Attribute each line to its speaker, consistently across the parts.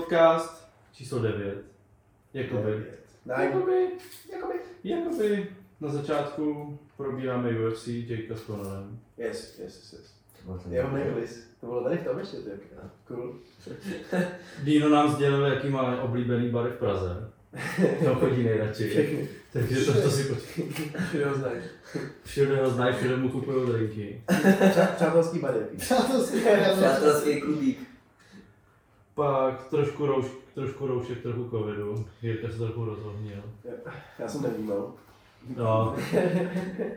Speaker 1: podcast číslo 9. Jakoby,
Speaker 2: Nine.
Speaker 1: jakoby, jakoby na začátku probíráme UFC Jakea s Connorem.
Speaker 2: Yes, yes, yes, yes.
Speaker 3: Vlastně
Speaker 2: Jeho nejlis. To bylo tady v tom ještě, ty jo. Cool.
Speaker 1: Dino nám sdělil, jaký má oblíbený bar v Praze. To chodí nejradši.
Speaker 2: Všechny.
Speaker 1: Takže to, to si počkej.
Speaker 2: Všude ho znají.
Speaker 1: Všude ho znají, všude mu kupují drinky.
Speaker 2: Přá- Přátelský bar je píč.
Speaker 4: Přátelství.
Speaker 3: Přátelský klubík.
Speaker 1: Pak trošku, rouš, trošku roušek, trochu covidu. Jirka se trochu rozhodnil.
Speaker 2: Já jsem nevnímal.
Speaker 1: No,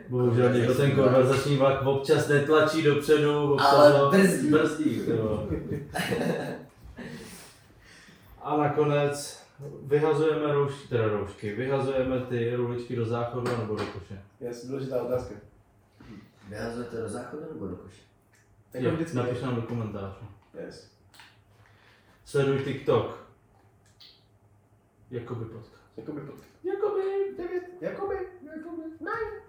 Speaker 1: bohužel někdo ten konverzační vlak občas netlačí dopředu, občas
Speaker 3: Ale
Speaker 1: ho
Speaker 3: brzdí.
Speaker 1: brzdí jo. A nakonec vyhazujeme roušky, teda roušky, vyhazujeme ty ruličky do záchodu nebo do koše.
Speaker 2: Yes, důležitá otázka.
Speaker 3: Vyhazujete do záchodu nebo do koše?
Speaker 2: Jako
Speaker 1: Jo,
Speaker 2: vždycky.
Speaker 1: Napiš nám do komentářů.
Speaker 2: Yes.
Speaker 1: Sleduj TikTok. Jakoby podcast.
Speaker 2: Jakoby pod...
Speaker 1: Jakoby.
Speaker 2: Devět. Jakoby. Jakoby. Nine.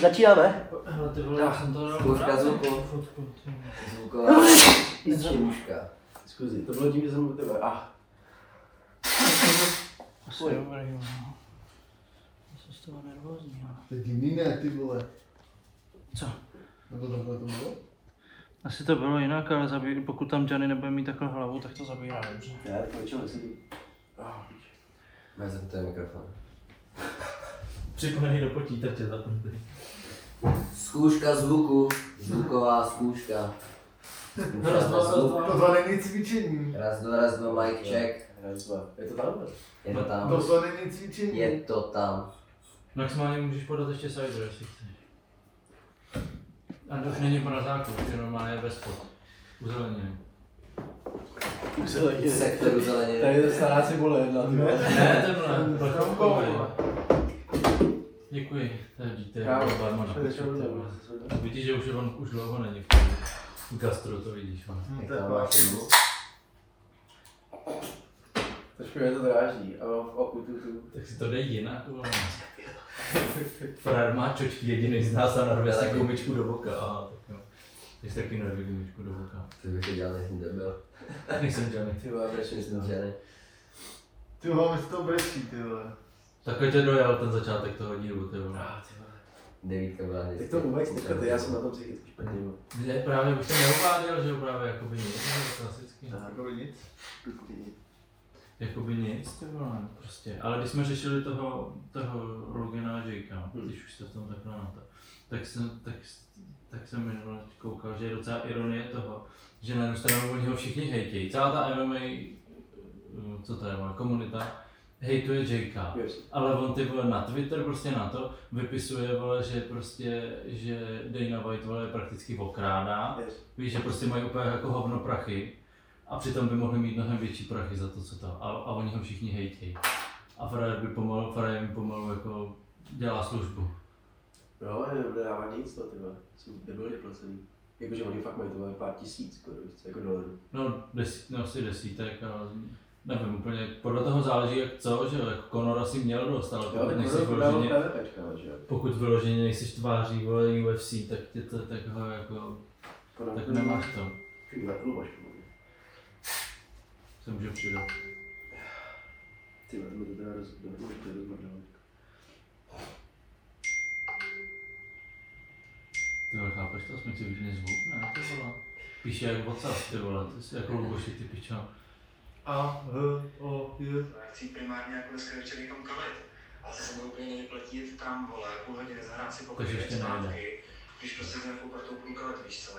Speaker 4: Začínáme.
Speaker 1: Hele, ty vole, já jsem to dal.
Speaker 3: zkouška zvuku.
Speaker 1: Fotku, ty.
Speaker 3: Zvuková čemuška.
Speaker 2: Zkuzi, to bylo tím, že jsem u tebe. Ah,
Speaker 4: To je dobrý, jo. no. Já jsem z toho nervózní, jo.
Speaker 5: To je divný, ne, ty vole.
Speaker 4: Co?
Speaker 5: Nebo tohle to bylo?
Speaker 4: Asi to bylo jinak, ale zabí... pokud tam Johnny nebude mít takhle hlavu, tak to zabírá dobře.
Speaker 2: ne, to většinou nesedí. Ah, píč.
Speaker 3: Vezmu ten mikrofon.
Speaker 1: Připojený do počítače za ten
Speaker 3: Zkouška zvuku. Zvuková zkouška. Zkouška
Speaker 1: Raz,
Speaker 3: na
Speaker 1: dva, raz,
Speaker 3: zvuk.
Speaker 1: dva.
Speaker 5: Tohle není cvičení.
Speaker 3: Raz, dva, raz, dva, mic check.
Speaker 2: Raz, dva. Je to tam?
Speaker 3: Je to tam.
Speaker 5: Tohle není cvičení.
Speaker 3: Je to tam.
Speaker 1: Maximálně můžeš podat ještě cyber, jestli chceš. A to už není pro zákup, že normálně je bez pod. Uzeleně.
Speaker 2: Zeleně.
Speaker 3: Sektoru zeleně.
Speaker 2: Tady je stará cibule jedna, ty vole.
Speaker 1: Ne, tenhle, brchovkový. Děkuji, to je dítě,
Speaker 2: Kámo,
Speaker 1: to barma na
Speaker 2: to je
Speaker 1: piču,
Speaker 2: to
Speaker 1: ty
Speaker 2: bylo.
Speaker 1: vole. Vidíš, že už je on už dlouho není v tom gastru, to vidíš. vole.
Speaker 5: Hm,
Speaker 3: Jak tam máš zvuku?
Speaker 2: Trošku mě to dráždí. A mám v oku tu tu.
Speaker 1: Tak si to dej jinak, vole. Frar má čočky jediný z nás a narve si gumičku do boka. Aha, tak jo. Když taky narve gumičku do boka.
Speaker 3: Ty bych to dělal, nejsem debil.
Speaker 1: Nejsem žádný.
Speaker 2: Ty vole, brečím si
Speaker 3: Nejsem
Speaker 2: to.
Speaker 3: žádný.
Speaker 5: Ty vole, mi se to brečí, ty vole.
Speaker 1: Takhle tě dojel ten začátek toho dílu, ty vole.
Speaker 2: Ah, ty vole.
Speaker 3: Devítka byla
Speaker 2: Teď
Speaker 3: vždycky.
Speaker 2: to vůbec teďka ty, já jsem na tom psychicky špatně. vole.
Speaker 1: Ne, právě bych to neuváděl, že jo, právě jakoby nic, že jo, klasicky.
Speaker 5: Jako nic.
Speaker 1: Jakoby nic, ty vole, prostě. Ale když jsme řešili toho, toho Rogena Jakea,
Speaker 2: Hmm.
Speaker 1: když už jste v tom takhle na to, tak jsem, tak, tak jsem minule koukal, že je docela ironie toho, že na jednu stranu oni ho všichni hejtějí. Celá ta MMA, eh, co to je, vole, komunita, hejtuje Jakea.
Speaker 2: Yes.
Speaker 1: Ale on ty vole na Twitter prostě na to vypisuje, vole, že prostě, že Dana White vole prakticky okrádá.
Speaker 2: Yes.
Speaker 1: Víš, že prostě mají úplně jako hovno prachy a přitom by mohli mít mnohem větší prachy za to, co to. A, a oni ho všichni hejtějí. A Frajer by pomalu, Frajer mi pomalu jako dělá službu.
Speaker 2: Jo, ale nedodává nic to, ty vole. Jsou debily placený. Jakože oni fakt mají to vole pár tisíc skoro, víš co, jako dolarů.
Speaker 1: No, des, no asi desítek, ale nevím úplně, podle toho záleží jak co, že jo, jako Conor asi měl dost, ale
Speaker 2: Jo,
Speaker 1: pokud
Speaker 2: tak
Speaker 1: nejsi
Speaker 2: ono dodává
Speaker 1: vyloženě,
Speaker 2: PVPčka, ale že jo.
Speaker 1: pokud vyloženě nejsi tváří vole UFC, tak tě to takhle jako,
Speaker 2: Ono-
Speaker 1: tak nemáš to,
Speaker 2: Ty vole, klubačku, vole.
Speaker 1: se může přidat.
Speaker 2: Ty vole, to mi to teda roz- do- do- do- rozmrdalo.
Speaker 1: Ty vole, chápeš to? Jsme ti viděli zvuk, ne? Ty vole. Píše jak WhatsApp, ty vole, ty jsi jako Luboši, ty pičo.
Speaker 5: A, H, O, J.
Speaker 6: Já chci jít primárně jako dneska večer někam kalit. A se sebou úplně nevyplatí jet tam, vole, půl hodiny zahrát si pokud
Speaker 1: Takže ještě nejde.
Speaker 6: Když prostě s nějakou partou půjdu kalit, víš co?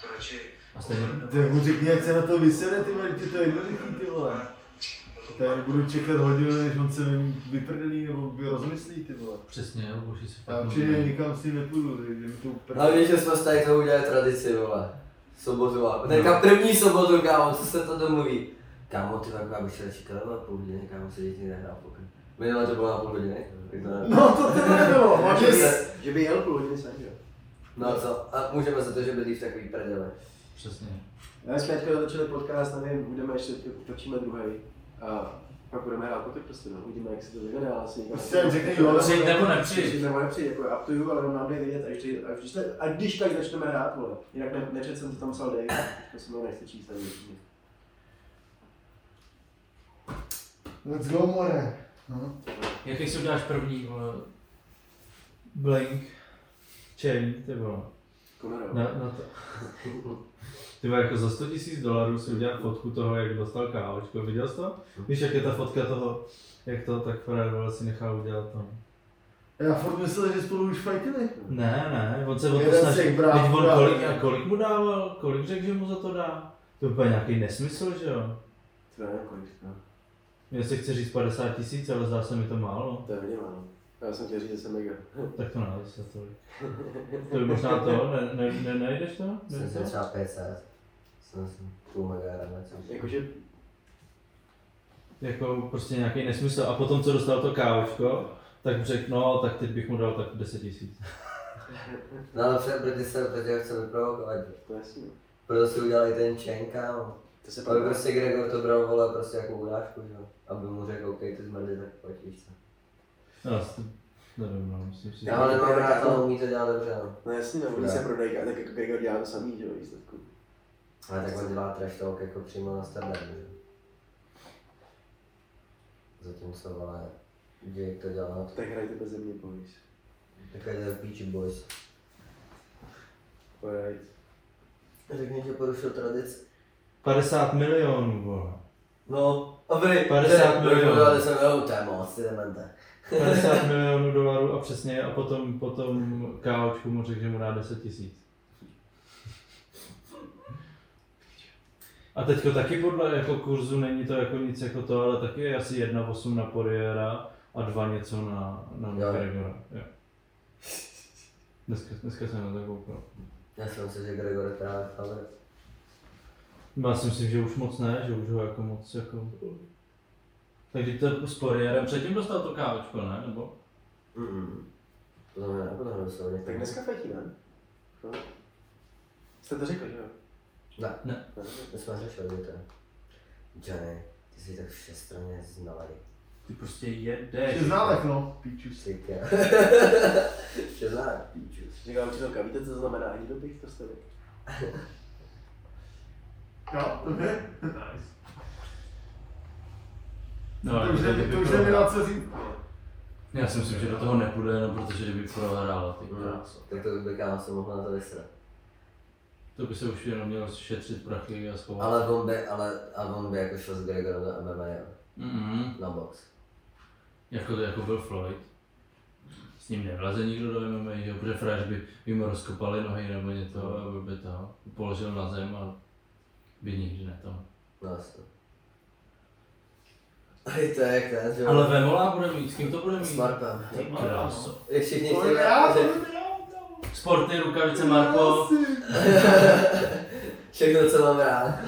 Speaker 6: To radši...
Speaker 1: A stejně,
Speaker 5: Ty mu řekni, jak se na to vysede, ty vole, ty to je jednoduchý, ty vole. Tady budu čekat hodinu, než on se mi vyprdelí nebo by rozmyslí, ty vole.
Speaker 1: přesně, Luboši si
Speaker 5: Já
Speaker 1: fakt
Speaker 5: určitě
Speaker 1: mluví.
Speaker 5: nikam s tím nepůjdu, takže mi to úplně...
Speaker 3: Hlavně, že jsme s tady to udělali tradici, vole. Sobotu a teďka první sobotu, kámo, co se to domluví? Kámo, ty tak bych se radši kalil na půl hodiny, kámo, se děti nehrá poker. Minule to bylo na půl hodiny, tak to ne-
Speaker 5: No to teda nebylo,
Speaker 2: Že
Speaker 5: hodně
Speaker 2: by-
Speaker 5: se.
Speaker 2: Že by jel půl hodiny sem, že jo.
Speaker 3: No co, a můžeme za to, že byli v takový prdele.
Speaker 1: Přesně.
Speaker 2: Já jsme teďka natočili podcast, nevím, budeme ještě, točíme druhý. A pak budeme hrát potek prostě, no. Uvidíme, jak se to vyvine, ale asi nikam
Speaker 5: Prostě řekne jo,
Speaker 1: Přijď nebo nepřijď.
Speaker 2: Přijít nebo nepřijít, jako up to you, ale nám dej vědět, až, ty- až, když, ne- a když tak začneme hrát, vole. Jinak ne, nečet jsem to tam psal dej, to se mnou nechci číst, ani upřímně.
Speaker 5: Let's go, more. No.
Speaker 1: Jaký si uděláš první, vole? Blink. Černý, ty vole.
Speaker 2: Konora,
Speaker 1: Na, na to. Ty vole, jako za 100 tisíc dolarů si udělal fotku toho, jak dostal kávočku. Viděl jsi to? Víš, jak je ta fotka toho, jak to, tak Ferrer vole, si nechal udělat to.
Speaker 5: Já furt myslel, že spolu už fajtili.
Speaker 1: Ne, ne, on se o to
Speaker 5: Jeden
Speaker 1: snaží.
Speaker 5: si brát,
Speaker 1: Teď on
Speaker 5: brát.
Speaker 1: kolik, a kolik mu dával, kolik řekl, že mu za to dá? To je úplně nějaký nesmysl, že jo?
Speaker 2: to je nevím kolik, no.
Speaker 1: Já si chci říct 50 tisíc, ale zdá se mi to málo.
Speaker 2: To je hodně málo. Já jsem chtěl říct, že jsem mega.
Speaker 1: Tak to nejde se to. To je možná to, ne, ne, ne, nejdeš to?
Speaker 3: Jsem
Speaker 1: Nejdeš
Speaker 3: se
Speaker 1: to?
Speaker 3: třeba 50. Jsem si půl mega rád.
Speaker 2: Jakože,
Speaker 1: jako prostě nějaký nesmysl. A potom, co dostal to kávočko, tak řekl, no, tak teď bych mu dal tak 10 tisíc.
Speaker 3: No ale před, protože se, protože ho chce vyprovokovat.
Speaker 2: to je jasný. no.
Speaker 3: Proto si udělali ten chain, kámo.
Speaker 2: To se
Speaker 3: Pak
Speaker 2: pak
Speaker 3: prostě Gregor to bral, vole, prostě jako urážku, že jo. Aby mu řekl, OK, ty zmrdli, tak platíš se.
Speaker 1: No, já si to- nevím, no, myslím si, že...
Speaker 3: Já ho nemám
Speaker 2: tak
Speaker 3: rád,
Speaker 2: ano.
Speaker 3: ale umí to dělat dobře, no.
Speaker 2: No jasný, no, oni
Speaker 3: Ne.
Speaker 2: se prodají, a tak jako Gregor dělá to samý, že jo, výsledku.
Speaker 3: Ale tak on dělá trash talk jako přímo na standardu, že jo. Zatímco, vole, Jake to dělá,
Speaker 2: Tak hrajte bez mě, povíš.
Speaker 3: takový ten Peachy Boys.
Speaker 2: Alright.
Speaker 3: Řekni, že porušil tradici.
Speaker 1: 50 milionů, vole.
Speaker 3: No, a vy,
Speaker 1: 50
Speaker 3: vy-
Speaker 1: milionů.
Speaker 3: vy- Dali jsem, jo, to je moc, ty demente.
Speaker 1: 50 milionů dolarů a přesně, a potom, potom kávočku mu řekl, že mu dá 10 tisíc. A teďko taky podle jako kurzu není to jako nic jako to, ale taky je asi 1,8 na Poriera a 2 něco na, na
Speaker 3: Jo.
Speaker 1: McGregora. Jo. Dneska, dneska jsem na to koukal.
Speaker 3: Já jsem si, že Gregor právě favorit.
Speaker 1: No, Já si myslím, že už moc ne, že už ho jako moc jako... Takže to s Poriérem předtím dostal to kávočko, ne? Nebo?
Speaker 3: Mm. To znamená, jako to nemyslel.
Speaker 2: Tak dneska fajtí, ne? No. Jste to řekl, že jo?
Speaker 3: Ne.
Speaker 1: Ne.
Speaker 2: ne.
Speaker 3: My jsme řešili, že to je. Johnny, ty jsi tak všestranně znalý.
Speaker 1: Ty prostě jedeš.
Speaker 5: Ještě ználek, no. Píču.
Speaker 3: Sliky. Že znám, píču.
Speaker 2: Říkala učitelka, víte, co to znamená? Ani to bych to stavil.
Speaker 5: Jo, dobře. Nice.
Speaker 1: No,
Speaker 5: To už je, to už je mi co říct.
Speaker 1: Já si myslím, že do toho nepůjde, jenom protože kdyby prohrála, ty kráso.
Speaker 3: Tak to by kámo se mohl na to vysrat.
Speaker 1: To by se už jenom mělo šetřit prachy a schovat.
Speaker 3: Ale on by, ale, a on by jako šel s Gregorem na MMA, jo.
Speaker 1: Mm-mm.
Speaker 3: Na box.
Speaker 1: Jako, jako byl Floyd. S ním nevleze nikdo do MMA, že jo, protože fráž by jim rozkopali nohy nebo něco a byl by to no. položil na zem a by nikdy ne to.
Speaker 3: No jasně. Hej, to je jak ten, že
Speaker 1: Ale Vemola bude mít, s kým to bude mít?
Speaker 3: S Marpem.
Speaker 1: Ty kráso.
Speaker 3: Jak všichni
Speaker 5: To
Speaker 3: chtějí,
Speaker 5: je já, to
Speaker 3: že-
Speaker 5: je já.
Speaker 1: Sporty, rukavice, Marko.
Speaker 3: Všechno, co mám rád.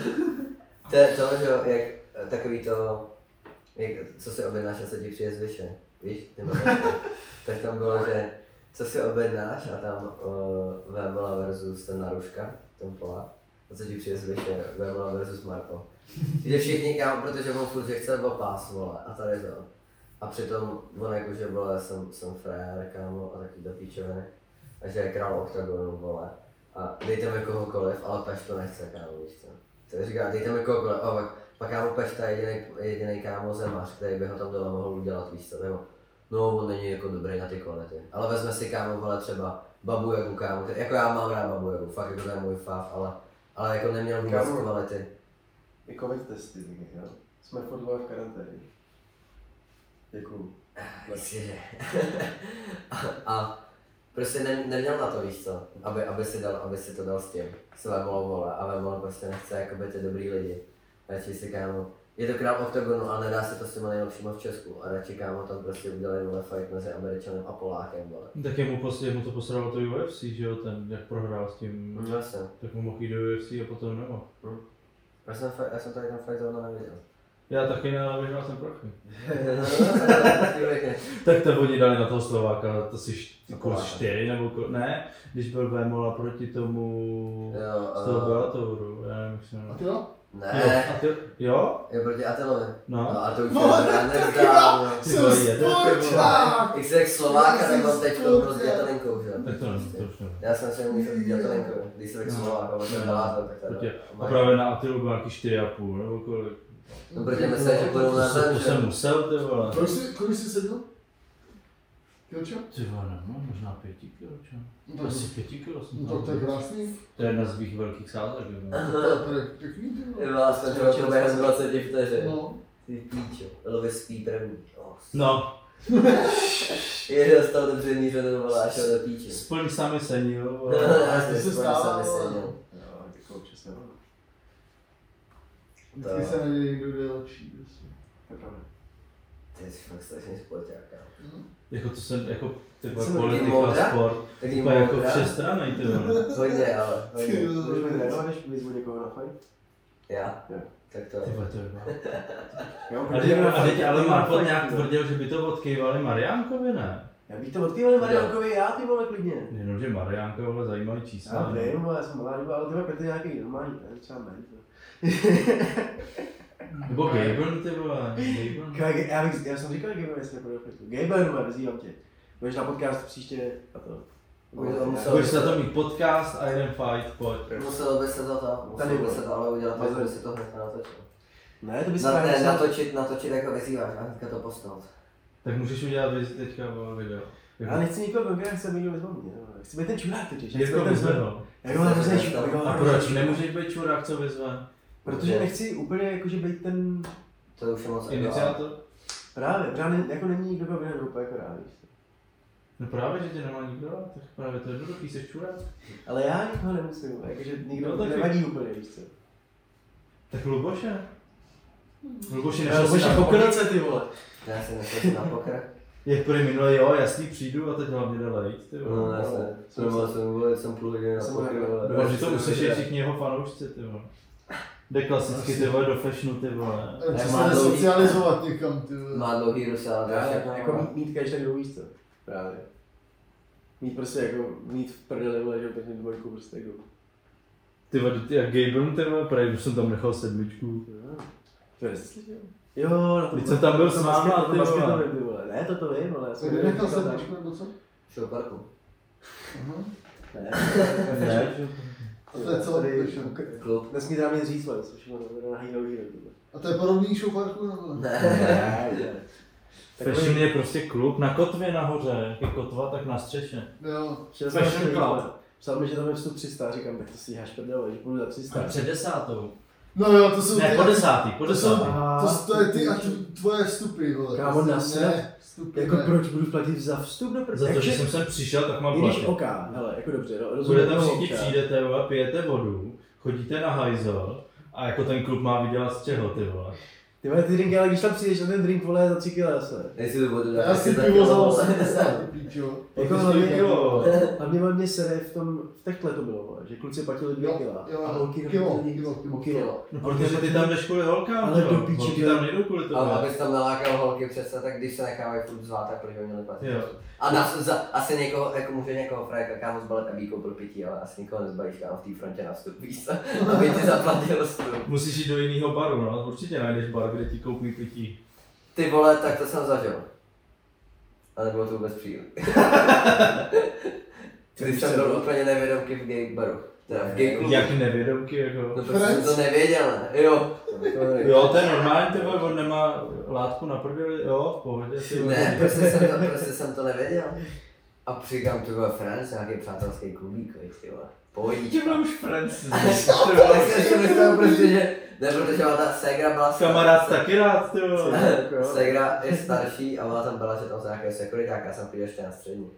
Speaker 3: To je to, že jo, jak takový to, jak, co si objednáš a co ti přijde z vyše. Víš, ty máš, tak tam bylo, že co si objednáš a tam uh, Vémola versus ten Naruška, ten Polák. A co ti přijde z vyše, Vémola versus Marko. Jde všichni kam, protože on furt, že chce dva pás, vole, a tady to. A přitom on jakože, vole, jsem, jsem frajer, kámo, a taky do píčoviny. A že je král oktagonu, vole. A dejte mi kohokoliv, ale Peš to nechce, kámo, víš co. To je říká, dejte mi kohokoliv, a pak, pak kámo Peš, ta jediný, jediný kámo zemař, který by ho tam dole mohl udělat, víš co, nebo No, on není jako dobrý na ty kvality, ale vezme si kámo, vole, třeba Babu Jagu, kámo, který- jako já mám rád Babu Jagu, fakt jako to je můj fav, ale, ale jako neměl vůbec
Speaker 2: Kámo.
Speaker 3: kvality.
Speaker 2: I covid testy, taky, jo? Jsme furt dva v karanténě. Jako, Děkuju.
Speaker 3: Prostě, že. a, a prostě ne, neměl na to, víš co, aby, aby, si, dal, aby si to dal s tím, s Vemolou vole, a Vemol prostě nechce jakoby ty dobrý lidi. Radši si kámo, je to král oktagonu, ale nedá se to s těma nejlepšíma v Česku. A radši kámo tam prostě udělali vole fight mezi Američanem a Polákem, vole.
Speaker 1: Tak jemu, prostě, mu to posralo to UFC, že jo, ten jak prohrál s tím,
Speaker 3: Mm. Já jsem,
Speaker 1: tak mu mohl jít do UFC a potom nemohl.
Speaker 3: já jsem, fa- já jsem tady ten fight zrovna neviděl.
Speaker 1: Já taky ne, ale vyhrál jsem prachy.
Speaker 3: Ty vole.
Speaker 1: Tak to oni dali na toho Slováka, to si št-
Speaker 3: Na
Speaker 1: kurz
Speaker 3: Poláka.
Speaker 1: 4 nebo ko- ne, když byl Vémola proti tomu
Speaker 3: jo,
Speaker 1: z toho
Speaker 3: a,
Speaker 1: Bellatoru, já nevím, jak se jmenuje.
Speaker 5: A ty jo?
Speaker 1: Jo,
Speaker 3: Ne,
Speaker 1: a ty, jo?
Speaker 3: je proti Atelovi.
Speaker 1: No.
Speaker 3: No a to už
Speaker 5: No,
Speaker 3: je nezdá, no.
Speaker 1: Ty vole, je to
Speaker 5: sporták!
Speaker 3: Jak se jak Slováka, tak mám teď
Speaker 5: Jsem
Speaker 3: prostě
Speaker 5: sporták.
Speaker 3: Jatelinkou, že jo?
Speaker 1: Tak to nevím, to už nevím.
Speaker 3: Já jsem se musel být Jatelinkou, když se tak
Speaker 1: No.
Speaker 3: Slováka, ale jsem
Speaker 1: No.
Speaker 3: Belátem, tak
Speaker 1: Proti-
Speaker 3: tady.
Speaker 1: A právě na Atilu byl nějaký 4,5 nebo kolik.
Speaker 3: No protože myslel, že půjdu
Speaker 1: To,
Speaker 3: na
Speaker 1: se, to
Speaker 3: zem, že? Prostě-
Speaker 1: jsem musel, ty vole.
Speaker 5: Proč jsi, kolik jsi sedl? Kilčo?
Speaker 1: Ty vole, no, možná pěti kilo, čo?
Speaker 5: No tak-
Speaker 1: Asi pěti kilo jsem
Speaker 5: No tak to je
Speaker 1: tam.
Speaker 5: krásný.
Speaker 1: To je jedna z mých velkých sázek. jo.
Speaker 5: To je pěkný ty
Speaker 3: Je
Speaker 5: vole.
Speaker 3: vlastně to bylo během 20 vteřin.
Speaker 5: No.
Speaker 3: Ty píčo, Elvis spí první. O,
Speaker 1: No,
Speaker 3: Je dostal dobře míře, to bylo až do píče.
Speaker 1: splň sami sen, jo.
Speaker 3: No,
Speaker 1: vole.
Speaker 3: já
Speaker 5: se
Speaker 3: jsem
Speaker 5: stává,
Speaker 3: sám
Speaker 5: ale-
Speaker 3: neseděl.
Speaker 2: Jo, ty kouče se no.
Speaker 3: To-
Speaker 5: Vždycky se neděje, kdo je lepší. prostě.
Speaker 2: To je pravda.
Speaker 3: To je fakt strašný sporták. kámo.
Speaker 1: Jako to jsem, jako ty vole,
Speaker 3: Jsem
Speaker 1: politika,
Speaker 3: modrá?
Speaker 1: sport.
Speaker 3: Taky
Speaker 1: Úplně jako
Speaker 3: moudrá.
Speaker 1: všestranný, ty vole.
Speaker 3: Hodně, ale. hodně.
Speaker 5: Ty vole.
Speaker 2: Můžeme trénovat, když vyzvu někoho na fight?
Speaker 3: Já?
Speaker 2: Jo.
Speaker 3: Tak to
Speaker 1: Ty
Speaker 3: je.
Speaker 1: vole, to je blá.
Speaker 2: Jo,
Speaker 1: A teď, a teď ale Marko nějak tvrdil, že by to odkývali Mariánkovi, ne?
Speaker 2: Já bych to odkýval Mariánkovi, já ty vole klidně.
Speaker 1: Jenomže Mariánka, vole, zajímavý
Speaker 2: Já
Speaker 1: čísla. ne?
Speaker 2: vím, ale já jsem mladý, ale ty vole, Petr je nějaký normální, ne? Třeba méně.
Speaker 1: Nebo Gaben, ty vole. Gaben.
Speaker 2: Kage- Jako Já, bych, já jsem říkal Gaberu, jestli nepůjde opět. Gaberu, vole, vyzývám tě. Budeš na podcast příště a to.
Speaker 3: Bude to muset-
Speaker 1: Budeš na to mít podcast a jeden fight, pojď.
Speaker 3: Muselo by se to to, muselo by se to ale udělat, tak, aby si to hnedka natočil.
Speaker 2: Ne, to by se
Speaker 3: Na, ne,
Speaker 2: právě-
Speaker 3: natočit, natočit jako vyzýváš a hnedka to postavit.
Speaker 1: Tak můžeš udělat vizi teďka vole, video. Jako-
Speaker 2: Já nechci nikoho vybrát, chci aby někdo vyzval Chci být ten čurák teď, že? Chci
Speaker 1: Jirko
Speaker 2: být ten zvedl.
Speaker 1: vyzvedl.
Speaker 2: Já ho hrozně šíp, já ho
Speaker 1: A
Speaker 2: hrozně
Speaker 1: proč
Speaker 2: šíp.
Speaker 1: nemůžeš být čurák, co vyzve?
Speaker 2: Protože nechci úplně jakože být ten...
Speaker 3: To už je moc jako-
Speaker 1: Iniciátor?
Speaker 2: Právě, právě jako není nikdo kdo by Evropa jako rád, víš co.
Speaker 1: No právě, že tě nemá nikdo rád, tak právě to je jednoduchý, jsi čurák.
Speaker 2: Ale já nikoho nemusím, jakože nikdo
Speaker 1: No,
Speaker 2: no,
Speaker 1: tak-
Speaker 2: nevadí úplně, víš co.
Speaker 1: Tak Luboše. Luboše,
Speaker 2: Hmm. Já
Speaker 1: nešel
Speaker 2: už
Speaker 1: jsi na pokr...
Speaker 2: pokrace, ty vole.
Speaker 3: Já si myslím, že na pokr.
Speaker 1: Jak prý minule, jo, jasný, přijdu a teď hlavně jde lejt, ty
Speaker 3: No,
Speaker 1: vole.
Speaker 3: ne, ne. Normálně jsem byl, jsem půl hodiny na
Speaker 2: Jsem
Speaker 3: pokr.
Speaker 2: rád.
Speaker 3: vole.
Speaker 1: Doufám, že to uslyší všichni jeho fanoušci, ty vole. Jde klasicky, ty vole, do fashionu, ty vole.
Speaker 5: Já
Speaker 3: Ne,
Speaker 5: se
Speaker 3: má
Speaker 5: jde
Speaker 3: dlouhý-
Speaker 5: socializovat někam, ty vole.
Speaker 3: Má dlouhý no, rusy, ale
Speaker 2: Já,
Speaker 3: další.
Speaker 2: jako mít každý druhý víš co. Právě. Mít prostě jako, mít v prdele, vole, že pěkně dvojku prostě jako.
Speaker 1: Ty vole, ty- jak Gaben, ty vole, prý, už jsem tam nechal sedmičku.
Speaker 2: jo. To je slyšel. Jo, na to
Speaker 1: Vždyť jsem tam byl
Speaker 2: to
Speaker 1: s váma,
Speaker 2: basket- to
Speaker 1: ty vole.
Speaker 2: basketový, ty vole. Ne, to to vím, ale já
Speaker 5: Co
Speaker 2: jsem
Speaker 5: jde nechal
Speaker 2: tam-
Speaker 5: sedmičku nebo co?
Speaker 3: Šel parku.
Speaker 5: Aha.
Speaker 2: Ne.
Speaker 1: Ne.
Speaker 5: A to je celá
Speaker 2: Tady-
Speaker 5: pešenka.
Speaker 3: Klub.
Speaker 2: Nesmí tam nic říct, vole, což je na hýnou hýnou, ty vole.
Speaker 5: A to je podobný šouparku nebo ne?
Speaker 2: Ne, ne.
Speaker 1: Fashion je prostě klub na kotvě nahoře, jak je kotva, tak na střeše.
Speaker 5: Jo.
Speaker 2: Šel jsem
Speaker 1: Fashion
Speaker 2: na stejný,
Speaker 1: Club.
Speaker 2: vole. Psal mi, že tam je vstup 300, říkám, tak to si háš prdele, že půjdu za 300.
Speaker 1: Před desátou.
Speaker 5: No jo, to jsou
Speaker 1: Ne,
Speaker 5: ty...
Speaker 1: po desátý, po
Speaker 5: To jsou,
Speaker 1: desátý.
Speaker 5: to, to je ty a ty, tvoje vstupy, vole. Prostě
Speaker 2: Kámo, na
Speaker 5: Ne,
Speaker 2: snad.
Speaker 5: vstupy,
Speaker 2: Jako
Speaker 5: ne.
Speaker 2: proč budu platit za vstup do prdele?
Speaker 1: Za to, že
Speaker 2: Takže-
Speaker 1: jsem sem přišel, tak mám
Speaker 2: I
Speaker 1: vlastně.
Speaker 2: když
Speaker 1: platit.
Speaker 2: OK, hele, jako dobře, no, rozumím.
Speaker 1: Budete
Speaker 2: tomu
Speaker 1: všichni
Speaker 2: OK.
Speaker 1: přijdete, vole, pijete vodu, chodíte na hajzl a jako ten klub má vydělat z čeho, ty vole.
Speaker 2: Ty vole, ty drinky, ale když tam přijdeš na ten drink, vole, za 3 kg zase.
Speaker 3: Nejsi tu vodu
Speaker 5: Já si pivo za 80, ty píčo.
Speaker 2: Jako
Speaker 1: Jako
Speaker 2: hlavně-
Speaker 1: kilo.
Speaker 2: Hlavně vám mě sere v tom, v techle to bylo, vole, že kluci platili 2
Speaker 5: Jo,
Speaker 2: kg.
Speaker 5: jo,
Speaker 2: A holky
Speaker 5: kilo,
Speaker 2: platili
Speaker 5: kilo,
Speaker 2: o kilo.
Speaker 1: No, protože ty tam jdeš kvůli holkám,
Speaker 2: Ale
Speaker 1: ty vole.
Speaker 2: do píči,
Speaker 1: Holky
Speaker 2: ty-
Speaker 1: tam nejdou kvůli tomu.
Speaker 3: Ale abys tam nalákal holky přece, tak když se nechávají furt zvát, tak proč by měli platit?
Speaker 1: Jo.
Speaker 3: A na, za, asi někoho, jako může někoho frajka kámo zbalit a víkou pro pití, ale asi nikoho nezbalíš kámo v té frontě na vstup, víš co? Aby ti zaplatil vstup.
Speaker 1: Musíš jít do jiného baru, no, určitě najdeš bar, kde ti koupí pití.
Speaker 3: Ty vole, tak to jsem zažil. Ale bylo to vůbec příjemné. Když jsem byl úplně nevědomky v gay baru. Teda v gay klubu.
Speaker 1: Jak nevědomky, jako.
Speaker 3: No protože jsem to nevěděl, ne? Jo.
Speaker 1: Jo, to je normální, ty vole, on nemá látku na prdeli, jo, v pohodě. Ty vole.
Speaker 3: Ne, prostě jsem to, prostě jsem to nevěděl. A říkám, ty vole, Franc, nějaký přátelský klubík, víš, ty vole.
Speaker 1: Ty
Speaker 3: Pohodíčka.
Speaker 1: vole, už Francis.
Speaker 3: Tak jsem si myslel prostě, že... Ne, protože má ta ségra byla...
Speaker 1: Kamarád taky rád, ty vole.
Speaker 3: Segra je starší a ona tam byla, že tam jsou nějaké sekuritáky, já jsem chodil ještě na střední.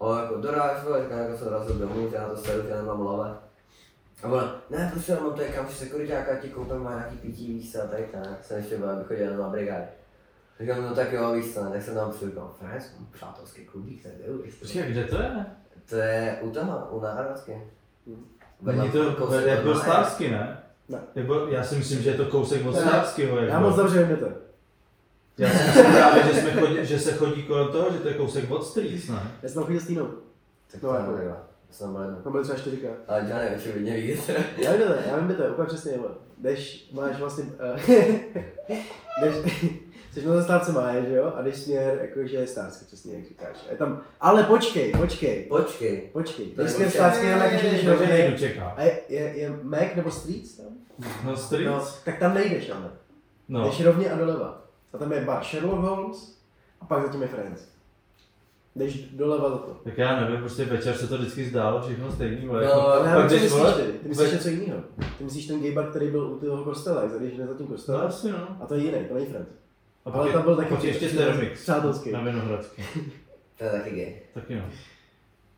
Speaker 3: A ona jako doráž, vole, říkám, jako jsem dorazil domů, že já na to sedu, že já nemám lave. A ona, ne, prostě já mám tady kam sekuritáka, ti koupím má nějaký pití, víš co, a tady tak, jsem ještě byl, abych chodil jenom na brigády. Říkám, no tak jo, víš co, ne, tak jsem tam přijel, říkám, Franc, mám přátelský klubík, tak jdu, víš co.
Speaker 1: Počkej, kde to je?
Speaker 3: To je u toho, u národské.
Speaker 1: Není to,
Speaker 3: Kousek
Speaker 1: jak
Speaker 3: od
Speaker 1: byl
Speaker 3: Náje.
Speaker 1: Starsky, ne?
Speaker 2: Ne.
Speaker 1: Jako, já si myslím, že je to kousek od
Speaker 5: Ne.
Speaker 1: Starskyho. jak
Speaker 2: Já
Speaker 1: byl.
Speaker 2: moc dobře vím, kde to. je.
Speaker 1: já si myslím právě, že, jsme chodí, že se chodí kolem toho, že to je kousek od Streets, ne?
Speaker 2: Já jsem tam chodil s Týnou.
Speaker 3: Tak
Speaker 2: No,
Speaker 3: to
Speaker 2: jako-
Speaker 3: je Jsem byl jednou.
Speaker 2: Tam byly třeba čtyřikrát.
Speaker 3: Ale Johnny očividně ví, kde to je.
Speaker 2: Já vím, kde to je, já vím, kde to je, úplně přesně, vole. Jdeš, máš vlastně, uh, jdeš, jsi na zastávce Maje, že jo, a jdeš směr, jakože Stársko, přesně, jak říkáš. A Je tam, ale počkej, počkej,
Speaker 3: Počkej.
Speaker 2: počkej,
Speaker 3: To je
Speaker 2: jdeš směr
Speaker 3: počkej.
Speaker 2: Stársko, jenom jakože jdeš do
Speaker 1: nejdu čeká.
Speaker 2: A je, je, je Mac nebo Streets tam?
Speaker 1: No, street?
Speaker 2: No, tak tam nejdeš, ale. No.
Speaker 1: No.
Speaker 2: Jdeš rovně a doleva. A tam je bar Sherlock Holmes, a pak zatím je Friends. Jdeš doleva za to.
Speaker 1: Tak já nevím, prostě večer se to vždycky zdálo, všechno stejný, vole.
Speaker 3: No,
Speaker 1: jako-
Speaker 2: Ale já nevím, co
Speaker 1: jdeš,
Speaker 2: myslíš
Speaker 1: vole,
Speaker 2: ty. Ty myslíš
Speaker 1: ve-
Speaker 2: něco jiného. Ty myslíš ten gay bar, který byl u toho kostela, jak jdeš hned za tím
Speaker 1: No,
Speaker 2: kostelem.
Speaker 1: asi no.
Speaker 2: A to je jiný, to není Friends.
Speaker 1: A
Speaker 2: Ale tam byl taky prostě
Speaker 1: pak ještě Termix.
Speaker 2: přátelský.
Speaker 1: Na Vinohradské.
Speaker 3: To je taky gay.
Speaker 1: Taky no.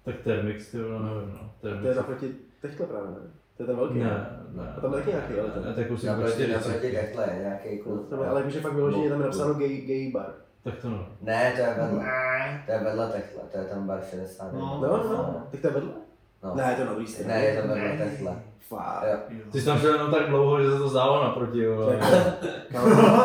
Speaker 1: Tak Termix, ty vole, nevím no.
Speaker 2: To je
Speaker 1: Termix.
Speaker 2: naproti techto právě, ne? To je ten velký.
Speaker 1: Ne, ne.
Speaker 2: A tam byl taky nějaký, ale ten.
Speaker 1: Ne, tak už prostě jsem byl
Speaker 3: Naproti, naproti
Speaker 1: 40.
Speaker 3: kachtle je prostě nějaký klub.
Speaker 2: To je, ale jakože fakt vyloženě tam je napsáno gay, gay bar.
Speaker 1: Tak to no.
Speaker 3: Ne, to je vedle. To je vedle takhle, to je tam bar 60.
Speaker 5: No.
Speaker 2: No, no, no. Tak to je vedle?
Speaker 3: No.
Speaker 2: Ne, je to na druhý straně.
Speaker 3: Ne, je to vedle takhle.
Speaker 2: Fá.
Speaker 3: Jo.
Speaker 1: Ty jsi tam šel jenom tak dlouho, že se to zdálo naproti,
Speaker 2: To je
Speaker 1: vole.
Speaker 2: kámo.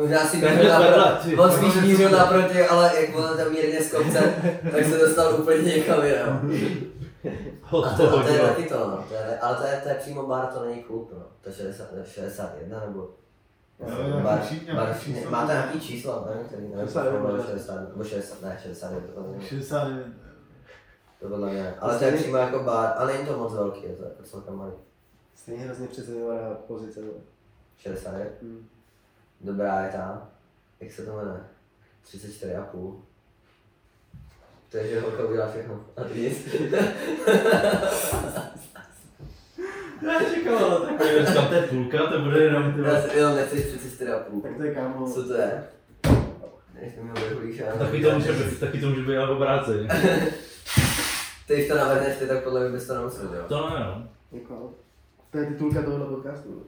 Speaker 3: Možná si
Speaker 1: Ten
Speaker 3: mířil
Speaker 1: je vedle,
Speaker 3: naproti,
Speaker 1: ty.
Speaker 3: on spíš
Speaker 5: Ono je
Speaker 3: mířil
Speaker 5: super.
Speaker 3: naproti, ale jak bylo tam mírně z kopce, tak se dostal úplně někam jinam.
Speaker 1: Od
Speaker 3: A to,
Speaker 1: toho,
Speaker 3: a to je
Speaker 1: vole.
Speaker 3: taky to, no. to je, ale to je, to je přímo bar, to není klub, no. To je 60, ne, 61 nebo...
Speaker 5: Jo, nějaký
Speaker 3: bar,
Speaker 5: čí- nějaký
Speaker 3: bar,
Speaker 5: číslo. no.
Speaker 3: máte nějaký číslo, nevím, který, nevím,
Speaker 2: 61
Speaker 3: nebo
Speaker 2: možná.
Speaker 3: 60, nebo 60, ne, 60, to podle mě,
Speaker 5: 69.
Speaker 3: to podle mě, ne. ale to je přímo jako bar, ale není to moc velký, je to jako celkem malý.
Speaker 2: Stejně hrozně přeceňovaná pozice. vole.
Speaker 3: 69,
Speaker 2: Hm.
Speaker 3: dobrá je tam, jak se to jmenuje, 34,5. To je, že holka udělá všechno, a ty nic.
Speaker 1: Já čekal, tak Tam to je půlka, to bude jenom ty
Speaker 3: Já
Speaker 1: vole.
Speaker 3: si jenom nechci 34,5.
Speaker 2: Tak to je kámo.
Speaker 3: Co to je? Nech mi vrhulíš, já
Speaker 1: Taky to může být, taky to může být ale obráceně.
Speaker 3: Ty, když to navrhneš ty, tak podle mě bys to nemusel, jo?
Speaker 1: To ne, no.
Speaker 2: Jako, To je titulka tohoto podcastu.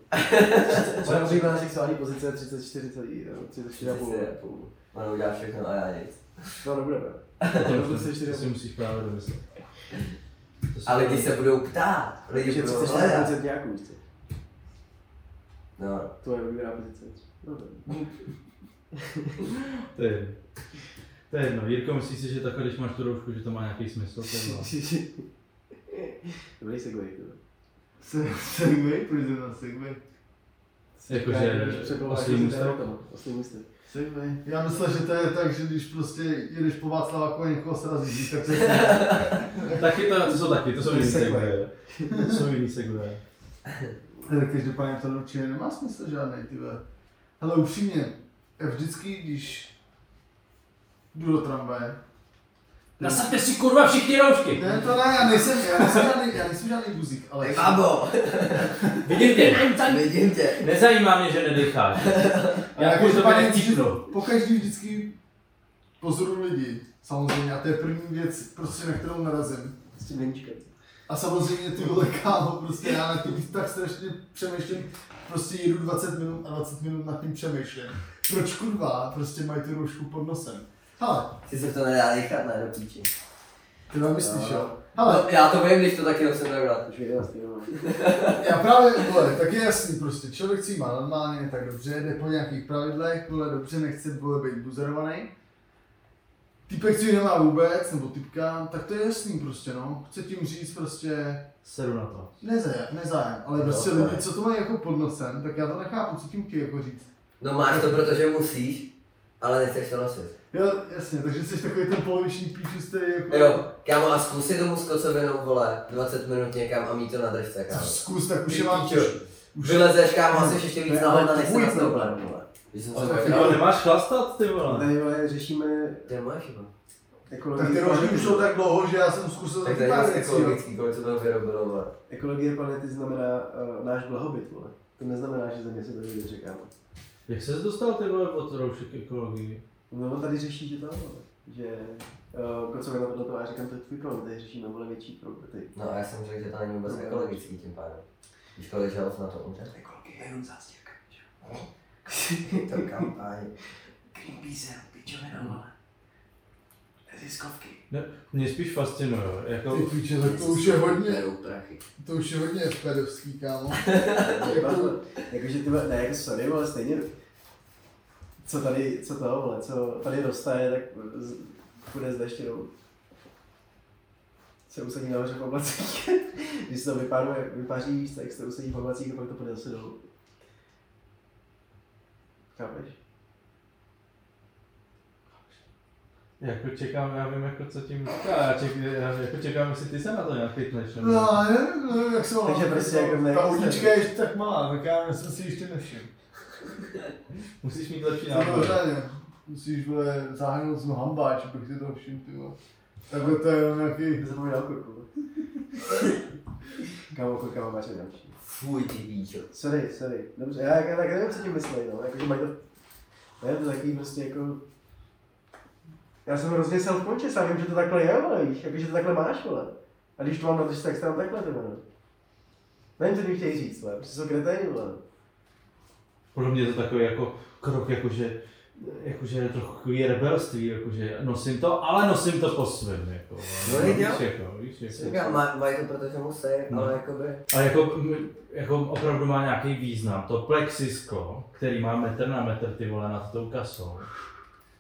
Speaker 2: Moje oblíbená sexuální pozice je 34, celý, no, 34,5.
Speaker 3: 34,5. Ono udělá všechno a já nic.
Speaker 2: To nebude, ne?
Speaker 1: To,
Speaker 2: No, To prostě
Speaker 1: musíš- to
Speaker 2: 34,5.
Speaker 1: si musíš právě domyslet. To si-
Speaker 3: A lidi se budou ptát, lidi
Speaker 2: Takže
Speaker 3: budou hledat.
Speaker 2: 34 nějakou, víš co?
Speaker 3: No,
Speaker 2: Tvoje oblíbená pozice. No, to-
Speaker 1: To je, to je jedno. Jirko, myslíš si, že takhle, když máš tu roušku, že to má nějaký smysl? To je jedno.
Speaker 2: Dobrý segway, to.
Speaker 5: Se- Segway, proč jsem na segway?
Speaker 1: Jakože oslý můstek?
Speaker 2: Oslý můstek.
Speaker 5: Segway. Já myslel, že to je tak, že když prostě jedeš po Václaváku a někoho srazíš, tak to je
Speaker 1: Taky to, to jsou taky, to jsou jiný
Speaker 2: Segway.
Speaker 1: segwaye. To jsou jiný segwaye.
Speaker 5: Ale každopádně to určitě nemá smysl žádný, ty vole. Ale upřímně, já vždycky, když jdu do tramvaje,
Speaker 1: Nasaďte si kurva všichni roušky!
Speaker 5: ne, to ne, já nejsem, já nejsem žádný, já nejsem žádný buzik, ale...
Speaker 3: Hej, babo,
Speaker 1: Vidím tě!
Speaker 3: vidím tě.
Speaker 1: Nezajímá mě, že nedecháš.
Speaker 5: Ale
Speaker 1: Já už jako, to
Speaker 5: každopádně
Speaker 1: tady cítnu.
Speaker 5: Pokaždý vždycky pozoru lidi, samozřejmě, a to je první věc, prostě na kterou narazím.
Speaker 2: S tím deníčkem.
Speaker 5: A samozřejmě ty vole kámo, prostě já na tím tak strašně přemýšlím, prostě jedu 20 minut a 20 minut nad tím přemýšlím. Proč kurva, prostě mají tu roušku pod nosem. Hele,
Speaker 3: Ty se to nedá nechat, ne, do píči.
Speaker 5: ty to myslíš, jo? Hele,
Speaker 3: No, já to vím, když to taky nosím takhle.
Speaker 2: Už věděl s tím, no.
Speaker 5: já právě, vole, tak je jasný prostě, člověk si má normálně, tak dobře, jde po nějakých pravidlech, vole, dobře, nechce, vole, být buzerovaný. Typek, co ji nemá vůbec, nebo typka, tak to je jasný prostě, no. Chce tím říct prostě,
Speaker 1: Seru na to.
Speaker 5: nezajem, nezajem, ale
Speaker 3: No,
Speaker 5: prostě
Speaker 3: to
Speaker 5: lidi,
Speaker 3: je.
Speaker 5: co to mají jako pod nosem, tak já to nechápu, co tím chtějí jako říct.
Speaker 3: No máš to, protože musíš, ale nechceš to nosit.
Speaker 5: Jo, jasně, takže jsi takový ten poloviční píčus, který jako...
Speaker 3: Jo, kámo, a zkus si tomu skocovinou, vole, 20 minut někam a mít to na držce,
Speaker 5: Tak
Speaker 3: kámo.
Speaker 5: Zkus, tak už
Speaker 3: Ty
Speaker 5: je mám
Speaker 3: píčo.
Speaker 5: Už
Speaker 3: Vylezeš, kámo, asi ještě víc
Speaker 2: Ne,
Speaker 3: náhodná,
Speaker 2: ale
Speaker 3: než jsem
Speaker 2: tvůj
Speaker 3: nastoupen,
Speaker 2: problém.
Speaker 3: vole. Když jsem
Speaker 5: Ale
Speaker 3: se
Speaker 5: tak
Speaker 3: tak...
Speaker 5: jo.
Speaker 1: Ale nemáš chlastat, ty vole.
Speaker 2: Tady vole, řešíme
Speaker 3: To je moje chyba.
Speaker 5: Tak
Speaker 2: ekologii,
Speaker 5: ty rožky už jsou tak dlouho, že já jsem zkusil
Speaker 3: Tak to
Speaker 5: taky
Speaker 3: je
Speaker 5: pár
Speaker 3: dost
Speaker 5: věcí. jo.
Speaker 3: ekologický, kolik to bylo vyrobilo, vole.
Speaker 2: ekologie planety znamená uh, náš blahobyt, vole. To neznamená, že země se to bude čekáme.
Speaker 1: Jak jsi se dostal ty vole od roušek ekologii?
Speaker 2: No on tady řeší, že to, vole. Že uh, kocovina tohle toho, já říkám, to je tvůj problém, tady řešíme, vole, větší problém. Tady.
Speaker 3: No a já jsem řekl, že to není vůbec ekologický tím pádem. Když kolik žalost na to umře.
Speaker 2: Ekologie je jenom zástěrka, že jo.
Speaker 3: to kampaň.
Speaker 2: Greenpeace je pičovina, vole. Neziskovky.
Speaker 1: Mě spíš fascinuje, jako...
Speaker 5: Ty píče, tak to už je hodně,
Speaker 3: Berou prachy.
Speaker 5: to už je hodně FPDovský, kámo.
Speaker 2: Jako- Jakože ty vole- ne, jako sorry, ale stejně, co tady, co to, vole, co tady dostaje, tak z, bude s deštinou. se usadí nahoře v oblacích. Když se to vypáruje, vypaří, tak se to usadí v oblacích a pak to půjde zase dolů. Chápeš?
Speaker 1: Jako čekám, já vím jako co tím říká, já, ček, já jako čekám, jestli ty se na to nějak chytneš. nebo-
Speaker 5: No, já nevím, nevím, jak se volá.
Speaker 2: Takže prostě jako v
Speaker 5: Ta
Speaker 2: nejistém.
Speaker 5: ulička je ještě tak malá, tak já jsem si ještě nevšiml.
Speaker 1: Musíš mít lepší
Speaker 5: To je
Speaker 7: No,
Speaker 1: nápad.
Speaker 5: pořádně. Musíš vole, zahrnout znovu hambáč, abych si to všiml, ty vole. Takhle to je nějaký...
Speaker 2: Zapomínal kurku. Kámo, kurka má mače další.
Speaker 3: Fuj, ty víčo.
Speaker 2: Sorry, sorry. Dobře, já, já tak nevím, co tím myslí, no. Jakože mají to... Ne, to takový prostě jako... Já jsem hrozně self-conscious, já vím, že to takhle je, vole, víš, jakože to takhle máš, vole. A když to mám na to, tak se tam takhle, ty vole. Nevím, co tím chtějí říct, vole, protože jsou kreténi, vole.
Speaker 1: Pro mě je to takový jako krok, jakože, jakože trochu takový rebelství, jakože nosím to, ale nosím to po svém. Jako,
Speaker 3: No,
Speaker 1: víš,
Speaker 3: jo.
Speaker 1: jako, víš, jako,
Speaker 3: Říkám, má, mají to, protože mu se,
Speaker 1: No.
Speaker 3: ale jakoby...
Speaker 1: A jako, m- jako opravdu má nějaký význam. To plexisko, který má metr na metr ty vole nad tou kasou,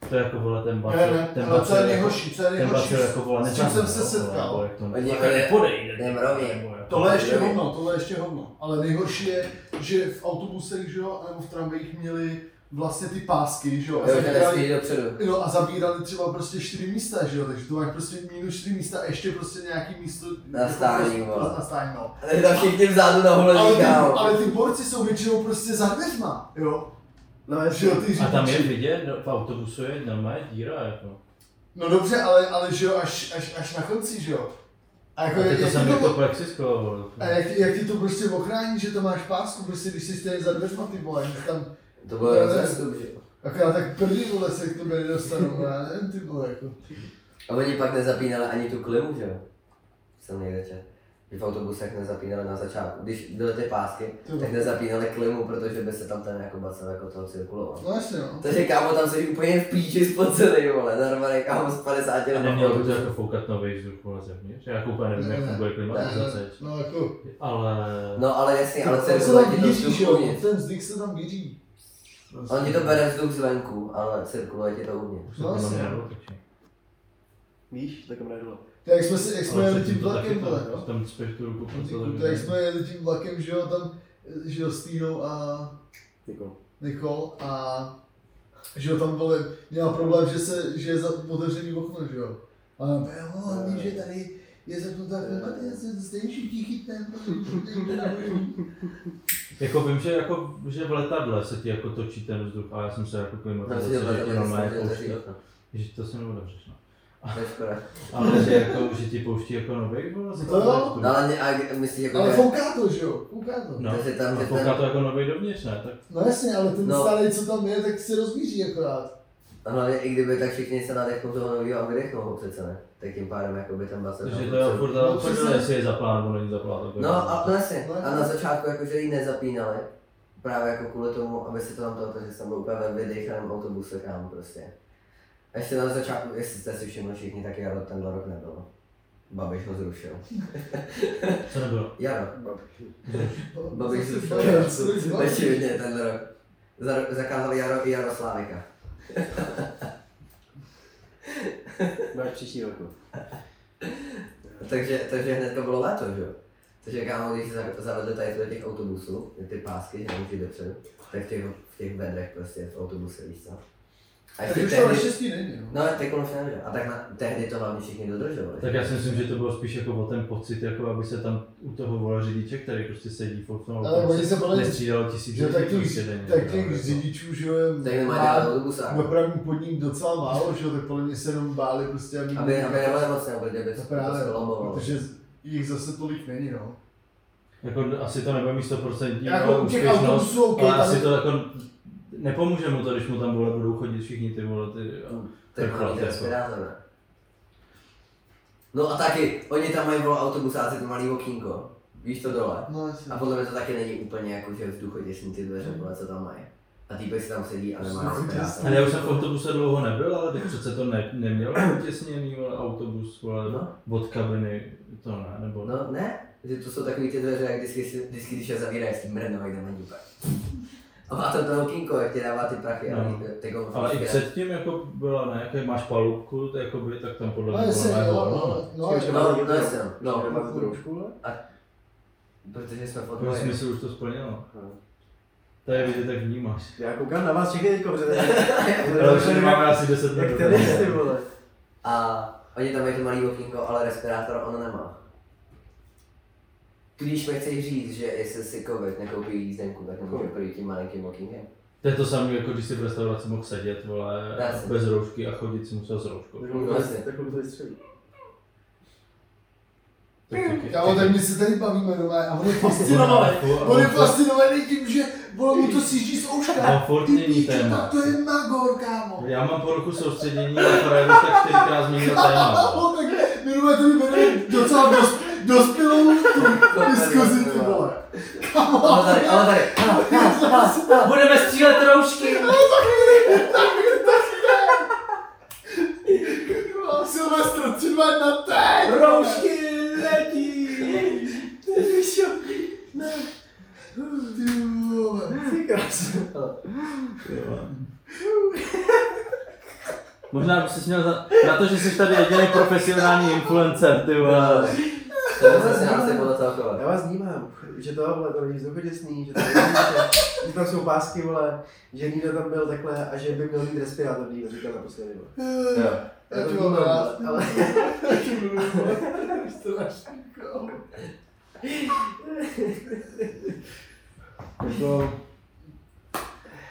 Speaker 1: to je jako vole ten
Speaker 5: Ne,
Speaker 1: bacil,
Speaker 5: ne,
Speaker 1: ten
Speaker 5: ale co je
Speaker 1: bacil, jako,
Speaker 5: nejhorší, co je
Speaker 1: ten
Speaker 5: nejhorší,
Speaker 1: bacil jako vole
Speaker 5: s čím
Speaker 1: nečasný,
Speaker 5: jsem se
Speaker 1: Nebo
Speaker 5: setkal.
Speaker 1: jak to
Speaker 3: Oni-
Speaker 1: takhle podejde.
Speaker 3: ne, mravě.
Speaker 1: nebo jako-
Speaker 5: Tohle je ještě hovno, tohle je ještě hovno. Ale nejhorší je, že v autobusech, že jo, nebo v tramvajích měli vlastně ty pásky, že jo,
Speaker 3: Jo,
Speaker 5: a
Speaker 3: že
Speaker 5: zabírali,
Speaker 3: nesmí dopředu.
Speaker 5: no a zabírali třeba prostě čtyři místa, že jo, takže to máš prostě minus čtyři místa a ještě prostě nějaký místo...
Speaker 3: Na stání,
Speaker 5: jako,
Speaker 3: vole.
Speaker 5: Na stání, no.
Speaker 3: A tady tam všichni vzadu na no.
Speaker 5: Ale
Speaker 3: holení,
Speaker 5: ty,
Speaker 3: kámo.
Speaker 5: ale ty borci jsou většinou prostě za dveřma, jo.
Speaker 2: No, jasně.
Speaker 5: Že jo, ty
Speaker 1: A tam je
Speaker 5: řidiči.
Speaker 1: vidět, no, v autobusu je normálně díra. Jako.
Speaker 5: No dobře, ale, ale že jo, až, až, až na konci, že jo. A
Speaker 1: A
Speaker 5: jako,
Speaker 1: teď
Speaker 5: jak,
Speaker 1: to
Speaker 5: jak,
Speaker 1: jsem
Speaker 5: ti
Speaker 1: jako
Speaker 5: to,
Speaker 1: plexisko. vole. jako.
Speaker 5: a jak, ti- jak ti to prostě ochrání, že to máš pásku, prostě když jsi stejně za dveřma, ty vole, že tam,
Speaker 3: To bylo
Speaker 5: Ne, ne.
Speaker 3: rozestup, že jo.
Speaker 5: jako já tak první vole se k tobě nedostanu, já nevím, ty vole, jako.
Speaker 3: A oni pak nezapínali ani tu klimu, že jo. Jsem někde čet. Že v autobusech nezapínali na začátku. Když byly ty pásky,
Speaker 5: Ty vole.
Speaker 3: tak nezapínali klimu, protože by se tam ten jako bacel jako toho cirkuloval.
Speaker 5: No jasně, no.
Speaker 3: Takže kámo, tam jsi úplně v píči spocený, vole, normálně kámo z 50
Speaker 1: A
Speaker 3: let.
Speaker 1: neměl by to jako foukat nový vzduch vole zevnitř. Já jako úplně nevím,
Speaker 5: Ne,
Speaker 1: jak
Speaker 5: ne,
Speaker 1: funguje
Speaker 5: Ne,
Speaker 1: klimatizace.
Speaker 5: no jako,
Speaker 1: Ale...
Speaker 3: No ale jasně, ale
Speaker 5: on se tam
Speaker 3: cirkuluje ti to
Speaker 5: víří, že
Speaker 3: vzduch
Speaker 5: jo, jako
Speaker 3: uvnitř.
Speaker 5: ten vzdyk se tam Prostě. víří.
Speaker 3: On ti to bere vzduch zvenku, ale cirkuluje ti to uvnitř.
Speaker 1: No,
Speaker 5: No, jasně.
Speaker 2: Víš, tak jmenuje dole.
Speaker 5: To jak jsme, se, jak jsme jeli tím vlakem, vole,
Speaker 1: no?
Speaker 5: no.
Speaker 1: Tam spíš tu ruku
Speaker 5: Ty
Speaker 1: po
Speaker 5: kutu, Jak jsme jeli tím vlakem, že jo, tam, že jo, s Týnou a
Speaker 2: Nikol.
Speaker 5: Nikol a že jo, tam byly, měla problém, že, se, že je za otevřený okno, že jo. A ona byla, jo, hlavně, že tady je zapnutá klimatizace, stejně všichni chytneme,
Speaker 1: Jako vím, že, jako, že v letadle se ti jako točí ten vzduch, ale já jsem se jako
Speaker 5: Vlastně
Speaker 1: klimatizace,
Speaker 3: Prostě to
Speaker 1: že ti normálně pouští.
Speaker 3: je to
Speaker 1: Že to se neodavřeš, no.
Speaker 3: To je škoda.
Speaker 1: Ale že, jako, že ti pouští jako nový voz.
Speaker 5: To jo.
Speaker 3: No ale ne, a myslíš jako,
Speaker 5: Ale
Speaker 3: že-
Speaker 5: No, fouká to, že jo, fouká to.
Speaker 1: No,
Speaker 3: Takže tam-
Speaker 1: a
Speaker 3: že
Speaker 1: kouká
Speaker 3: ten-
Speaker 1: to jako nový dovnitř, ne? Tak
Speaker 5: No jasně, ale ten
Speaker 3: No.
Speaker 5: starý, co tam je, tak se rozmíří akorát.
Speaker 3: a hlavně i kdyby tak všichni se nadechnou toho nového a vydechnou ho přece ne, tak tím pádem jako jakoby ten basel.
Speaker 1: Takže to je furt
Speaker 5: No,
Speaker 1: ale
Speaker 5: přesně.
Speaker 1: prdele, jestli je zaplán, nebo není zaplán.
Speaker 3: No a no jasně,
Speaker 5: No,
Speaker 3: a na začátku jakože ji nezapínali, právě jako kvůli tomu, aby se to tam to, protože jsem byl úplně ve vydechaném autobuse kam prostě. A ještě na začátku, jestli jste si všimli všichni, tak jaro tenhle rok nebylo. Babiš ho zrušil.
Speaker 1: Co nebylo?
Speaker 3: Jaro,
Speaker 5: No,
Speaker 3: Babiš
Speaker 5: Zase
Speaker 3: zrušil
Speaker 5: babiš,
Speaker 3: jaro,
Speaker 5: zase babiš.
Speaker 3: očividně tenhle rok. Zar- Zakázal jaro i Jaroslávika.
Speaker 2: Máš příští roku.
Speaker 3: Takže, takže hned to bylo léto, že jo? Takže kámo, když za- zavedli tady do těch autobusů, ty pásky, že nemůžu jít dopředu, tak v těch, v těch vedrech prostě v autobuse, víš co? A ještě
Speaker 5: Takže už to
Speaker 3: tehdy,
Speaker 5: neštěstí není, no.
Speaker 3: no teď už nevím, a tak na, tehdy to hlavně všichni dodržovali.
Speaker 1: Tak já si myslím, že to bylo spíš jako o ten pocit, jako aby se tam u toho vole řidiče, který prostě sedí furt v tom
Speaker 5: Ale oni se podle-
Speaker 1: nestřídalo tisíc
Speaker 5: Že tak
Speaker 1: řidičů
Speaker 5: těch,
Speaker 1: prostě denně,
Speaker 5: tak
Speaker 1: no,
Speaker 5: těch
Speaker 1: jako.
Speaker 5: řidičů, že jo,
Speaker 3: Tak
Speaker 5: je
Speaker 3: nemají
Speaker 5: má-
Speaker 3: na autobusáku.
Speaker 5: dopravní podnik docela málo, že jo, tak podle mě se jenom báli prostě, aby...
Speaker 3: Aby, aby nebyly moc nebo kdyby
Speaker 5: To
Speaker 3: se to
Speaker 5: právě,
Speaker 3: se
Speaker 5: no,
Speaker 3: lomovalo.
Speaker 5: protože jich zase tolik není, no.
Speaker 1: Jako asi to nebude mít 100%
Speaker 5: Jako
Speaker 1: jako
Speaker 5: u těch
Speaker 1: úspěšnost,
Speaker 5: autobusů, OK,
Speaker 1: ale
Speaker 5: tam
Speaker 1: asi to jako nepomůže mu to, když mu tam vole budou chodit všichni ty vole ty...
Speaker 3: Tak
Speaker 1: Takhle,
Speaker 3: má
Speaker 1: to je
Speaker 3: ten respirátor. ne? No a taky, oni tam mají bylo autobusáci to malý okýnko, víš to dole.
Speaker 5: No jasně.
Speaker 3: A podle mě to taky není úplně jako, že vzduchotěsný ty dveře, vole, co tam mají. A týpek si tam sedí a nemá
Speaker 5: Vzduchotěsný.
Speaker 1: Ale já už jsem v autobuse dlouho nebyl, ale teď přece to ne, neměl utěsněný vole, autobus, vole,
Speaker 3: No,
Speaker 1: od kabiny, to ne, nebo...
Speaker 3: no, ne, že to jsou takový ty dveře, jak vždycky, si- vždycky když je zavíráš, s tím mrnou, jak tam ani A má tam to okýnko, jak ti dává ty prachy,
Speaker 1: No.
Speaker 3: ale ty golf.
Speaker 1: Ale i předtím, jako byla, ne, jak máš palubku, to jako by, tak tam podle
Speaker 5: No
Speaker 1: mě
Speaker 5: jestli,
Speaker 1: bylo
Speaker 5: jo,
Speaker 1: volno, ne?
Speaker 5: no, no,
Speaker 2: Ještě
Speaker 5: jo.
Speaker 2: máme
Speaker 3: no,
Speaker 2: někdo-
Speaker 3: no, jasně, no.
Speaker 2: ještě budeme mít Kroužku, vole?
Speaker 3: Protože jsme v
Speaker 1: V tom
Speaker 3: odboji.
Speaker 1: smyslu už to splnilo.
Speaker 2: No.
Speaker 1: To je vidět, jak vnímáš.
Speaker 2: Já koukám na vás všechny teďko, protože...
Speaker 1: Ale už tady máme asi 10
Speaker 2: Jak
Speaker 1: minut.
Speaker 2: tenis, ty vole.
Speaker 3: A oni tam mají to malý okýnko, ale respirátor ono nemá. Tudíž mi chceš říct, že jestli si covid nekoupí jízdenku, tak nemůže projít tím malinkým okýnkem.
Speaker 1: To je to samé, jako když si v restauraci mohl sedět, vole,
Speaker 3: Dá se.
Speaker 1: bez roušky a chodit si musel s rouškou.
Speaker 2: Tak mu to-
Speaker 3: Vlastně.
Speaker 2: Tak mu to vystřelí.
Speaker 1: Tak taky-
Speaker 5: Kámo, Hmm, tak my se tady bavíme doma a on je fascinovaný.
Speaker 1: Ona- ona-
Speaker 5: On je fascinovaný tím, že vole mu to síží z ouška.
Speaker 1: ona furt
Speaker 5: Ty
Speaker 1: není
Speaker 5: píčo,
Speaker 1: téma.
Speaker 5: tak to je magor, kámo.
Speaker 1: Já mám poruchu soustředění a Frajeru tak čtyřikrát změnil téma.
Speaker 5: Kámo, tak minulé to vybereme docela dost, dospělou tu diskuzi, ty vole. Kámo,
Speaker 3: Ale tady, ale tady. Budeme střílet roušky.
Speaker 5: Kámo, Silvestr, tři, dva, jedna, teď!
Speaker 2: letí!
Speaker 5: Ty vole.
Speaker 2: Ty krásně.
Speaker 1: Možná bys měl za, na to, že jsi tady jediný profesionální influencer, ty vole.
Speaker 3: To je zase nás se bylo celkové.
Speaker 2: Já vás vnímám, že to, vole, to není vzduchoděsný, že to není, že, že tam jsou pásky, vole, že Nino tam byl takhle a že by měl mít respirátor, Nino říkal naposledy, vole.
Speaker 3: Jo.
Speaker 5: Já
Speaker 2: to
Speaker 5: tě mám
Speaker 2: vnímám,
Speaker 5: rád.
Speaker 2: Ale
Speaker 5: Já tě miluju, vole. Strašný, kámo.
Speaker 2: jako...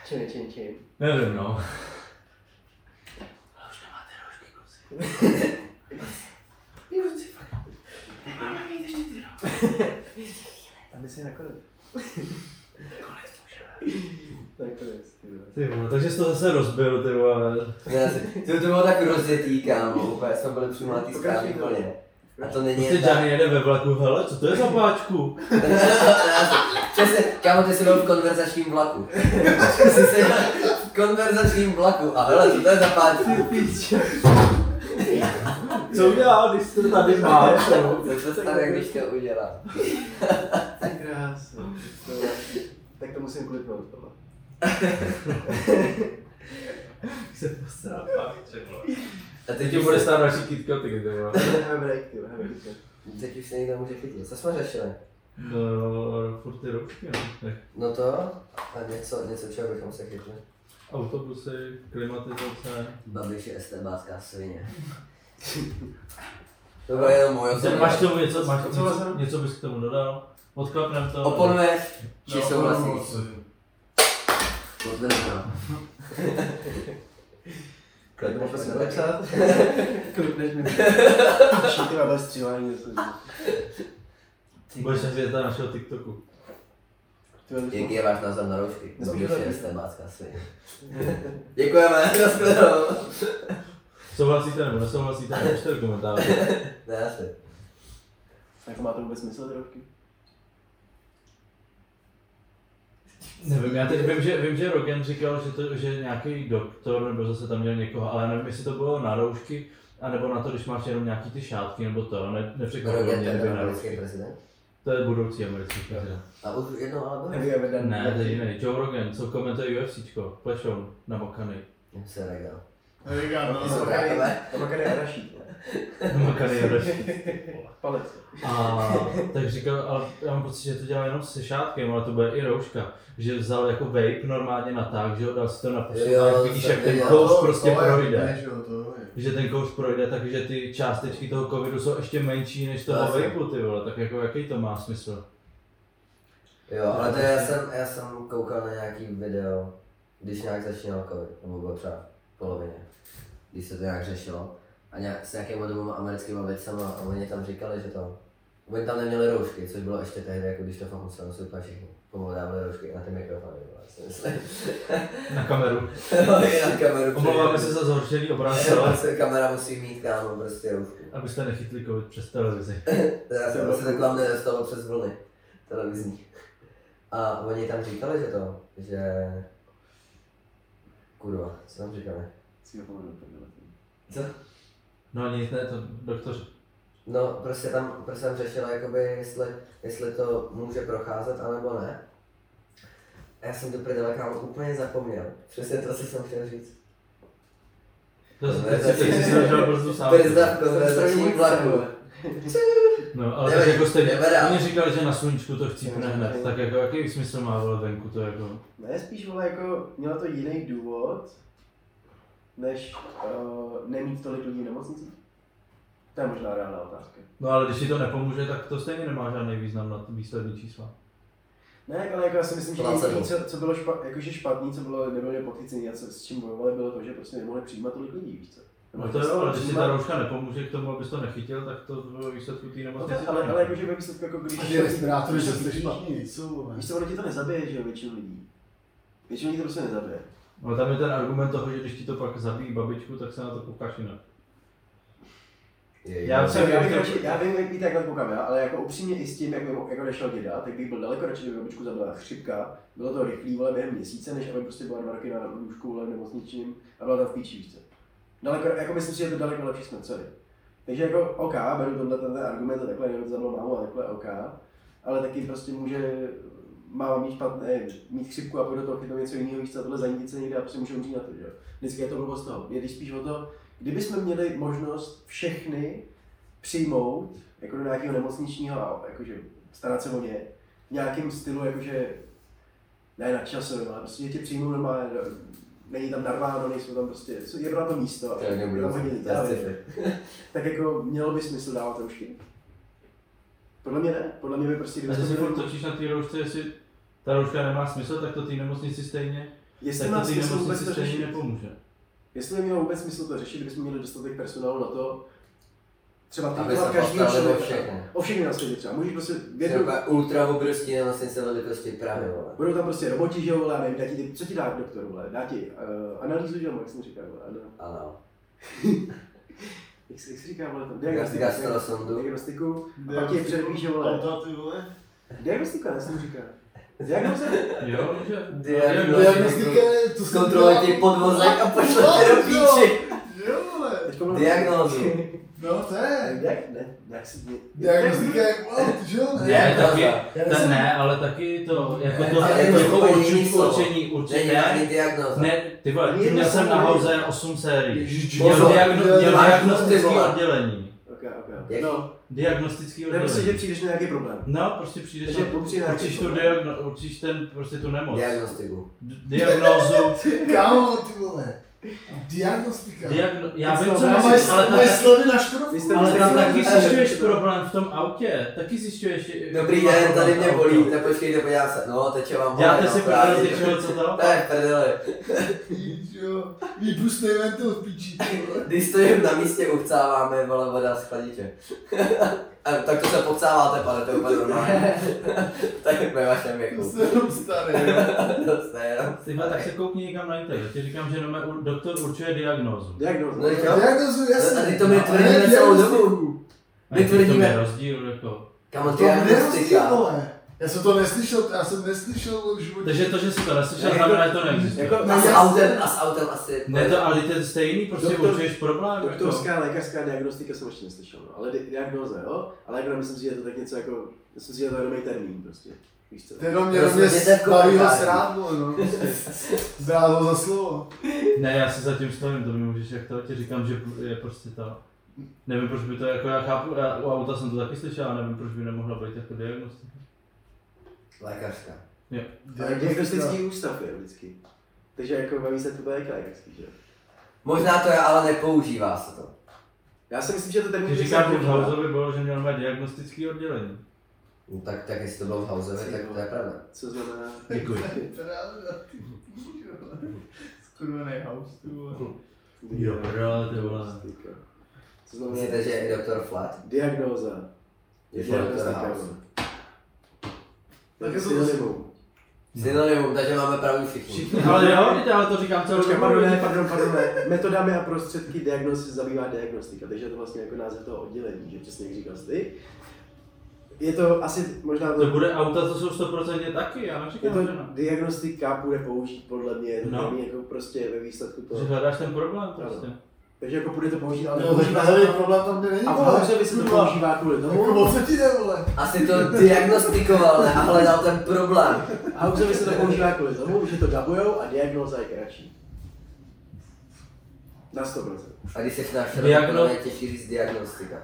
Speaker 2: Čin, čin, čin.
Speaker 1: Nevím, no.
Speaker 2: A my si nakonec. Nakonec, ty vole.
Speaker 1: Ty vole, takže jsi to zase rozbil, ty vole.
Speaker 3: Ne, si- To, to bylo tak rozjetý, kámo, úplně jsme byli přimáti z kávy plně. A to není
Speaker 1: Prostě
Speaker 3: jen tak.
Speaker 1: Johnny jede ve vlaku, hele, co to je za páčku?
Speaker 3: Ne, si- Přesně, kámo, ty jsi byl v konverzačním vlaku. Ty jsi seděl v konverzačním vlaku a hele, co to je za pátí?
Speaker 1: Co udělá, když to tady máš?
Speaker 3: To se stane, když to udělá.
Speaker 2: Ty krásno. To- Tak to musím klipnout, tohle.
Speaker 1: Se posrá fakt, ty vole.
Speaker 3: A teď
Speaker 1: Teď
Speaker 3: už
Speaker 1: tě bude
Speaker 3: bude
Speaker 1: stát další kitkoty, ty vole.
Speaker 2: Nemáme break, ty vole, nemáme break.
Speaker 3: Teď už se někdo může chytit. Co jsme řešili?
Speaker 1: No, furt ty roušky, no. Tak
Speaker 3: No to, a něco, něco čeho bychom se chytli.
Speaker 1: Autobusy, klimatizace.
Speaker 3: Babiš je estebácká svině. to bylo jenom moje osobní.
Speaker 1: Máš k tomu něco, máš k
Speaker 2: Co
Speaker 1: tomu něco,
Speaker 2: vlastně?
Speaker 1: něco bys k tomu dodal? Odklepnem to.
Speaker 3: Oponuješ, či
Speaker 1: No,
Speaker 3: souhlasíš? no. Odvedná. Klidně jsme začát.
Speaker 2: Klipneš mi. Všichni máme střílání. něco.
Speaker 1: Budeš hvězda našeho TikToku.
Speaker 2: Ty vole,
Speaker 3: Jaký je váš názor na roušky?
Speaker 2: Nesmíš
Speaker 3: Babiš je
Speaker 2: to-
Speaker 3: estebácká svině. Děkujeme, nashledanou.
Speaker 1: Souhlasíte nebo nesouhlasíte, napište do komentářů.
Speaker 3: Ne, asi.
Speaker 2: Tak má to vůbec smysl, ty roky?
Speaker 1: Nevím, já teď vím, že, vím, že Rogan říkal, že, to, že nějaký doktor nebo zase tam měl někoho, ale nevím, jestli to bylo na roušky, anebo na to, když máš jenom nějaký ty šátky nebo to, ne, nepřekvapilo mě,
Speaker 3: Rogan, ten
Speaker 1: kdyby na
Speaker 3: americký
Speaker 1: roušky.
Speaker 3: prezident.
Speaker 1: To je budoucí americký prezident.
Speaker 3: A už jednou ale byl.
Speaker 2: Nevíjeme den.
Speaker 1: Ne, to je jiný. Joe Rogan, co komentuje UFCčko, plešou na mokany.
Speaker 3: Jim se regal.
Speaker 5: Regal, no,
Speaker 3: Jsou
Speaker 5: no.
Speaker 3: krátové.
Speaker 2: To má kade hraší.
Speaker 1: Na mokany je roční.
Speaker 2: Palec.
Speaker 1: A tak říkal, ale já mám pocit, že to dělá jenom se šátkem, ale to bude i rouška. Že vzal jako vape normálně na tak, že ho dal si to na pusu
Speaker 3: Jo,
Speaker 1: a jak vidíš,
Speaker 3: jsem
Speaker 1: jak ten
Speaker 3: viděl.
Speaker 1: kouř
Speaker 5: To-
Speaker 1: prostě
Speaker 5: to je
Speaker 1: projde.
Speaker 5: Ne, že jo, to je.
Speaker 1: Že ten kouř projde, takže ty částečky toho covidu jsou ještě menší než toho
Speaker 3: Jasně.
Speaker 1: vapeu, ty vole, tak jako jaký to má smysl?
Speaker 3: Jo, ale to já jsem, já jsem koukal na nějaký video, když nějak začínal covid, nebo bylo třeba v polovině, když se to nějak řešilo. A nějak, s nějakýma dvěma americkýma věcama a oni tam říkali, že tam, oni tam neměli roušky, což bylo ještě tehdy, jako když to fakt muselo nosit úplně všichni. Pomalu dávali roušky na ty mikrofony, vole, si myslím. No,
Speaker 1: Na kameru.
Speaker 3: I na kameru.
Speaker 1: Omlouváme se za zhoršený obraz,
Speaker 3: Jo,
Speaker 1: ale
Speaker 3: se kamera musí mít kámo, prostě roušku.
Speaker 1: abyste nechytli covid přes televizi.
Speaker 3: Já jsem se takhle mě dostalo přes vlny televizní. A oni tam říkali, že to, že... Kurva, co tam říkali?
Speaker 2: Si ho pomenu, prdele.
Speaker 3: Co?
Speaker 1: No nic, ne, to doktor.
Speaker 3: No, prostě tam, prostě tam řešila, jakoby, jestli, jestli to může procházet, anebo ne. A já jsem do prdele kámo úplně zapomněl. Přesně to, co jsem chtěl říct.
Speaker 1: No, To jsem
Speaker 3: Ne,
Speaker 1: teď
Speaker 3: to
Speaker 1: si- teď
Speaker 3: je-
Speaker 1: si složil brzdu sám.
Speaker 3: Brzda v
Speaker 2: strašně
Speaker 3: konverzačním vlaku.
Speaker 1: No, ale
Speaker 3: Nebere,
Speaker 1: tak jako jste,
Speaker 3: nebere.
Speaker 1: oni říkali, že na sluníčku to chcípne
Speaker 2: Ne,
Speaker 1: hned,
Speaker 2: ne.
Speaker 1: tak jako jaký smysl má vole venku to jako?
Speaker 2: Ne, spíš vole, jako měla to jiný důvod, než uh, nemít tolik lidí v nemocnicích. To je možná reálná otázka.
Speaker 1: No ale když ti to nepomůže, tak to stejně nemá žádný význam na ty výslední čísla.
Speaker 2: Ne, ale jako já si myslím, že
Speaker 3: Placebo.
Speaker 2: jediný, co, co bylo špa, jakože špatný, co bylo nebylo podchycený a co, s čím bojovali, bylo to, že prostě nemohli přijímat tolik lidí, víš co?
Speaker 1: No to jo, ale když ti ta rouška nepomůže k tomu, abys to nechytil, tak to bylo výsledku té
Speaker 2: No to je-
Speaker 1: nemocnice.
Speaker 2: ale, ale jakože ve výsledku jako když...
Speaker 5: A ty respirátory, že jste
Speaker 2: když-
Speaker 5: špatný, nejsou, vole.
Speaker 2: Víš co, ono ti to nezabije, že jo, většinu lidí. Většinu lidí to prostě nezabije.
Speaker 1: Ale tam je ten argument toho, že když ti to pak zabíjí babičku, tak se na to koukáš jinak.
Speaker 3: Jej,
Speaker 1: Já
Speaker 3: vole.
Speaker 1: jsem-
Speaker 2: Já, bych radši, já vím, jak víte, takhle koukám já, ale jako upřímně i s tím, jak mi jako nešel děda, tak bych byl daleko radši, že babičku zabila chřipka, bylo to rychlý, vole, během měsíce, než aby prostě byla dva roky na lůžku, vole, v nemocničním a byla tam v píči, víš co. Daleko, jako myslím si, že je to daleko lepší jsme celý. Takže jako OK, beru tenhle ten argument a takhle, jenom to zabilo mámu a takhle OK, ale taky prostě může máma mít špatné, mít chřipku a půjde do toho chytnout něco jiného, víš co, a tohle zanítit se někde a prostě může umřít na to, že jo. Vždycky je to blbost toho. Je když spíš o to, kdybychom měli možnost všechny přijmout jako do nějakého nemocničního a jakože starat se o ně v nějakém stylu, jakože ne na časovém, ale prostě tě přijmou normálně, do- není tam narváno, nejsou tam prostě, je pro to místo,
Speaker 3: To je
Speaker 2: je
Speaker 3: nebude.
Speaker 2: tam hodně lidí,
Speaker 3: To je
Speaker 2: já vím.
Speaker 3: sci-fi.
Speaker 2: tak jako mělo by smysl dávat roušky. Podle mě ne, podle mě by prostě,
Speaker 1: A
Speaker 2: kdyby
Speaker 1: ty si
Speaker 2: jsme
Speaker 1: furt
Speaker 2: měli-
Speaker 1: točíš na té roušce, jestli ta rouška nemá smysl, tak to té nemocnici stejně,
Speaker 2: jestli
Speaker 1: tak
Speaker 2: má
Speaker 1: to té
Speaker 2: smysl vůbec
Speaker 1: nemocnici
Speaker 2: to
Speaker 1: stejně
Speaker 2: řešit,
Speaker 1: nepomůže.
Speaker 2: jestli by mělo vůbec smysl to řešit, kdybychom měli dostatek personálu na to, třeba
Speaker 3: Aby
Speaker 2: týkovat
Speaker 3: se
Speaker 2: každého
Speaker 3: postarali o
Speaker 2: člověka.
Speaker 3: všechno.
Speaker 2: O všechny na světě třeba, můžeš prostě v jednu,
Speaker 3: Třeba ultra obrovský no, vlastně nemocnice velikosti Prahy, prostě vole.
Speaker 2: Budou tam prostě roboti, že jo, vole, já nevím, dá ti ty, co ti dá doktor, vole, dá ti uh, analýzu, že jo, jak jsem říkal, vole, ano.
Speaker 3: Ano.
Speaker 2: Jak se, jak se říká, vole, tam diagnostiku,
Speaker 3: Gastrosondu.
Speaker 2: diagnostiku, a pak ti je předví, že vole,
Speaker 5: Auta, ty vole.
Speaker 2: diagnostika, já jsem říkal. Diagnoza?
Speaker 1: Jo, No, může.
Speaker 3: Diagnostika.
Speaker 5: Diagnostika je, to
Speaker 3: Zkontroluje ti podvozek a pošle tě do píči.
Speaker 5: Jo, vole.
Speaker 2: Teďko mluvím-
Speaker 3: Diagnózu.
Speaker 5: No to je.
Speaker 2: Jak? Ne, jak si...
Speaker 5: Diagnostika je wow, že jo,
Speaker 1: Ne,
Speaker 5: ne?
Speaker 1: taky,
Speaker 5: Já
Speaker 1: ta,
Speaker 5: jsem-
Speaker 1: ne, ale taky to, jako
Speaker 3: Ne,
Speaker 1: to,
Speaker 3: ale
Speaker 1: jako
Speaker 3: je to úplně jiný
Speaker 1: určení,
Speaker 3: slovo.
Speaker 1: určení,
Speaker 3: Není
Speaker 1: určení,
Speaker 3: žádný
Speaker 1: ne,
Speaker 3: diagnóza.
Speaker 1: ne, ty vole,
Speaker 2: Není
Speaker 1: měl
Speaker 2: to
Speaker 1: jsem na
Speaker 2: slovo.
Speaker 1: Hauze 8 sérií.
Speaker 5: Ježiš,
Speaker 1: Měl
Speaker 3: Pozor,
Speaker 1: diagno-
Speaker 3: to je
Speaker 1: měl
Speaker 3: vážnost, ty
Speaker 1: diagnostický
Speaker 3: vole.
Speaker 1: oddělení.
Speaker 2: Ok, ok.
Speaker 3: Jak?
Speaker 2: No,
Speaker 1: Diagnostický
Speaker 2: nebo prostě, že
Speaker 1: oddělení.
Speaker 2: přijdeš na nějaký problém.
Speaker 1: No, prostě přijdeš,
Speaker 2: Takže popřijde
Speaker 1: na-
Speaker 2: nějaký
Speaker 1: určíš tu
Speaker 2: problém.
Speaker 1: diagno, určíš ten, prostě tu nemoc.
Speaker 3: Diagnostiku.
Speaker 1: D- Diagnózu,
Speaker 5: Kámo, ty vole. Diagnostika.
Speaker 1: diagno, já
Speaker 2: Ty
Speaker 1: vím,
Speaker 2: jsi
Speaker 1: co
Speaker 2: to
Speaker 5: Máš
Speaker 1: myslíš, ale tam
Speaker 5: máš slovy na škodovku.
Speaker 2: Vy jste-
Speaker 1: Ale
Speaker 2: vy
Speaker 1: tam
Speaker 2: jste-
Speaker 1: taky
Speaker 2: vy jste-
Speaker 1: zjišťuješ problém v tom autě, taky zjišťuješ...
Speaker 3: Dobrý den, tady mě bolí, tak počkejte, podívám se. No, teče vám
Speaker 1: Děláte si prostě prdel z
Speaker 3: právě.
Speaker 1: něčeho, co to?
Speaker 3: Ne, prdele.
Speaker 5: Víš, jo. Výpustný ventil v piči, ty vole.
Speaker 3: Když stojím na místě, uchcáváme, vole, voda z chladiče. A tak to se popsáváte, pane, to je úplně normální. tak je ve vašem
Speaker 5: To
Speaker 3: věku.
Speaker 5: se jenom stane, jo.
Speaker 3: To se jenom.
Speaker 1: Ty vole, tak se koukni někam na internet, ti říkám, že nome, u- doktor určuje diagnózu.
Speaker 2: Diagnoza.
Speaker 3: No, jo.
Speaker 5: Diagnozu, jasně.
Speaker 3: A ty to mi
Speaker 5: Ale prostě-
Speaker 3: tvrdíme
Speaker 5: ne
Speaker 3: celou
Speaker 5: diagnostiku.
Speaker 3: dobu.
Speaker 1: A jaký v tom
Speaker 3: tvrdíme-
Speaker 1: je rozdíl, jako.
Speaker 3: Kamo,
Speaker 5: No To nerozumím,
Speaker 3: diagnostika.
Speaker 5: vole. Já jsem to neslyšel, já jsem neslyšel v životě.
Speaker 1: Takže to, že jsi to neslyšel, znamená, že to neexistuje.
Speaker 2: Jako,
Speaker 3: A s
Speaker 5: jasně.
Speaker 3: autem, a s autem asi.
Speaker 1: Ne to, ale to je stejný, prostě
Speaker 2: Doktor-
Speaker 1: určuješ problém, jako.
Speaker 2: doktorská, lékařská diagnostika jsem ještě neslyšel, no. ale di- diagnoza, jo? Ale jako myslím si, že je to tak něco jako, myslím si, že je to jenom termín prostě. Víš co?
Speaker 5: Ty do mě, do mě
Speaker 3: Rozhodněte v
Speaker 5: baví ho
Speaker 3: komentáři.
Speaker 5: srát, vole, no. Zdá ho za slovo.
Speaker 1: Ne, já si zatím stavím, to mi můžeš, jak to ti říkám, že je prostě ta... Nevím, proč by to, jako já chápu, já, u auta jsem to taky slyšel, a nevím, proč by nemohla být jako diagnostika.
Speaker 3: Lékařka.
Speaker 2: Ale diagnostický ústav je vždycky. Takže jako baví se to bude jak lékařský, že? jo?
Speaker 3: Možná to je, ale nepoužívá se to.
Speaker 2: Já si myslím, že No, to termín...
Speaker 1: Ty
Speaker 2: který
Speaker 1: říkám,
Speaker 2: jsem
Speaker 1: že v
Speaker 2: používal.
Speaker 1: Hauzovi bylo, že měl mít diagnostický oddělení.
Speaker 3: No, tak, tak jestli to bylo v Hausevi, tak to je pravda.
Speaker 2: Co znamená?
Speaker 1: Děkuji.
Speaker 5: Skurvený house, ty vole.
Speaker 1: Jo, ale ty vole.
Speaker 2: Diagnostika. Co znamená?
Speaker 3: Myslíte, že je i doktor Flat?
Speaker 2: Diagnóza.
Speaker 3: Je to doktor House.
Speaker 5: Tak
Speaker 2: Tak
Speaker 5: je
Speaker 2: je
Speaker 5: to
Speaker 2: synonymum.
Speaker 3: Synonymum, takže máme pravdu všichni.
Speaker 1: Všichni, ale jo, vidíte, ale to říkám celou
Speaker 2: Počkej,
Speaker 1: dobu.
Speaker 2: pardon, ne, pardon, pardon, ne. Metodami a prostředky diagnozy zabývá diagnostika, takže je to vlastně jako název toho oddělení, že přesně jak říkal jsi ty. Je to asi možná
Speaker 1: To bude auta, to jsou 100% taky, já
Speaker 2: je
Speaker 1: neříkám,
Speaker 2: to
Speaker 5: No,
Speaker 1: že ne.
Speaker 2: diagnostika bude použít podle mě, je to
Speaker 1: No.
Speaker 2: no. jako prostě ve výsledku
Speaker 1: Že
Speaker 2: toho.
Speaker 1: hledáš ten problém prostě.
Speaker 2: Takže jako půjde to použít, ale
Speaker 5: No, tak
Speaker 2: nepoužívá
Speaker 5: takový
Speaker 2: se to.
Speaker 5: problém tam není,
Speaker 2: A v
Speaker 5: vole.
Speaker 2: Halusovi se to
Speaker 5: Kurva.
Speaker 2: používá kvůli
Speaker 5: Jako
Speaker 2: tomu.
Speaker 5: moc se ti jde, vole.
Speaker 3: Asi to diagnostikoval ne? a hledal ten problém.
Speaker 2: Halusovi se to používá kvůli tomu, že to dabujou a diagnóza je kratší. Na 100%.
Speaker 3: A když jsi na
Speaker 1: Diagno-
Speaker 3: všechno, je těžší říct diagnostika.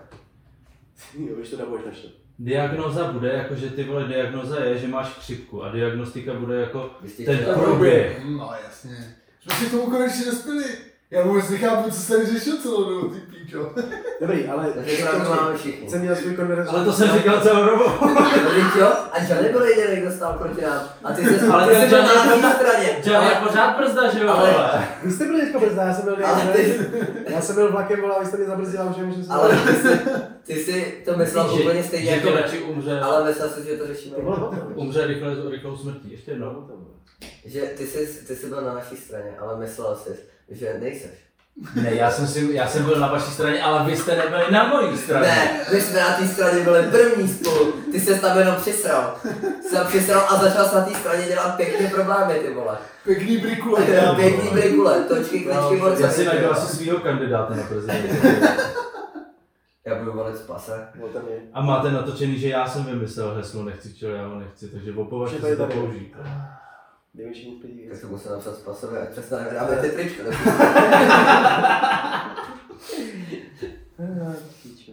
Speaker 2: Jo, když to dabuješ na 4.
Speaker 1: Diagnoza bude jako, že ty vole diagnoza je, že máš chřipku a diagnostika bude jako
Speaker 3: Když ti
Speaker 1: ten
Speaker 3: chtěla-
Speaker 1: průběh.
Speaker 5: No jasně. Jsme si k tomu konečně dospěli. Já vůbec nechápu, co jsi tady řešil celou dobu, ty píčo.
Speaker 2: Dobrý, ale
Speaker 3: Takže to takhle máme všichni.
Speaker 2: jsem měl svůj konverzaci.
Speaker 1: Ale to jsem říkal celou dobu.
Speaker 3: No teď jo, a Johnny byl jediný, kdo stál proti nám. A ty jsi,
Speaker 1: Ale
Speaker 3: ale ty
Speaker 1: ten
Speaker 3: jsi byl
Speaker 1: Johnny-
Speaker 3: na naší straně.
Speaker 1: Čau, já
Speaker 3: Ale-
Speaker 1: pořád brzda, že jo?
Speaker 3: Ale-
Speaker 1: vole?
Speaker 2: Vy jste byli teďka brzda, já jsem byl
Speaker 3: Ale ty,
Speaker 2: Já jsem byl vlakem, vole, a vy jste mě zabrzdila, už nemůžu se
Speaker 3: ale ty jsi, ty jsi to myslel
Speaker 1: Že-
Speaker 3: úplně stejně
Speaker 1: Že
Speaker 3: jako
Speaker 1: to
Speaker 3: já.
Speaker 1: radši umře.
Speaker 3: Ale myslel jsi, že to řešíme.
Speaker 2: To bylo hotovo.
Speaker 1: Umře rychle, rychlou smrtí. Ještě
Speaker 2: No,
Speaker 1: jednou.
Speaker 3: Že ty jsi, ty jsi byl na naší straně, ale myslel jsi, že nejseš.
Speaker 1: Ne, já jsem, si, já jsem byl na vaší straně, ale vy jste nebyli na mojí straně.
Speaker 3: Ne, my jsme na té straně byli první spolu, ty jsi tam jenom přesral. Jsi tam přesral a začal jsi na té straně dělat pěkné problémy, ty vole.
Speaker 5: Pěkný brikule. kámo.
Speaker 3: Pěkný brigule, točky, kličky,
Speaker 1: No, já si
Speaker 3: borce.
Speaker 1: najdu asi svého kandidáta na prezidenta.
Speaker 3: Já budu volit spase.
Speaker 2: Bylo tam je.
Speaker 1: A máte natočený, že já jsem vymyslel heslo nechci čel, já ho nechci, takže opovažte
Speaker 2: Že to je
Speaker 1: se to
Speaker 2: tady.
Speaker 1: použít.
Speaker 2: Největší nic lidí.
Speaker 3: Tak to musím napsat spasové, ať přesně nevydáme ty trička.
Speaker 2: Ah, píčo.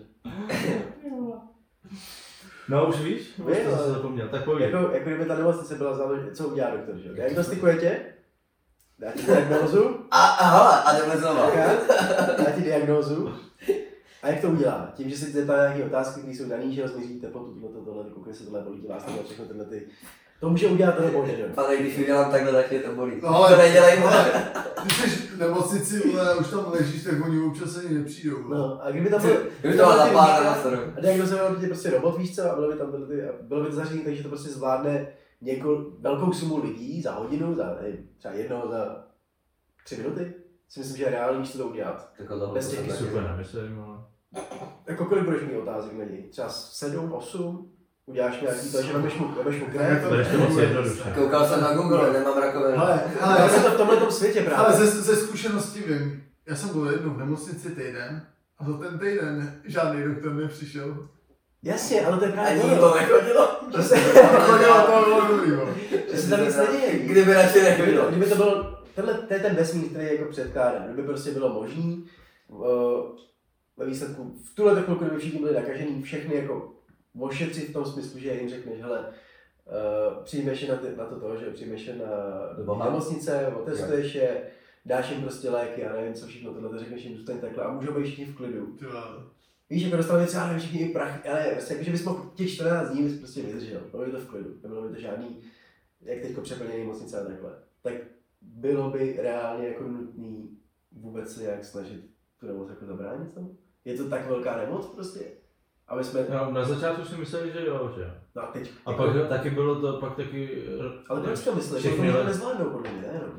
Speaker 1: No už víš? Už
Speaker 2: Vím,
Speaker 1: to
Speaker 2: ale-
Speaker 1: jsi zapomněl, tak povídej.
Speaker 2: Jako, jako kdyby ta nemocnice byla založena, co udělá doktor, že? jo? Diagnostikuje tě, dá ti diagnózu,
Speaker 3: A, a hele, a jdeme znova.
Speaker 2: já, dá ti diagnózu. A jak to udělá? Tím, že se ti zeptá nějaké otázky, které jsou daný, že rozměří teplotu, tohle, to, tohle, koukne se tohle, bolí tě vás, tohle, všechno tyhle ty. To může udělat tohle bože, že? jo?
Speaker 3: Ale když udělám takhle, tak mě to bolí.
Speaker 5: No ale-
Speaker 3: To nedělej, vole.
Speaker 5: Ty jsi v nemocnici, vole, už tam ležíš, tak oni občas ani nepřijdou. vole.
Speaker 2: No, a kdyby tam byl,
Speaker 3: Kdyby to byla
Speaker 2: kdyby
Speaker 3: za
Speaker 2: tam
Speaker 3: pár
Speaker 2: byl-
Speaker 3: na sru.
Speaker 2: A diagnozoval by tě prostě robot, víš co, a bylo by tam tyhle ty, a bylo by to zařízení, takže to prostě zvládne něko, velkou sumu lidí za hodinu, za nevím, třeba jedno, za tři minuty. Si myslím, že je reálný, víš, co to udělat.
Speaker 3: Tak tohle
Speaker 2: Bez
Speaker 3: to
Speaker 2: těch
Speaker 3: taky.
Speaker 1: Super, nemyslím, ale...
Speaker 2: Jako kolik budeš mít otázek na něj? Třeba sedm, osm? Uděláš nějaký to, že vemeš mu, vemeš mu
Speaker 5: Tak
Speaker 2: krev?
Speaker 5: to-
Speaker 1: To je ještě moc jednoduché.
Speaker 3: Koukal jsem na Google, nemám rakovinu.
Speaker 5: Ale,
Speaker 2: Ale já
Speaker 5: ale,
Speaker 2: jsem to v tomhle světě
Speaker 5: ale
Speaker 2: právě.
Speaker 5: ze, ze zkušenosti vím, já jsem byl jednou v nemocnici týden a za ten týden žádný doktor nepřišel.
Speaker 2: Jasně, ale to je právě
Speaker 3: Ani
Speaker 2: ono.
Speaker 3: to nechodilo. Prostě
Speaker 2: Že se,
Speaker 5: Chodila to bylo dobrý, jo.
Speaker 2: že se tam nic neděje.
Speaker 3: Kdyby radši
Speaker 2: Kdyby to,
Speaker 3: nechodilo.
Speaker 2: kdyby to bylo, tenhle, to je ten vesmír, který je jako předkládám, kdyby prostě bylo možný, uh, ve výsledku, v tuhle chvilku, kdyby všichni byli nakažený, všechny jako ošetřit v tom smyslu, že jim řekneš, hele, uh, přijmeš je na, ty, na to, to, že přijmeš je na do té
Speaker 3: Boha.
Speaker 2: nemocnice, otestuješ je, dáš jim prostě léky a nevím co všechno, tohle to řekneš jim zůstaň takhle a můžou být všichni v klidu.
Speaker 5: Ty vole.
Speaker 2: Víš, jako dostali třeba nevím, všichni i prach, ale prostě, jako, že bys mohl těch 14 dní bys prostě vydržel, bylo by to v klidu, nebylo by to žádný, jak teďko přeplněný nemocnice a takhle. Tak bylo by reálně jako nutný vůbec se nějak snažit tu nemoc jako zabránit tomu? Je to tak velká nemoc prostě? Aby jsme,
Speaker 1: No, na začátku si mysleli, že jo, že jo.
Speaker 2: no a teď,
Speaker 1: A pak taky bylo to, pak taky...
Speaker 2: ale proč to myslíš? Že to
Speaker 1: Všechny
Speaker 2: možná
Speaker 1: le-
Speaker 2: nezvládnou podle mě, ne? No.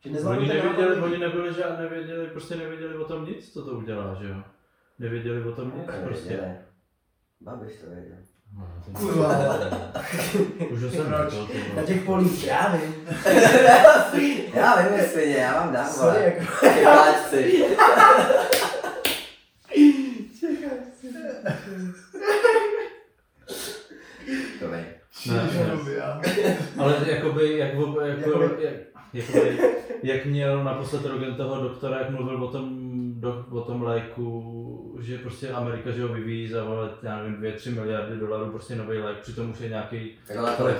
Speaker 2: Že
Speaker 1: Oni
Speaker 2: nezvládnou ten
Speaker 1: nevěděli,
Speaker 2: nápad
Speaker 1: oni nebyli žádné, nevěděli, prostě nevěděli o tom nic, co to udělá, že jo. Nevěděli o tom nic, prostě.
Speaker 3: Ne. Babiš to věděl.
Speaker 1: No, to-
Speaker 5: Kurva.
Speaker 1: Už jsem na to. ty
Speaker 2: na
Speaker 1: vole.
Speaker 2: těch polích, já vím.
Speaker 3: Já vím, jestli ne, já vám dám,
Speaker 2: Sorry,
Speaker 3: ale
Speaker 2: jako.
Speaker 3: kypáčci. Dobrý.
Speaker 1: Ne,
Speaker 5: Šíš
Speaker 1: ne.
Speaker 5: doby, já.
Speaker 1: Ale jakoby, jak, ob- jako,
Speaker 2: Jakoby-
Speaker 1: jak, jakoby, jak měl naposled Rogan toho doktora, jak mluvil o tom, do, o tom léku, že prostě Amerika, že ho vyvíjí za, vole, já nevím, 2-3 miliardy dolarů prostě nový lék, přitom už je nějaký
Speaker 3: Takhle na
Speaker 1: lék,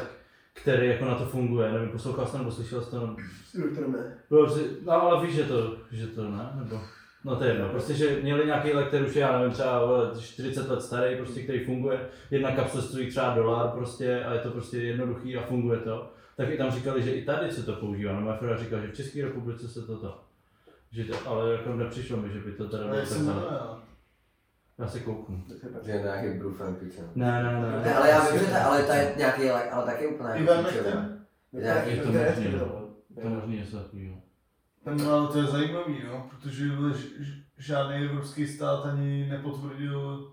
Speaker 1: který jako na to funguje, nevím, poslouchal jsi to nebo slyšel jsi to, no, nebo-
Speaker 2: Doktor ne.
Speaker 1: bylo prostě, no ale víš, že to, že to ne, nebo, no to je jedno, prostě, že měli nějaký lék, který už je, já nevím, třeba vole, 40 let starý, prostě, který funguje, jedna kapsle stojí třeba dolar prostě a je to prostě jednoduchý a funguje to, tak i tam říkali, že i tady se to používá, no Mafra říkal, že v České republice se to to, že to, ale jako nepřišlo mi, že by to teda
Speaker 5: Ale
Speaker 1: bylo
Speaker 5: jak jsem
Speaker 1: takhle,
Speaker 5: jmenoval?
Speaker 1: já se kouknu.
Speaker 3: Že je nějaký brufem píčem.
Speaker 1: Ne, ne, ne,
Speaker 3: Ne,
Speaker 1: ne.
Speaker 3: ale já vím, že ta, ale ta je nějaký, ale, ale taky úplně jako
Speaker 5: Ivermectin?
Speaker 3: Nějaký
Speaker 1: to možný, no. To
Speaker 2: možný.
Speaker 1: možný je něco takovýho.
Speaker 5: Ten, ale to je zajímavý, no, protože ž- ž- žádný evropský stát ani nepotvrdil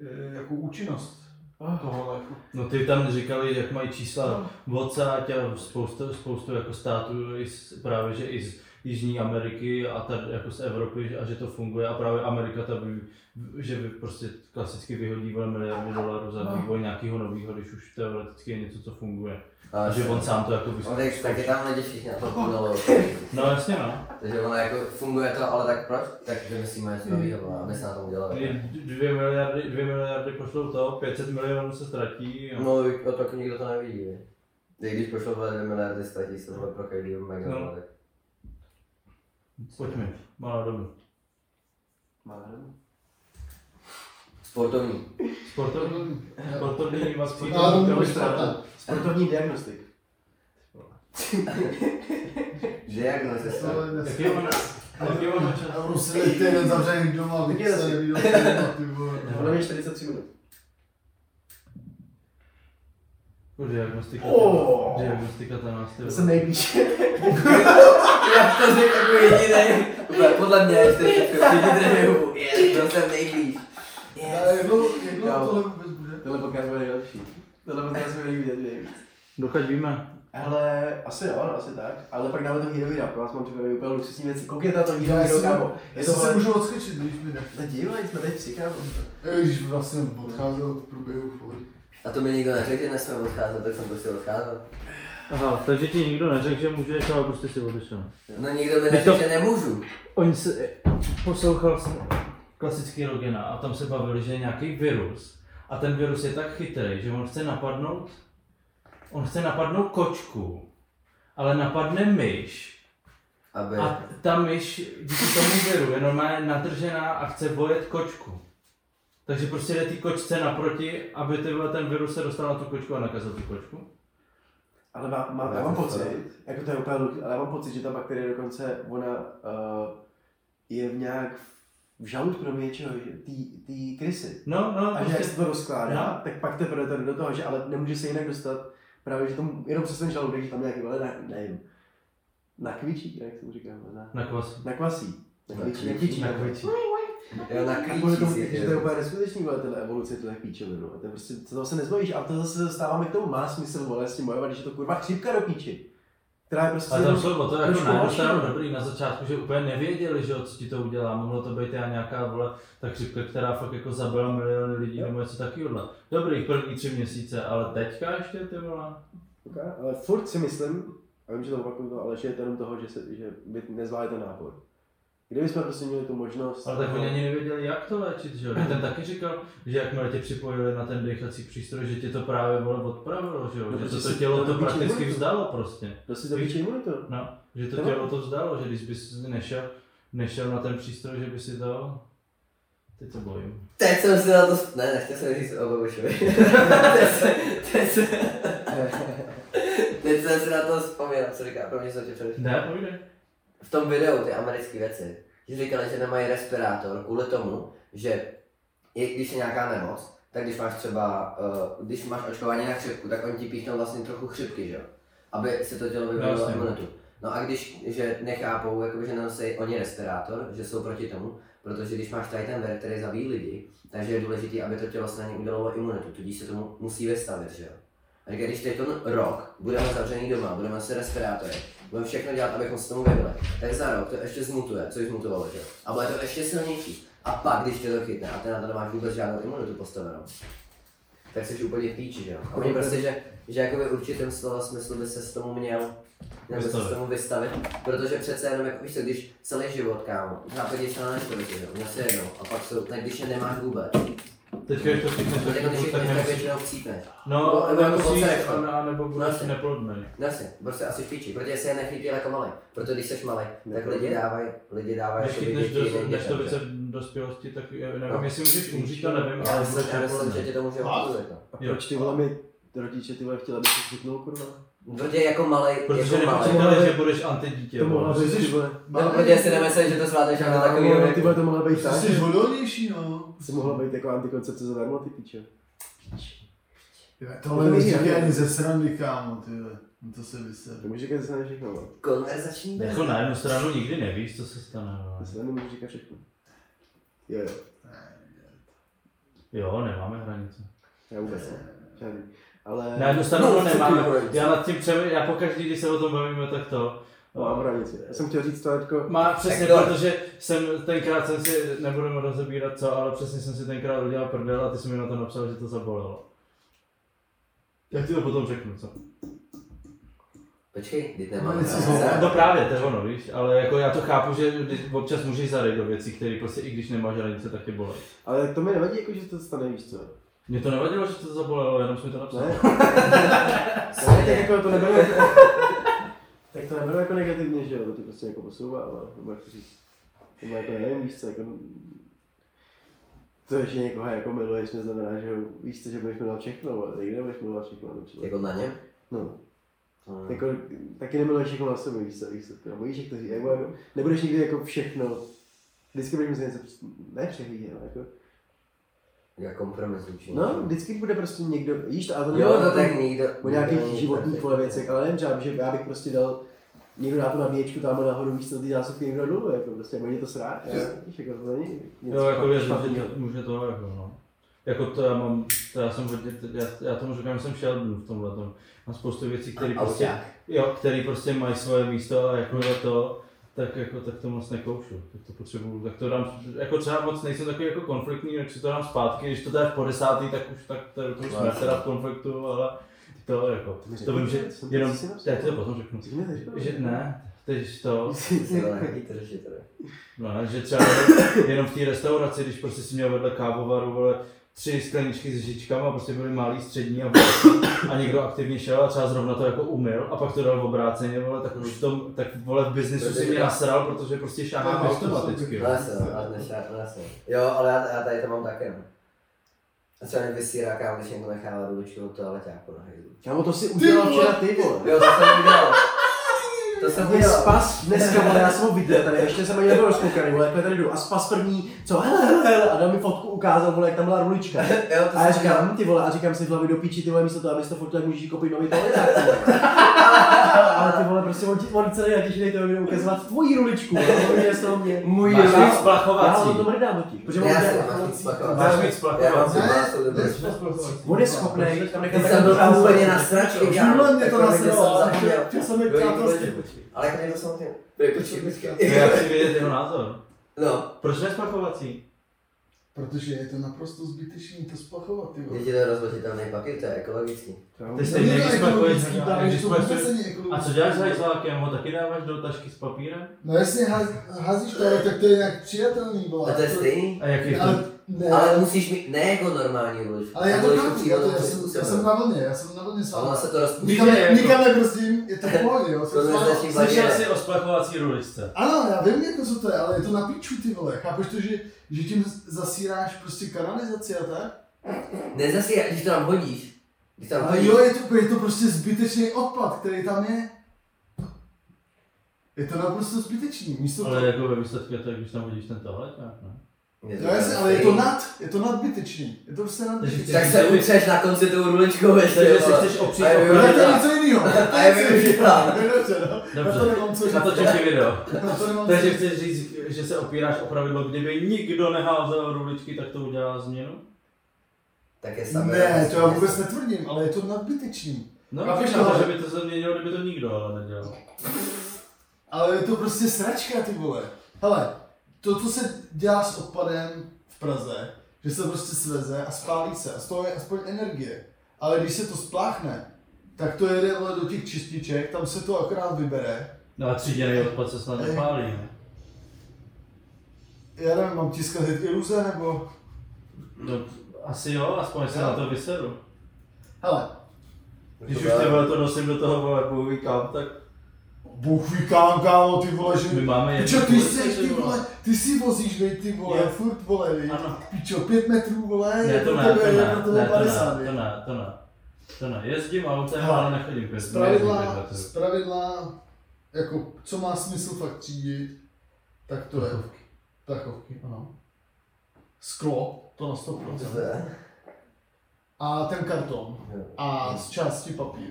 Speaker 5: eh, jako účinnost toho jako- léku.
Speaker 1: No ty tam říkali, jak mají čísla odsáť a spoustu, spoustu jako států, i z, právě že i z Jižní Ameriky a tady jako z Evropy a že to funguje a právě Amerika ta by, že by prostě klasicky vyhodí vole miliardy dolarů za vývoj nějakého nového, když už teoreticky je něco, co funguje. A že on sám to jako
Speaker 3: On
Speaker 1: vyzkouší.
Speaker 3: tak, taky tam lidi všichni na to půjdou.
Speaker 1: No jasně no.
Speaker 3: Takže ono jako funguje to, ale tak proč? Tak vymyslíme něco nového, aby se na tom udělali.
Speaker 1: Kdy Dvě miliardy, dvě miliardy pošlou to, 500 milionů se ztratí. A...
Speaker 3: No, jo, tak nikdo to nevidí, ne? I když pošlo 2 miliardy, ztratí se to pro každého mega
Speaker 1: No.
Speaker 3: no.
Speaker 1: Pojďme, malá dobu.
Speaker 3: Sportovní.
Speaker 1: Sportovní, Eh, sportovní masky.
Speaker 5: Ale to můžeš
Speaker 2: Sportovní diagnostik.
Speaker 3: Diagnoze se.
Speaker 2: No.
Speaker 1: Jaký je ona? Jaký je ona čas?
Speaker 5: A museli ty jen prostě zavřený doma, aby
Speaker 2: Taky
Speaker 5: se
Speaker 2: jasně.
Speaker 5: neviděl doma, ty vole.
Speaker 2: Podle mě 43 minut.
Speaker 1: Diagnostika.
Speaker 2: Oh.
Speaker 1: Diagnostika ta nás. ty
Speaker 2: To
Speaker 1: vole.
Speaker 2: jsem nejblíž.
Speaker 3: Já to řekl jako jediný. Podle mě jste jediný hubu. Je, to jsem nejblíž.
Speaker 5: Ale jednou, jednou
Speaker 2: Kámo.
Speaker 5: tohle vůbec bude.
Speaker 2: Tenhle podcast bude nejlepší. Tenhle podcast bude nejvíc nejvíc.
Speaker 4: Dokud víme.
Speaker 2: Hele, asi jo, no, asi tak. Ale pak dáme to hero hero, pro vás mám připravený úplně luxusní věci. Koukněte na to hero
Speaker 5: Já
Speaker 2: hero,
Speaker 5: si-
Speaker 2: kámo. Je to
Speaker 5: Jestli se
Speaker 2: vole...
Speaker 5: můžu odskočit, když mi ne.
Speaker 2: No dívej, jsme teď psi, kámo.
Speaker 5: Eh, Když vlastně odcházel v průběhu furt.
Speaker 3: A to mi nikdo neřekl, že nesmím odcházet, tak jsem prostě odcházel.
Speaker 4: Aha, takže ti nikdo neřekl, že můžeš, ale prostě si odešel.
Speaker 3: No nikdo mi
Speaker 4: Když to-
Speaker 3: neřekl, že nemůžu.
Speaker 4: Oni se...
Speaker 1: Poslouchal jsem klasický Rogena a tam se bavili, že je nějaký virus. A ten virus je tak chytrý, že on chce napadnout, on chce napadnout kočku, ale napadne myš.
Speaker 3: Aby...
Speaker 1: A ta myš díky tomu viru je normálně natržená a chce vojet kočku. Takže prostě jde ty kočce naproti, aby ty vole, ten virus se dostal na tu kočku a nakazil tu kočku.
Speaker 2: Ale má, má, já mám pocit, jako to je úplně luk, ale já mám pocit, že ta bakterie dokonce, ona uh, je v nějak v žaludku nebo něčeho, že- tý, tý krysy.
Speaker 1: No, no,
Speaker 2: A že jak
Speaker 1: prostě.
Speaker 2: se to rozkládá,
Speaker 1: No.
Speaker 2: tak pak teprve to jde do toho, že ale nemůže se jinak dostat, právě že tomu, jenom přes ten žaludek, že tam nějaký, ale ne, nevím, nakvičí, jak se mu říká, na,
Speaker 1: Na kvas.
Speaker 2: nakvasí. Nakvičí,
Speaker 3: Nakvičí,
Speaker 2: nakvičí, nakvičí.
Speaker 3: Jo, na
Speaker 2: no. A kvůli tomu,
Speaker 3: klíči si
Speaker 2: že to je úplně neskutečný, vole, tyhle evoluce, tyhle píčoviny, vole, to je prostě, to se nezbavíš, a to zase dostáváme k tomu, má smysl, vole, s tím bojovat, když je to kurva chřipka do píči, která je prostě...
Speaker 1: A tam jsou o to jako
Speaker 2: Trošku
Speaker 1: na jednu
Speaker 2: horší,
Speaker 1: stranu
Speaker 2: no.
Speaker 1: dobrý na začátku, že úplně nevěděli, že jo, co ti to udělá. Mohlo to být já nějaká vole, ta chřipka, která fakt jako zabila miliony lidí nebo něco takového. Dobrý, první tři měsíce, ale teďka ještě ty vole.
Speaker 2: Dobrá, Ale furt si myslím, a vím, že to opakuju, to, ale že je to jenom toho, že, se, že by nezvládli ten nápor. Kdybychom prostě měli tu možnost...
Speaker 1: Ale tak oni ani nevěděli, jak to léčit, že jo? Ten taky říkal, že jakmile tě připojili na ten dýchací přístroj, že tě to právě vole odpravilo, že jo?
Speaker 2: No,
Speaker 1: Že to,
Speaker 2: protože
Speaker 1: to
Speaker 2: si-
Speaker 1: tělo
Speaker 2: to
Speaker 1: to
Speaker 2: vypíče
Speaker 1: prakticky
Speaker 2: imunitu.
Speaker 1: vzdalo prostě.
Speaker 2: To si zapíče imunitu.
Speaker 1: No, že to
Speaker 2: No.
Speaker 1: tělo to vzdalo, že když bys nešel, nešel na ten přístroj, že by si dal. Teď to bojím.
Speaker 3: Teď jsem si na to... s- Ne, nechtěl jsem říct o Babišovi. teď, jsem- teď, jsem- teď jsem si na to vzpomněl, co říká, pro mě jsou tě především.
Speaker 1: Ne, pojde.
Speaker 3: V tom videu ty americké věci, že říkali, že nemají respirátor kvůli tomu, že i když je nějaká nemoc, tak když máš třeba, uh, když máš očkování na chřipku, tak oni ti píchnou vlastně trochu chřipky, že jo? Aby se to tělo vyvolalo
Speaker 1: jasně.
Speaker 3: imunitu. No a když, že nechápou, jakoby, že nenosí oni respirátor, že jsou proti tomu, protože když máš tady ten ver, který zabíjí lidi, takže je důležité, aby to tělo se na ně udělalo imunitu, tudíž se tomu musí vystavit, že jo? A říkají, když teď ten rok budeme zavřený doma, budeme se respirátory, budeme všechno dělat, abychom se tomu věděli, tak za rok to ještě zmutuje, co jich zmutovalo, že jo? A bude to ještě silnější. A pak, když tě to chytne a ty na to nemáš vůbec žádnou imunitu postavenou, tak jsi úplně v píči, že jo? A oni prostě, že, že jakoby v určitém slova smyslu by se s tomu měl nebo se s
Speaker 1: Vystavit.
Speaker 3: tomu vystavit, protože přece jenom, jako víš co, když celý život, kámo, západě se na neškodí, že jo, měl se jednou, a pak jsou, tak když je nemáš vůbec,
Speaker 1: Teď když to všechno
Speaker 3: tak
Speaker 1: tak
Speaker 3: když je
Speaker 1: tak
Speaker 3: tak
Speaker 1: nemusíš.
Speaker 3: většinou chcípneš.
Speaker 1: No,
Speaker 3: Nebo jako
Speaker 1: nemusíš,
Speaker 3: koncerek, no.
Speaker 1: a nebo budeš
Speaker 3: Jasně.
Speaker 1: neplodný.
Speaker 3: No jasně, prostě asi v píči, protože se je nechytil jako malý, protože když jsi malý, tak
Speaker 2: Neplodný?
Speaker 3: lidi dávají, lidi dávají jako
Speaker 1: Když chytneš do
Speaker 3: děti,
Speaker 1: než to
Speaker 3: dětem,
Speaker 1: vyce
Speaker 3: že?
Speaker 1: dospělosti, tak je-
Speaker 3: No.
Speaker 1: nevím, jestli můžeš umřít, to nevím,
Speaker 3: Já
Speaker 1: ale Jako
Speaker 3: myslím,
Speaker 1: budeš
Speaker 3: já myslím, že
Speaker 1: neplodný.
Speaker 3: tě to může
Speaker 5: Fakt?
Speaker 3: odsuzit, no.
Speaker 2: A
Speaker 1: Jo.
Speaker 2: proč ty vole mi rodiče ty vole chtěla, aby se chytnul, kurva?
Speaker 3: Protože jako malý,
Speaker 1: Protože
Speaker 3: jako malý,
Speaker 1: nepočítali, že budeš antidítě.
Speaker 2: To
Speaker 1: vole.
Speaker 2: mohla být,
Speaker 5: jsi-
Speaker 2: ty vole.
Speaker 3: no, protože si nemyslím, že to zvládneš ale takový,
Speaker 2: Kámo, Ty
Speaker 3: jako,
Speaker 2: vole, to mohla být tak.
Speaker 5: Jsi odolnější, no.
Speaker 2: To mohla být jako antikoncepce zadarmo, ty piče.
Speaker 5: Jo, Tohle
Speaker 2: To
Speaker 5: mi
Speaker 2: není
Speaker 5: říkají
Speaker 2: jako-
Speaker 5: ani ze srandy, kámo, ty vole. No To se vysel.
Speaker 2: To můžu říkat zase na všechno, vole.
Speaker 3: konverzační bez.
Speaker 1: Jako na jednu stranu nikdy nevíš, co se stane.
Speaker 2: To
Speaker 1: ale-
Speaker 2: se nemůžu říkat všechno. Jo, jo,
Speaker 1: Jo, nemáme hranice.
Speaker 2: já vůbec ne. Žádný. Ale...
Speaker 1: Na jednu stranu to
Speaker 3: co ty
Speaker 1: nemáme.
Speaker 3: hranice?
Speaker 1: Já nad tím přemýšlím, já pokaždý, když se o tom bavíme, tak to.
Speaker 2: No, mám hranici. Já jsem chtěl říct to jako...
Speaker 1: Má přesně,
Speaker 3: Tak to-
Speaker 1: protože jsem tenkrát jsem si, nebudeme rozebírat co, ale přesně jsem si tenkrát udělal prdel a ty jsi mi na to napsal, že to zabolelo. Já ti to potom řeknu, co?
Speaker 3: Počkej, teď
Speaker 5: No,
Speaker 3: nemám.
Speaker 5: něco
Speaker 3: rád.
Speaker 5: zvolá.
Speaker 1: No právě, to je ono, víš, ale jako já to chápu, že když občas můžeš zarejt do věcí, které prostě i když nemáš hranice, tak tě bolí.
Speaker 2: Ale tak to mi nevadí, jako, že to stane, víš co?
Speaker 1: Mě to nevadilo, že to zabolelo, jenom jsi mi to napsal.
Speaker 2: Ne? ne, tak jako to nebylo jako... tak to nebylo jako negativně, že jo, to tě prostě jako posouvá, ale nebo jak to říct. Nebo jako nevím, víš co, jako... To, že někoho jako miluješ, neznamená, že ho- víš co, že budeš milovat všechno, ale nikdy nebudeš milovat všechno. Nebo
Speaker 3: Jako na něm? Hmm,
Speaker 2: No,
Speaker 3: To ne.
Speaker 2: jako, taky nemiluješ všechno na sobě, víš co, víš co, nebo víš, jak to říct, jako, jako, nebudeš nikdy jako všechno, vždycky budeš muset něco, ne přehlídě, ale jako,
Speaker 3: Jako kompromis určitě.
Speaker 2: no, vždycky bude prostě někdo, víš to, ale to
Speaker 3: Jo,
Speaker 2: nebylo
Speaker 3: to
Speaker 2: o
Speaker 3: tak
Speaker 2: tom-
Speaker 3: nikdo.
Speaker 2: o
Speaker 3: nikdo-
Speaker 2: nějakých životních vole věcech, ale nevím, třeba, že já bych prostě dal někdo dá tu nabíječku tam nahoru místo ty zásuvky někdo dolů, jako prostě mě to srát, já, víš, jako to není něco
Speaker 1: Jo, jako
Speaker 2: fakt
Speaker 1: věřím, že
Speaker 2: špatného.
Speaker 1: to- může to jako, no. Jako to já mám, to já jsem hodně, já, já tomu říkám, že jsem Sheldon v tomhle tom. Mám spoustu věcí, které
Speaker 3: A
Speaker 1: prostě,
Speaker 3: jak?
Speaker 1: jo, který prostě mají svoje místo a jako je to, tak jako, tak to moc nekoušu, tak to potřebuju, tak to dám, jako třeba moc nejsem takový jako konfliktní, tak si to dám zpátky, když to dáš po desátý, tak už, tak to, to už jsme
Speaker 3: Vlastně.
Speaker 1: teda v konfliktu, ale to jako,
Speaker 2: mi řekni,
Speaker 1: to vím, že
Speaker 2: co- co
Speaker 1: jenom,
Speaker 2: jsi napsal?
Speaker 1: já ti to potom řeknu,
Speaker 2: Ty mi neřekl.
Speaker 1: že ne, teď to,
Speaker 3: Jsi byl nějaký trži tady.
Speaker 1: No, ale že třeba jenom v té restauraci, když prostě si měl vedle kávovaru, vole, tři skleničky s žičkama, prostě byly malý, střední a velký, a někdo aktivně šel a třeba zrovna to jako umyl a pak to dal v obráceně, vole, tak už v tom, tak vole v biznesu si mě nasral, protože prostě šáhám
Speaker 5: To je
Speaker 1: automaticky.
Speaker 5: to,
Speaker 1: jo.
Speaker 3: Lese, no, a dnes já, lese. Jo, ale já, já tady to mám také, no. A třeba mě vysírá kámo, když někdo nechává ručku v toaleťáku na hejdu.
Speaker 2: Kámo, to si udělal
Speaker 5: vole.
Speaker 2: včera ty vole.
Speaker 3: Jo, to jsem udělal. To jsem
Speaker 2: Mě
Speaker 3: udělal.
Speaker 2: spas dneska, ale já jsem ho viděl tady, ještě jsem ani nebyl rozkoukaný, vole, jak tady jdu. A spas první, co, hele, hele, hele, a dal mi fotku, ukázal, vole, jak tam byla rulička.
Speaker 3: Jo, to
Speaker 2: A já
Speaker 3: jsem udělal.
Speaker 2: říkám, ty vole, a říkám si v hlavě do píči, ty vole, místo toho, abys to fotil, tak můžeš jí koupit nový toaleták, ty vole. Ale ty vole, prostě on, ti- on celý natěšený to bude ukazovat tvojí ruličku, ale on je z toho mě.
Speaker 3: Můj
Speaker 1: Máš
Speaker 3: rok.
Speaker 1: víc
Speaker 2: Já
Speaker 1: splachovací.
Speaker 2: ho to mrdám do tí, protože on
Speaker 3: Já
Speaker 2: je
Speaker 3: jsem mám víc
Speaker 1: Máš
Speaker 3: splachovací.
Speaker 1: víc
Speaker 3: Já mám
Speaker 1: splachovací.
Speaker 5: Ne,
Speaker 3: splachovací.
Speaker 5: ne,
Speaker 3: dobrý.
Speaker 2: On je schopný, tam
Speaker 3: Ty
Speaker 2: nechám
Speaker 3: jsem
Speaker 2: takovou
Speaker 3: byl
Speaker 2: kávu,
Speaker 3: úplně na sračky, kámo.
Speaker 5: Minule mě to
Speaker 3: Takhle, že
Speaker 5: nasralo,
Speaker 3: jako jsem zapomněl.
Speaker 5: chtěl jsem mít
Speaker 3: Jo,
Speaker 5: přátelství.
Speaker 3: Ale jako někdo jsem tím.
Speaker 5: počkej, počkej.
Speaker 1: Já chci vědět jeho názor.
Speaker 3: No,
Speaker 1: Proč ne splachovací?
Speaker 5: Protože je to naprosto zbytečný to splachovat, ty vole.
Speaker 3: děti to je rozložitelný papír, to je ekologický.
Speaker 1: Ty jsi
Speaker 5: Není to
Speaker 1: někdy
Speaker 5: ekologický,
Speaker 1: splachovací.
Speaker 5: tam
Speaker 1: když
Speaker 5: to vůbec
Speaker 1: splachuješ-
Speaker 5: není jako ekologický.
Speaker 1: A co děláš s hajzlákem? Ho taky dáváš do tašky s papírem?
Speaker 5: No jasně, haz- házíš to, ale tak to je nějak přijatelný, vole.
Speaker 3: A to je stejný?
Speaker 1: A jak je to?
Speaker 5: Ale ne,
Speaker 3: Ale musíš mít, ne jako normální ruličku.
Speaker 5: ale já to
Speaker 3: ruličku
Speaker 5: chápu, já,
Speaker 3: přírodou
Speaker 5: to, já,
Speaker 3: přes
Speaker 5: jsem,
Speaker 3: tu
Speaker 5: já
Speaker 3: sebe.
Speaker 5: jsem na vlně, já jsem na vlně s
Speaker 3: A ona
Speaker 5: váma.
Speaker 3: se to rozpůjčí.
Speaker 5: Nikam, ne,
Speaker 1: jako-
Speaker 5: nikam nebrzdím, je to v pohodě, jo.
Speaker 3: To
Speaker 5: Jsem s váma.
Speaker 3: neznačí
Speaker 1: Slyšel
Speaker 3: vadě.
Speaker 1: jsi o splachovací ruličce?
Speaker 5: Ano, já vím jako co to je, ale je to na píču, ty vole. Chápeš to, že, že tím zasíráš prostě kanalizaci a tak?
Speaker 3: Nezasí, když to tam hodíš. Když tam
Speaker 5: Ale
Speaker 3: hodíš.
Speaker 5: No jo, je to, je to prostě zbytečný odpad, který tam je. Je to naprosto zbytečný, místo
Speaker 1: Ale
Speaker 5: toho-
Speaker 1: jako ve výsledku je to, když tam hodíš ten tohle, tak ne?
Speaker 3: Je
Speaker 5: No jasně, ale je to nad, je to nadbytečný. Je to prostě
Speaker 1: Takže ty-
Speaker 5: nadbytečný.
Speaker 3: Tak se utřeš na konci tou ruličkou ještě.
Speaker 1: Takže si
Speaker 3: vole.
Speaker 1: chceš opřít
Speaker 3: A je
Speaker 1: o
Speaker 5: Ale
Speaker 1: prdel.
Speaker 5: to je
Speaker 3: využila.
Speaker 5: něco jiného. To
Speaker 3: A
Speaker 5: je
Speaker 3: je
Speaker 5: něco jiného.
Speaker 3: využila.
Speaker 5: Dobře, no. Na to
Speaker 1: Dobře.
Speaker 5: nemám co říct.
Speaker 1: Natočím ti video.
Speaker 5: Na to nemám co
Speaker 1: Takže
Speaker 5: říct.
Speaker 1: chceš říct, že se opíráš o pravidlo, kdyby nikdo neházel ruličky, tak to udělá změnu?
Speaker 3: Tak je samé.
Speaker 5: Ne, to já vůbec netvrdím, ale je to nadbytečný.
Speaker 1: No,
Speaker 5: Chápeš
Speaker 1: říkám,
Speaker 5: tohle?
Speaker 1: že by to změnilo, kdyby to nikdo ale nedělal.
Speaker 5: Ale je to prostě sračka, ty vole. Hele, to, co se dělá s odpadem v Praze, že se prostě sveze a spálí se a z toho je aspoň energie. Ale když se to spláchne, tak to jede vole, do těch čističek, tam se to akorát vybere.
Speaker 1: No a tříděný odpad se snad nepálí, ne?
Speaker 5: Já nevím, mám tiskat iluze nebo...
Speaker 1: No, asi jo, aspoň se
Speaker 5: Jo.
Speaker 1: na to vyseru.
Speaker 5: Hele,
Speaker 1: Když už ty vole to nosím do toho vole půlví kam, tak
Speaker 5: Bůh ví kam, kámo, ty vole, že...
Speaker 1: my máme
Speaker 5: Pičo, ty
Speaker 1: ulici,
Speaker 5: jsi, ty
Speaker 1: vole.
Speaker 5: vole, ty si vozíš, vej, ty vole,
Speaker 1: Jo.
Speaker 5: furt, vole, vej.
Speaker 1: Ano.
Speaker 5: Pičo, pět metrů, vole,
Speaker 1: Ne,
Speaker 5: je
Speaker 1: to
Speaker 5: pro
Speaker 1: ne, to
Speaker 5: tebe,
Speaker 1: ne,
Speaker 5: je
Speaker 1: ne,
Speaker 5: pro
Speaker 1: to
Speaker 5: tebe
Speaker 1: ne,
Speaker 5: 50,
Speaker 1: to
Speaker 5: vej.
Speaker 1: ne, to ne. To ne, jezdím autem,
Speaker 5: Hele,
Speaker 1: ale nechodím pět.
Speaker 5: Z
Speaker 1: nejezdím
Speaker 5: pravidla,
Speaker 1: pět metrů.
Speaker 5: z pravidla, jako, co má smysl fakt třídit, tak to je. Tachovky, ano. Sklo, to na 100%. A ten karton. A z části papír.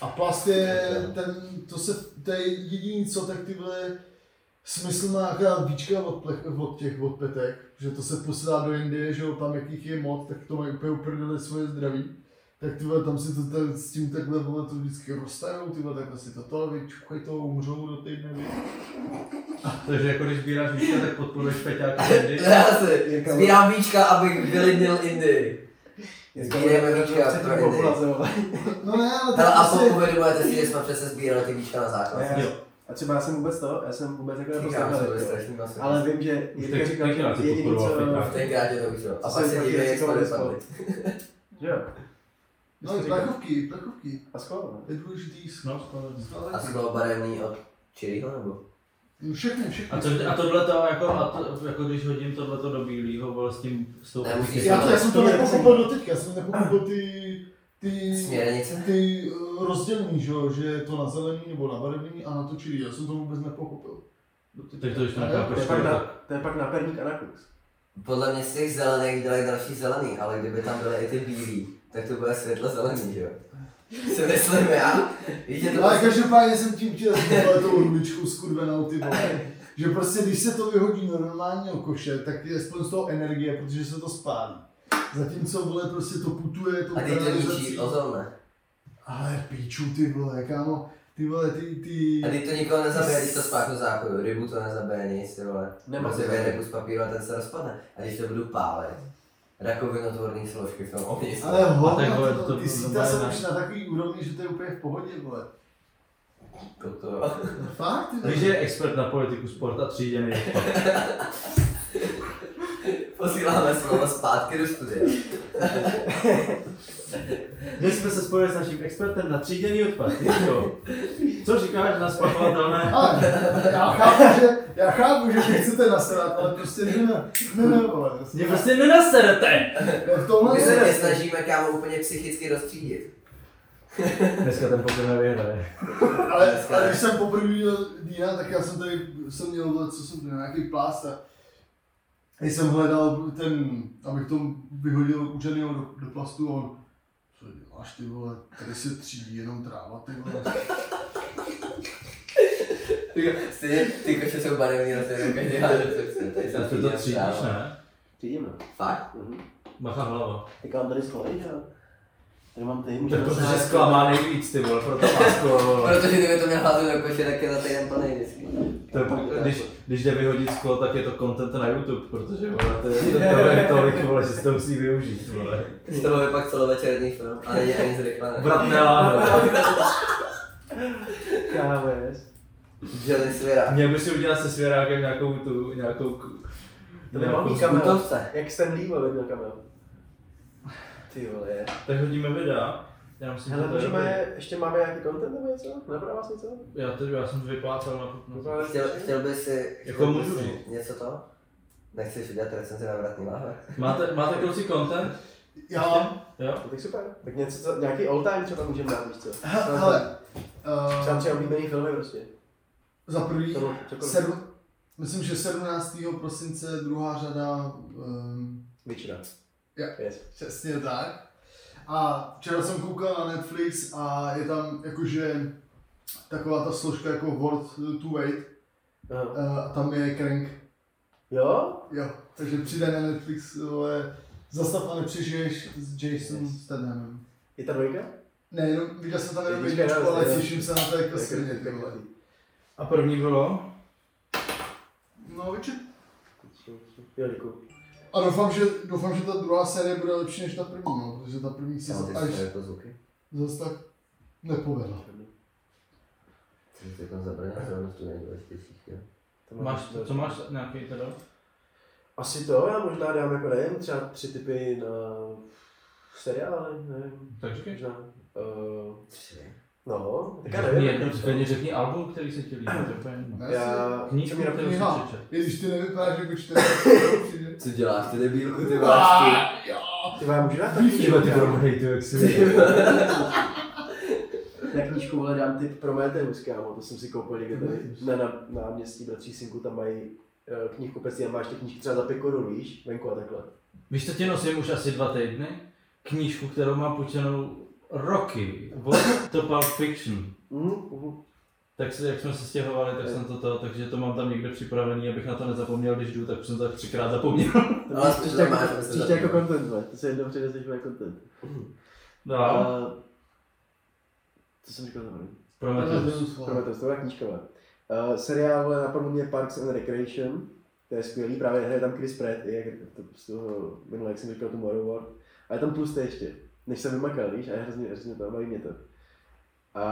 Speaker 5: A plast
Speaker 7: vlastně
Speaker 5: je ten, to se, to je jediný co, tak ty vole smysl má nějaká víčka od, plech, od těch odpetek, že to se posílá do Indie, že jo, tam jakých je moc, tak to mají úplně uprdele svoje zdraví.
Speaker 7: Tak ty vole, tam si to tak, s tím takhle vole, to vždycky roztajou, ty vole, takhle si to to vyčuchají to, umřou do týdne. víš.
Speaker 1: Takže jako když sbíráš víčka, tak podporuješ Peťáka
Speaker 3: Ne,
Speaker 1: Bendy.
Speaker 3: Já se
Speaker 2: Jirka,
Speaker 3: sbírám víčka, abych vylidnil Indii.
Speaker 2: Dneska
Speaker 3: Sbíráme
Speaker 2: budeme
Speaker 3: víčka
Speaker 2: chce to
Speaker 3: pro Indii.
Speaker 2: populazovat.
Speaker 7: No ne, ale
Speaker 3: Hele,
Speaker 7: tak
Speaker 3: a po
Speaker 7: prostě,
Speaker 3: uvědomujete si, že jsme přece sbírali ty víčka na základ.
Speaker 2: Ne, já- A třeba já jsem vůbec to, já jsem vůbec takhle
Speaker 3: Říkám, že to je
Speaker 2: poslouchal.
Speaker 3: strašný masivní.
Speaker 2: Ale vím, že
Speaker 1: Už
Speaker 2: Jirka
Speaker 1: teď-
Speaker 2: říkal,
Speaker 1: tenkrát
Speaker 2: že
Speaker 1: si
Speaker 2: jediný, co...
Speaker 1: podporoval Petra.
Speaker 3: Tenkrát je to vyšlo. A
Speaker 2: Co
Speaker 3: pak
Speaker 2: jsem
Speaker 3: se
Speaker 2: taky
Speaker 3: dívej, jak jsme
Speaker 2: recykloval
Speaker 3: dopadli.
Speaker 2: Že jo?
Speaker 7: no i plechovky, plechovky,
Speaker 2: A skvěle, ne?
Speaker 7: je důležitý s-
Speaker 1: No, skvělé.
Speaker 7: s toaletí.
Speaker 3: A jsi byl barevný od Čirýho nebo?
Speaker 7: No, Všechny, všechny.
Speaker 1: A, co, a tohle to, jako, a to, jako když hodím tohle do bílého, vole, s tím, s tou
Speaker 3: Ne, musíš-
Speaker 7: Já, to, já jsem to
Speaker 2: To je-
Speaker 7: nepochopil do teďka, já jsem nepochopil ty, ty,
Speaker 3: Směrnice?
Speaker 7: ty eh, rozdělení, že, jo, že je to na zelený nebo na barevný a na to čilý, já jsem to vůbec nepochopil.
Speaker 1: Tak to už
Speaker 7: A
Speaker 1: nějaká
Speaker 7: jo,
Speaker 2: To je
Speaker 1: koška.
Speaker 2: pak na- To je pak na perník a na kus.
Speaker 3: Podle mě z těch zelených dělají další zelený, ale kdyby tam byly i ty bílý, tak to bude světle zelený, že jo? Si myslím já? Víš, že to
Speaker 7: Ale
Speaker 3: prostě-
Speaker 7: každopádně jsem tím chtěl zbývat tou hrubičku skurvenou ty vole. Že prostě když se to vyhodí do normálního koše, tak je aspoň z toho energie, protože se to spálí. Zatímco vole prostě to putuje, to
Speaker 3: A teď to ničí no. ozon, ne?
Speaker 7: Ale píču ty vole, kámo, ty vole, ty, ty...
Speaker 3: A teď to nikoho nezabije, když to spáchnu záchodu, rybu to nezabije nic, ty vole.
Speaker 2: Nemá
Speaker 3: Nemá si vejde kus papíru a ten se rozpadne. A když to budu pálit, rakovinotvorný složky v tom ohni.
Speaker 7: Ale
Speaker 1: tak,
Speaker 7: hovna,
Speaker 1: vole,
Speaker 7: to,
Speaker 1: to-
Speaker 7: ty
Speaker 1: to
Speaker 7: síta
Speaker 1: bude
Speaker 7: jsou
Speaker 1: na-
Speaker 7: už na takový úrovni, že to je úplně v pohodě, vole.
Speaker 3: To, to.
Speaker 7: No Fakt, ty
Speaker 1: Víš,
Speaker 7: vole.
Speaker 1: že je expert na politiku, sport a tříděný.
Speaker 3: Posíláme slova zpátky do studia.
Speaker 1: Dnes jsme se spojili s naším expertem na tříděný odpad. Jirko, co říkáš na spachovatelné?
Speaker 7: Ale já chápu, že, já chápu, že vy chcete nasrat, ale prostě ne, ne, ne, ne, vole.
Speaker 1: Mě prostě nenaserete!
Speaker 7: V tomhle
Speaker 3: My se
Speaker 7: ne.
Speaker 3: tě snažíme kámo úplně psychicky rozstřídit.
Speaker 1: Dneska ten poker nevyhraje.
Speaker 7: Ale, ale když jsem poprvé viděl Dýna, tak já jsem tady, jsem měl, vole, co jsem měl, nějaký plást a když jsem hledal ten, abych to vyhodil učenýho do, do plastu a on, co děláš ty vole, tady se třídí jenom tráva, ty vole.
Speaker 3: Stejně ty koše jsou barevný na sebe, každý dělá, že to chce. Tady
Speaker 1: Já
Speaker 3: se
Speaker 1: to to třídíš,
Speaker 3: právo.
Speaker 1: ne?
Speaker 2: Přijdeme.
Speaker 3: Fakt?
Speaker 2: Mhm.
Speaker 1: Bacha hlava.
Speaker 2: Tak já mám tady sklej, že jo? Tady mám ty,
Speaker 1: Tak
Speaker 2: můžeme
Speaker 1: protože
Speaker 2: zahájit-
Speaker 1: zklamá nejvíc, ty vole, proto má sklo, vole.
Speaker 3: Protože kdyby to měl házet do koše, tak je za týden plný vždycky.
Speaker 1: To je, když, když jde vyhodit sklo, tak je to content na YouTube, protože vole, to je, to, to je tolik, vole, že se to musí využít. Vole.
Speaker 3: Z toho je pak celovečerní film, ale není ani zrychlené.
Speaker 1: Brat Nelán,
Speaker 2: Kámo, jest.
Speaker 3: Želný svěra.
Speaker 1: měl by si udělat se svěrákem nějakou tu, nějakou... k-
Speaker 2: To nemám
Speaker 1: nějakou-
Speaker 2: nikam.
Speaker 3: Kutovce.
Speaker 2: Jak Stan Lee, vole, byl kamel. Ty vole, je.
Speaker 1: Tak hodíme videa. Já myslím,
Speaker 2: Hele,
Speaker 1: že to je dobrý.
Speaker 2: můžeme, ještě máme nějaký content nebo něco? Napadá vás něco?
Speaker 1: já, teď, já jsem vyplácal na popnu.
Speaker 2: Vypadá
Speaker 3: Chtěl,
Speaker 2: něco?
Speaker 3: chtěl by si...
Speaker 1: Jako
Speaker 3: chtěl by
Speaker 1: můžu
Speaker 3: si
Speaker 1: říct.
Speaker 3: Něco to? Nechceš udělat recenzi na vratný láhve?
Speaker 1: Máte, máte kluci content?
Speaker 7: Já mám
Speaker 1: Jo?
Speaker 2: No, tak super. Tak něco, co, nějaký all time třeba můžeme dát, víš co?
Speaker 7: He- Hele,
Speaker 2: Třeba
Speaker 7: uh,
Speaker 2: třeba oblíbený filmy prostě.
Speaker 7: za prvý,
Speaker 2: To- cokoliv.
Speaker 7: sedm, myslím, že 17. prosince druhá řada, um,
Speaker 2: Večera.
Speaker 7: Jo.
Speaker 2: Yes.
Speaker 7: přesně tak. A včera jsem koukal na Netflix a je tam jakože taková ta složka jako Worth to Wait
Speaker 2: Aha.
Speaker 7: eh, a tam je Crank.
Speaker 2: Jo?
Speaker 7: Jo, takže přijde na Netflix, ale zastav a nepřežiješ s Jason
Speaker 2: Yes.
Speaker 7: Stathamem.
Speaker 2: Je ta dvojka?
Speaker 7: Ne, jenom viděl jsem tam jenom
Speaker 2: Vidíš,
Speaker 7: jedničku,
Speaker 2: já-
Speaker 7: ale
Speaker 2: já-
Speaker 7: těším se na to jako
Speaker 2: Tak-
Speaker 7: srdě,
Speaker 2: tak-
Speaker 7: ty vole.
Speaker 1: A první bylo?
Speaker 7: No, večer.
Speaker 2: Jo, děkuji.
Speaker 7: A doufám, že, doufám, že ta druhá série bude lepší než ta první, no, protože ta první se
Speaker 3: Já mám
Speaker 7: zase až
Speaker 3: ty jako zvuky.
Speaker 7: zase tak nepovedla.
Speaker 3: Ty jsi jako tam zabrnil, zrovna tu nejdůležitější. jo.
Speaker 2: To mám
Speaker 1: Máš,
Speaker 2: ještě-
Speaker 1: co máš nějaký teda?
Speaker 2: Asi to, já možná dám jako nevím, třeba tři typy na seriály, nevím,
Speaker 1: Tak říkej.
Speaker 2: možná. Uh,
Speaker 3: Tři.
Speaker 2: no, tak já
Speaker 1: Řekni
Speaker 2: nevím.
Speaker 1: jedno, případně řekni album, který se ti líbí, to je úplně jedno.
Speaker 7: Ne,
Speaker 2: Já, co
Speaker 1: Knížku,
Speaker 2: mi
Speaker 1: kterou
Speaker 2: napadlo,
Speaker 1: jsi
Speaker 7: Kniha.
Speaker 1: přečet.
Speaker 7: I když ty nevypadáš jako čtyři,
Speaker 3: Co děláš, ty debílku, ty vášky?
Speaker 7: Ah, jo.
Speaker 2: ty vám můžu dát
Speaker 1: Ty vole, ty
Speaker 2: taky
Speaker 1: hejtu, jak si
Speaker 2: Na knížku, vole, dám tip Prometheus, kámo, to jsem si koupil někde tady na, na náměstí Bratří Sinku, tam mají eh, knihku pesí a máš ty knížky třeba za pět korun, víš, venku a takhle.
Speaker 1: Víš, to tě nosím už asi dva týdny, knížku, kterou mám půjčenou roky, od to Pulp Fiction.
Speaker 2: Mhm, mhm.
Speaker 1: Tak se, jak jsme se stěhovali, tak jsem to to, takže to mám tam někde připravený, abych na to nezapomněl, když jdu, tak jsem to tak třikrát zapomněl.
Speaker 2: To
Speaker 3: Ale
Speaker 2: máš
Speaker 3: to
Speaker 2: příště
Speaker 3: máš,
Speaker 2: jako,
Speaker 3: to se
Speaker 2: příště jako
Speaker 3: zapomněl.
Speaker 2: content, vole, to se jednou přineseš na content.
Speaker 1: Dál.
Speaker 2: Eh, co jsem říkal, to nevím.
Speaker 1: Prometheus.
Speaker 2: Prometheus, to byla knížka, vole. Uh, seriál vole, napadl mě Parks and Recreation, to je skvělý, právě hraje tam Chris Pratt, i jak to z toho, minule, jak jsem říkal, tu Moral War. A je tam plus to ještě, než jsem vymakal, víš, a je hrozně, hrozně to, baví mě to. A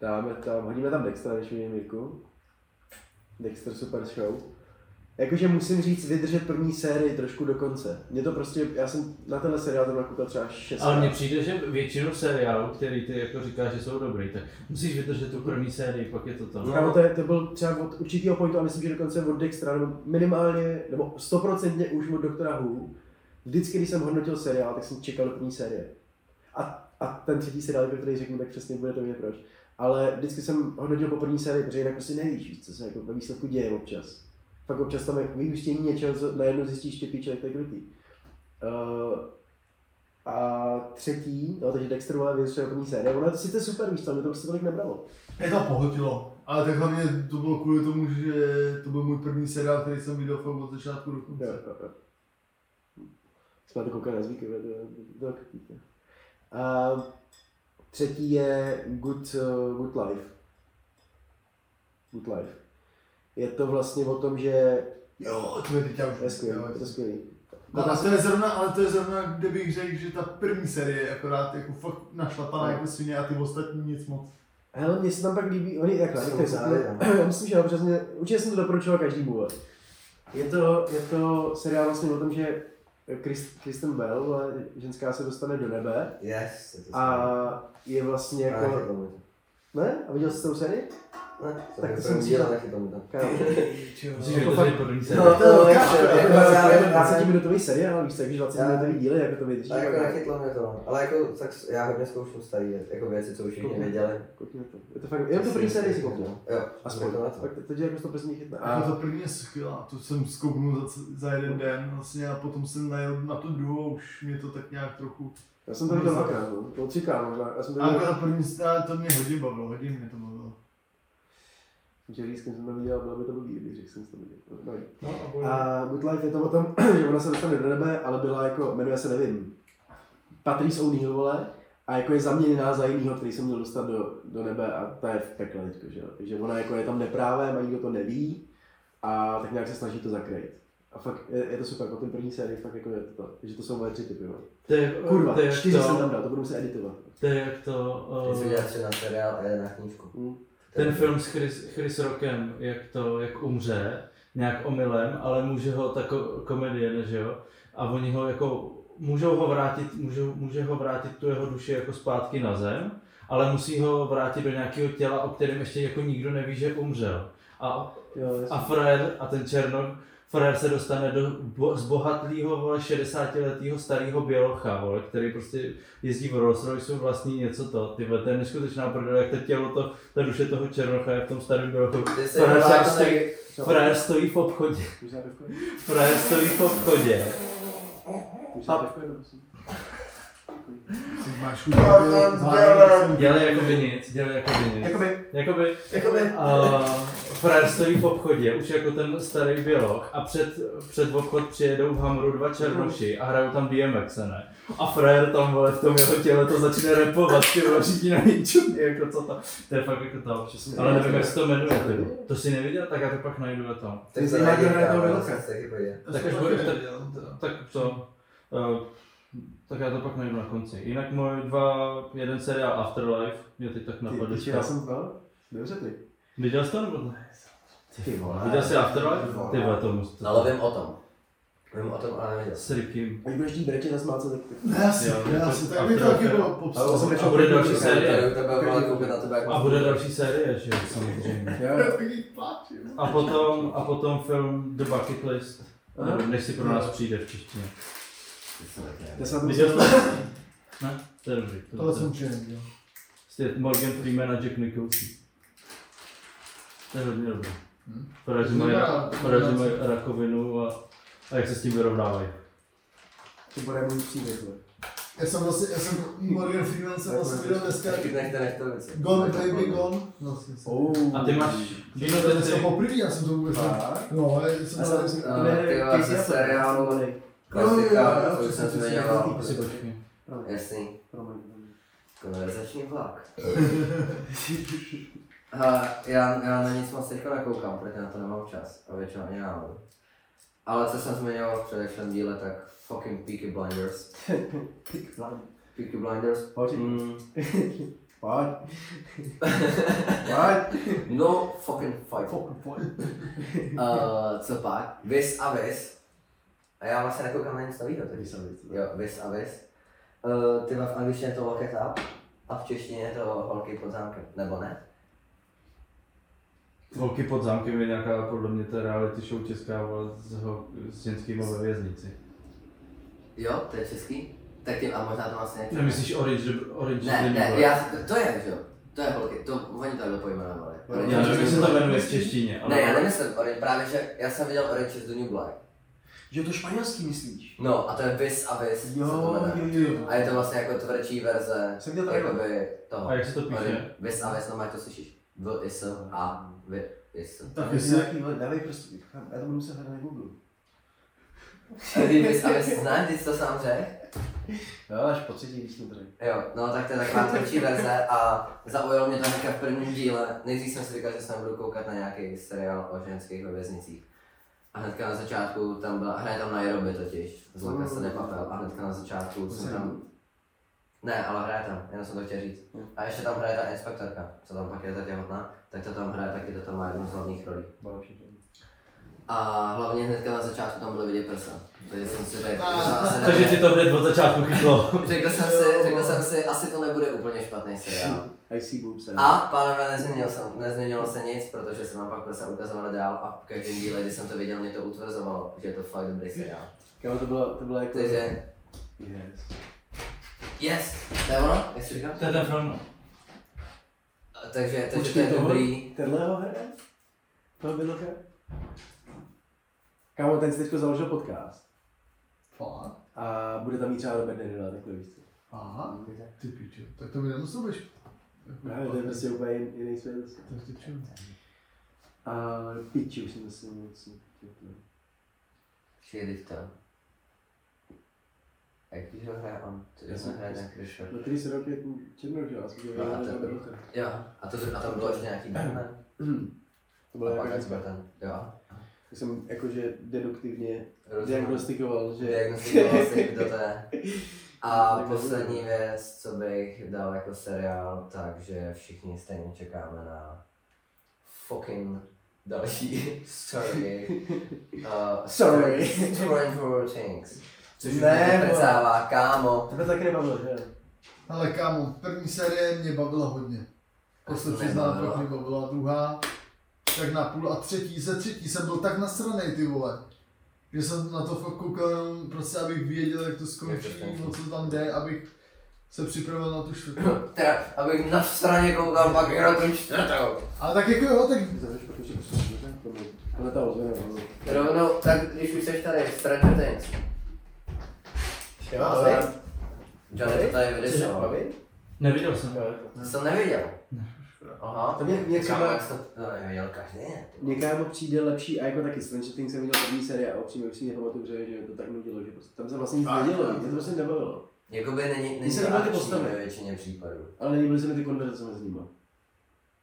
Speaker 2: dáme tam, hodíme tam Dextra, když vidím Jirku. Dexter Super Show. Jakože musím říct, vydržet první sérii trošku do konce. Mě to prostě, já jsem na tenhle seriál zrovna koukal třeba 6.
Speaker 1: Ale mně přijde, že většinu seriálů, který ty jako říkáš, že jsou dobrý, tak musíš vydržet tu první sérii, pak je to to.
Speaker 2: Kámo, No, to, je, to byl třeba od určitého pointu, a myslím, že dokonce od Dextra, nebo minimálně, nebo stoprocentně už od Doktora Who. Vždycky, když jsem hodnotil seriál, tak jsem čekal do první série. A, a ten třetí seriál, který řeknu, tak přesně bude to mě proč. Ale vždycky jsem hodnotil po první sérii, protože jinak prostě nevíš, víš, co se jako ve výsledku děje občas. Pak občas tam je vyústění něčeho, co najednou zjistíš, že píček, to je krutý. Uh, a třetí, no, takže Dexter vole vyřešil první série. Ono je to sice super, víš, co, mě to prostě tolik nebralo.
Speaker 5: Je to pohltilo. Ale tak hlavně to bylo kvůli tomu, že to byl můj první seriál, který jsem viděl fakt od začátku do konce.
Speaker 2: Jo, jo, jo. Jsme to koukali na zvyky, to to bylo krutý, jo. A třetí je Good, eh, good Life. Good Life. Je to vlastně o tom, že
Speaker 5: Jo, to je teď já už.
Speaker 2: to je skvělý,
Speaker 5: jo,
Speaker 2: je to skvělý.
Speaker 5: No, a to je zrovna, ale to je zrovna, kde bych řekl, že ta první série je akorát jako fakt našlapaná jako svině a ty ostatní nic moc.
Speaker 2: Hele, mně se tam pak líbí, oni jak
Speaker 3: Jsou
Speaker 2: to
Speaker 3: zále,
Speaker 2: já myslím, že jo, protože mě, určitě jsem to doporučoval každému. vole. Je to, je to seriál vlastně o tom, že Chris, Kristen Bell, vole, ženská se dostane do nebe
Speaker 3: Yes, je to skvělé.
Speaker 2: a je vlastně
Speaker 3: Ale
Speaker 2: jako...
Speaker 3: nechytlo mě to.
Speaker 2: Ne? A viděl jsi tou sérii?
Speaker 3: Ne, to
Speaker 2: Tak
Speaker 3: tak
Speaker 2: to
Speaker 3: to
Speaker 2: jsem
Speaker 3: jsem
Speaker 2: si-
Speaker 3: dělal, nechytlo mi to.
Speaker 2: Kámo.
Speaker 1: Musíš vydržet první
Speaker 3: No,
Speaker 1: sérii.
Speaker 3: to je
Speaker 2: Jako
Speaker 3: právě,
Speaker 2: právě
Speaker 3: právě,
Speaker 2: 20 minutový seriál, víš, takže 20
Speaker 3: Já-
Speaker 2: minutový díly, jako to vydrží.
Speaker 3: Ale jako
Speaker 2: jako-
Speaker 3: nechytlo mě to, ale jako tak s- já hodně zkouším starý věc, jako věci, co už všichni
Speaker 2: Koukni.
Speaker 3: věděli.
Speaker 2: Koukni na to. Je to fakt, jenom to první sérii si kouknu.
Speaker 3: Jo,
Speaker 2: Aspoň.
Speaker 3: tak to na to.
Speaker 2: Tak to- to tě jako 100% chytne.
Speaker 5: A
Speaker 2: A
Speaker 5: to první je skvělá, to jsem zkouknul za, za jeden den vlastně a potom jsem najel na tu druhou, už mě to tak nějak trochu...
Speaker 2: já jsem to viděl dvakrát, no. to třikrát možná. Já jsem to
Speaker 5: A jako
Speaker 2: viděl,
Speaker 5: ta první stále to mě hodně bavilo, hodně mě to bavilo.
Speaker 2: že říct, jsem to viděl, bylo by to blbý, když řekl jsem si to viděl. No, nevím.
Speaker 1: No,
Speaker 2: A Good Life je to o tom, že ona se dostane do nebe, ale byla jako, jmenuje se, nevím, Patrice O'Neill, vole, a jako je zaměněná za jinýho, který se měl dostat do, do nebe a ta je v pekle teďko, že jo. Takže ona jako je tam neprávem a nikdo to neví a tak nějak se snaží to zakrýt. A fakt je, je to super, po ten první sérii fakt jako je to to, že to jsou moje tři typy, jo.
Speaker 1: To je,
Speaker 2: Kurva,
Speaker 1: to je jak
Speaker 2: čtyři jsem tam
Speaker 1: to,
Speaker 2: dal, to budu muset editovat.
Speaker 1: to je jak to,
Speaker 3: Ty jsi
Speaker 1: eh,
Speaker 3: udělal tři na seriál a jeden na knížku.
Speaker 2: Hm.
Speaker 1: ten film s Chris, Chris Rockem, jak to, jak umře, nějak omylem, ale může ho ta ko- komedie, že jo? A oni ho jako, můžou ho vrátit, můžou, může ho vrátit tu jeho duši jako zpátky na zem, ale musí ho vrátit do nějakého těla, o kterém ještě jako nikdo neví, že umřel. A
Speaker 2: Jo, jasně.
Speaker 1: A frajer a ten Černok, frajer se dostane do bo, zbohatlýho, vole, 60-letého starého bělocha, vole, který prostě jezdí v Rolls Royce, vlastní něco to, ty vole, to je neskutečná prdel, jak to tělo, to, ta duše toho Černocha je v tom starém bělochu.
Speaker 3: Ty jsi
Speaker 1: Frajer,
Speaker 3: udělal
Speaker 1: se stojí,
Speaker 2: Třeba-
Speaker 1: frajer stojí v obchodě,
Speaker 2: Můžu dát pivko?
Speaker 1: frajer stojí v obchodě.
Speaker 2: Můžu dát pivko jenom, prosím?
Speaker 5: Ty máš chuť, ale- ale-
Speaker 1: Dělej jakoby nic, dělej jako jakoby nic.
Speaker 2: Jakoby,
Speaker 1: Jakoby,
Speaker 3: Jakoby.
Speaker 1: a frajer stojí v obchodě, už jako ten starý běloch a před, před obchod přijedou v Hamru dva černoši a hrajou tam DMX, ne? A frajer tam vole v tom jeho těle to začne repovat, ty vole, všichni na něj čumí, jako co tam. To je fakt jako tam, ale nevím, jak se to jmenuje, jako ty. vole. To si neviděl, tak já to pak najdu na tom.
Speaker 3: Tak
Speaker 2: Ty
Speaker 3: to
Speaker 2: jsi
Speaker 3: najdi,
Speaker 2: hlavně hrál
Speaker 3: kámo,
Speaker 2: toho
Speaker 3: já jsem
Speaker 2: Veloka.
Speaker 3: se taky podíval.
Speaker 5: Já
Speaker 1: Tak
Speaker 5: jsem
Speaker 1: až
Speaker 5: to
Speaker 1: budeš
Speaker 5: taky
Speaker 1: tak-
Speaker 5: neviděl, teda.
Speaker 1: Tak co? Eh, tak já to pak najdu na konci. Jinak moje dva, jeden seriál Afterlife, mě teď tak napadl.
Speaker 2: Ty, ty, já jsem, no, dobře ty.
Speaker 1: Viděl jsi to nebo ne?
Speaker 2: Ty vole.
Speaker 1: Viděl jsi Afterlife? Ty vole, to musíte.
Speaker 3: No, Ale vím o tom. Vím o tom, ale neviděl.
Speaker 1: S Rickym.
Speaker 2: Ať budeš tý brečet a smát se, tak tak-
Speaker 5: Ne, asi,
Speaker 1: Jo,
Speaker 5: ne,
Speaker 1: to-
Speaker 5: asi,
Speaker 1: a
Speaker 5: tak by
Speaker 1: to
Speaker 5: to
Speaker 1: je
Speaker 5: taky
Speaker 1: fér.
Speaker 5: bylo popsat.
Speaker 2: Ale jsem
Speaker 1: A bude další
Speaker 3: Tady
Speaker 1: série.
Speaker 3: u tebe ale koukám na tebe jako-
Speaker 1: A bude další série, že jo, samozřejmě.
Speaker 2: Jo, jo.
Speaker 5: Taky pláč, jo.
Speaker 1: A potom, a potom film The Bucket List. Nevím, než si pro nás přijde v češtině.
Speaker 2: Já jsem na tom
Speaker 1: Viděl
Speaker 2: se-
Speaker 1: jsi? Ne? To je dobrý. to-
Speaker 5: Tohle
Speaker 1: to-
Speaker 5: jsem určitě neviděl.
Speaker 1: Prostě Morgan Freeman a Jack Nicholson. To je hodně dobrý.
Speaker 5: Hm.
Speaker 1: Poraží mají,
Speaker 5: Dobrá.
Speaker 1: poraží mají rakovinu a, a jak se s tím vyrovnávají.
Speaker 2: To bude můj příběh, vole.
Speaker 5: Já jsem vlastně, já jsem Morgan Freeman jsem vlastně viděl dneska.
Speaker 3: Taky nechte, nechte věci.
Speaker 5: Gone Baby Gone. Vlastně jsem.
Speaker 1: A ty máš
Speaker 5: To
Speaker 1: víno
Speaker 5: je
Speaker 1: ten
Speaker 5: dneska
Speaker 1: ty.
Speaker 5: poprvé, já jsem to vůbec ne-
Speaker 2: Fakt?
Speaker 5: No, já jsem
Speaker 2: Já
Speaker 5: to
Speaker 2: jsem-
Speaker 5: jsem...
Speaker 3: A Eh, ty
Speaker 2: Ne,
Speaker 3: máš
Speaker 2: Casey Affleck,
Speaker 3: seriál.
Speaker 2: jsem malej.
Speaker 5: jo, jo,
Speaker 3: Klasika, co
Speaker 5: přesně,
Speaker 3: jsem si
Speaker 5: přesně,
Speaker 3: nedělal.
Speaker 5: jo,
Speaker 2: Asi počkej.
Speaker 3: Jasný,
Speaker 2: Promiň.
Speaker 3: konverzační vlak. A já, já na nic moc teďka nekoukám, protože na to nemám čas a většinou ani náhodou. Ale co jsem zmiňoval v předešlém díle, tak fucking Peaky Blinders. Peaky Blinders.
Speaker 2: Pojď.
Speaker 3: Mm,
Speaker 2: Pojď. Pojď.
Speaker 3: no fucking fight. Uh, co pak? Vis a vis. A já vlastně nekoukám na nic nového.
Speaker 2: Tady jsem víc.
Speaker 3: Jo, vis a vis. Uh, ty v angličtině je to Lock It Up a v češtině je to Holky pod zámkem, nebo ne?
Speaker 1: Holky pod zámkem je nějaká podle mě ta reality show česká vole, s, ho, s ženskýma ve věznici.
Speaker 3: Jo, to je český? Tak tím, a možná to vlastně nečekám.
Speaker 1: Nemyslíš Orange, Orange
Speaker 3: Ne,
Speaker 1: is the New
Speaker 3: ne,
Speaker 1: Black?
Speaker 3: já, to je, že jo. To je holky, to oni takhle pojmenovali.
Speaker 2: Jo,
Speaker 3: Orange
Speaker 1: Já
Speaker 3: is
Speaker 1: nevím,
Speaker 3: the
Speaker 1: jak se
Speaker 3: New
Speaker 1: to
Speaker 3: Black.
Speaker 1: jmenuje v češtině, ale
Speaker 3: Ne, já nemyslím Orange, právě že já jsem viděl Orange is the New Black.
Speaker 2: Že to španělský myslíš?
Speaker 3: No, a to je Vis a Vis, se to
Speaker 2: Jo,
Speaker 3: jmenuje.
Speaker 2: jo, jo.
Speaker 3: A je to vlastně jako tvrdší verze,
Speaker 2: Jsem měl tady.
Speaker 3: jakoby toho.
Speaker 1: A jak se to píše?
Speaker 3: Orange- Vis a Vis, no to slyšíš. V, is, a, v, is.
Speaker 2: Tak
Speaker 5: jestli-
Speaker 2: jestli nějaký, vole, dávej prostě, já to budu muset hledat na Google.
Speaker 3: A ty Vis a Vis znám, ty jsi to sám řekl?
Speaker 2: Jo, až po třetí, když jsme tady.
Speaker 3: Jo, no tak to je taková tvrdší verze a zaujalo mě to hnedka v prvním díle. Nejdřív jsem si říkal, že se nebudu koukat na nějaký seriál o ženských ve věznicích. A hnedka na začátku tam byla, hraje tam Nairobi totiž, z Laka se nepapel a hnedka na začátku jsem tam... Ne, ale hraje tam, jenom jsem to chtěl říct. A ještě tam hraje ta inspektorka, co tam pak je ta těhotná, tak to tam hraje taky, to tam má jednu z hlavních rolí. A hlavně hnedka na začátku tam byly vidět prsa. Takže jsem si řekl, že
Speaker 1: Takže ti to hned od začátku chytlo.
Speaker 3: Řekl jsem si, řekl jsem si, asi to nebude úplně špatný seriál.
Speaker 2: I see boobs. tady.
Speaker 3: A pánové, nezměnil jsem, nezměnilo se nic, protože jsem vám pak prsa ukazoval dál a v každém díle, kdy jsem to viděl, mě to utvrzovalo, že je to fakt dobrý seriál.
Speaker 2: Kámo, to bylo, to bylo jako...
Speaker 3: Takže,
Speaker 2: Yes.
Speaker 3: yes, to je ono, jak jsi říkal?
Speaker 1: To je ten film.
Speaker 3: Takže, takže to
Speaker 2: Počkej,
Speaker 3: je
Speaker 2: tohle-
Speaker 3: dobrý.
Speaker 2: Tenhle ho hraje? Toho bydlka? Kámo, ten si teďko založil podcast.
Speaker 5: Fakt.
Speaker 2: A bude tam mít třeba Robert De Niro, takhle víš co.
Speaker 5: Aha, ty pičo. Tak to by nemuselo být špatný.
Speaker 2: Právě, to je prostě úplně jin- jiný svět. zase.
Speaker 5: Tak ty pičo.
Speaker 2: A piči, už jsem to si moc.
Speaker 3: Šířit to. Jak když ho hraje on, to jsem hraje ten Krisher.
Speaker 2: No, který se rok je ten černou, že jo? Asi to
Speaker 3: No, a
Speaker 2: bylo
Speaker 3: ten-
Speaker 2: Roberta.
Speaker 3: Jo, a, to, a tam bylo ještě nějaký Batman.
Speaker 2: To bylo
Speaker 3: A pak
Speaker 2: jako,
Speaker 3: Batman, jo.
Speaker 2: já jsem jakože deduktivně
Speaker 3: Rozumím.
Speaker 2: diagnostikoval, že...
Speaker 3: Diagnostikoval si, kdo to je. A poslední věc, co bych dal jako seriál, takže všichni stejně čekáme na fucking další sorry. Uh,
Speaker 2: Sorry.
Speaker 3: Stranger Things. Což už
Speaker 2: Ne,
Speaker 3: mě
Speaker 2: vole.
Speaker 3: prcává, kámo.
Speaker 2: Tebe to taky nebavilo, že jo?
Speaker 5: Ale kámo, první série mě bavila hodně. To se přiznám,
Speaker 3: Nebavila.
Speaker 5: fakt mě bavila. Druhá, tak na půl. A třetí, ze třetí jsem byl tak nasranej, ty vole. Že jsem na to fakt koukal jenom prostě, abych věděl, jak to skončí,
Speaker 3: skončí.
Speaker 5: o co tam jde, abych se připravil na tu čtvrtou.
Speaker 3: Teda, abych na straně koukal pak i na tu čtvrtou.
Speaker 5: Ale tak jako jo, tak
Speaker 2: Zavřeš, protože to je prostě- to můj. Tohle ta ozvěna, no.
Speaker 3: Rovnou, tak když už seš tady, Stranger Things.
Speaker 2: Jo,
Speaker 3: ale- Johnny to tady vydešel.
Speaker 1: Neviděl jsem.
Speaker 3: To jsem neviděl. Aha.
Speaker 2: To mě- mě
Speaker 3: Kámo,
Speaker 2: třeba-
Speaker 3: jak jsem to neviděl každý den. ty vole.
Speaker 2: Mně kámo přijde lepší, a jako taky Stranger Things jsem viděl první série a upřímně upřímně pamatuju, že, že to tak nudilo, že prostě tam se vlastně nic
Speaker 5: Fakt?
Speaker 2: nedělo, mě to prostě nebavilo.
Speaker 3: Jakoby není,
Speaker 2: Mně
Speaker 3: není
Speaker 2: se
Speaker 3: to
Speaker 2: líbily ty
Speaker 3: akční
Speaker 2: postavy.
Speaker 3: ve většině případů.
Speaker 2: Ale nelíbily se mi ty konverzace mezi nimi.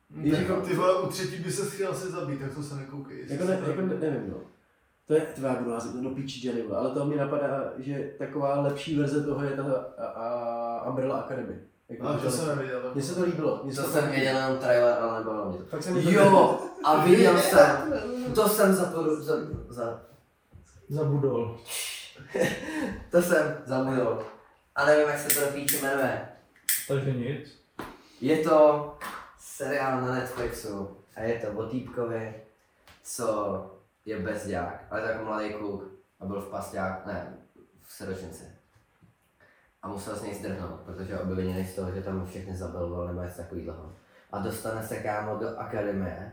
Speaker 5: Víš, jako ty vole, u třetí by se chtěl asi zabít, tak to se nekoukej. jestli
Speaker 2: no. Jako, ne,
Speaker 5: se to-
Speaker 2: jako ne, nevím, no. To je tvá budu házet, to do píči Jenny, vole, ale to mi napadá, že taková lepší verze toho je ta a, a Umbrella Academy. Jako
Speaker 5: Ale
Speaker 2: to-
Speaker 5: to jsem neviděl.
Speaker 2: Mně se to líbilo, mně se
Speaker 3: To
Speaker 2: to
Speaker 3: jsem viděl jenom trailer, ale nebavilo mě to.
Speaker 2: Fakt se mi to
Speaker 3: Jo, a viděl jsem, to jsem zaporu, za, za,
Speaker 1: Zabudol.
Speaker 3: to jsem zamluvil. A nevím, jak se to do píči jmenuje.
Speaker 1: Takže nic.
Speaker 3: Je to seriál na Netflixu a je to o týpkovi, co je bezďák, ale tak mladý kluk a byl v pasťák, ne, v seročnici. A musel z něj zdrhnout, protože obviněný z toho, že tam všechny zabiloval nebo něco takového. A dostane se kámo do akademie,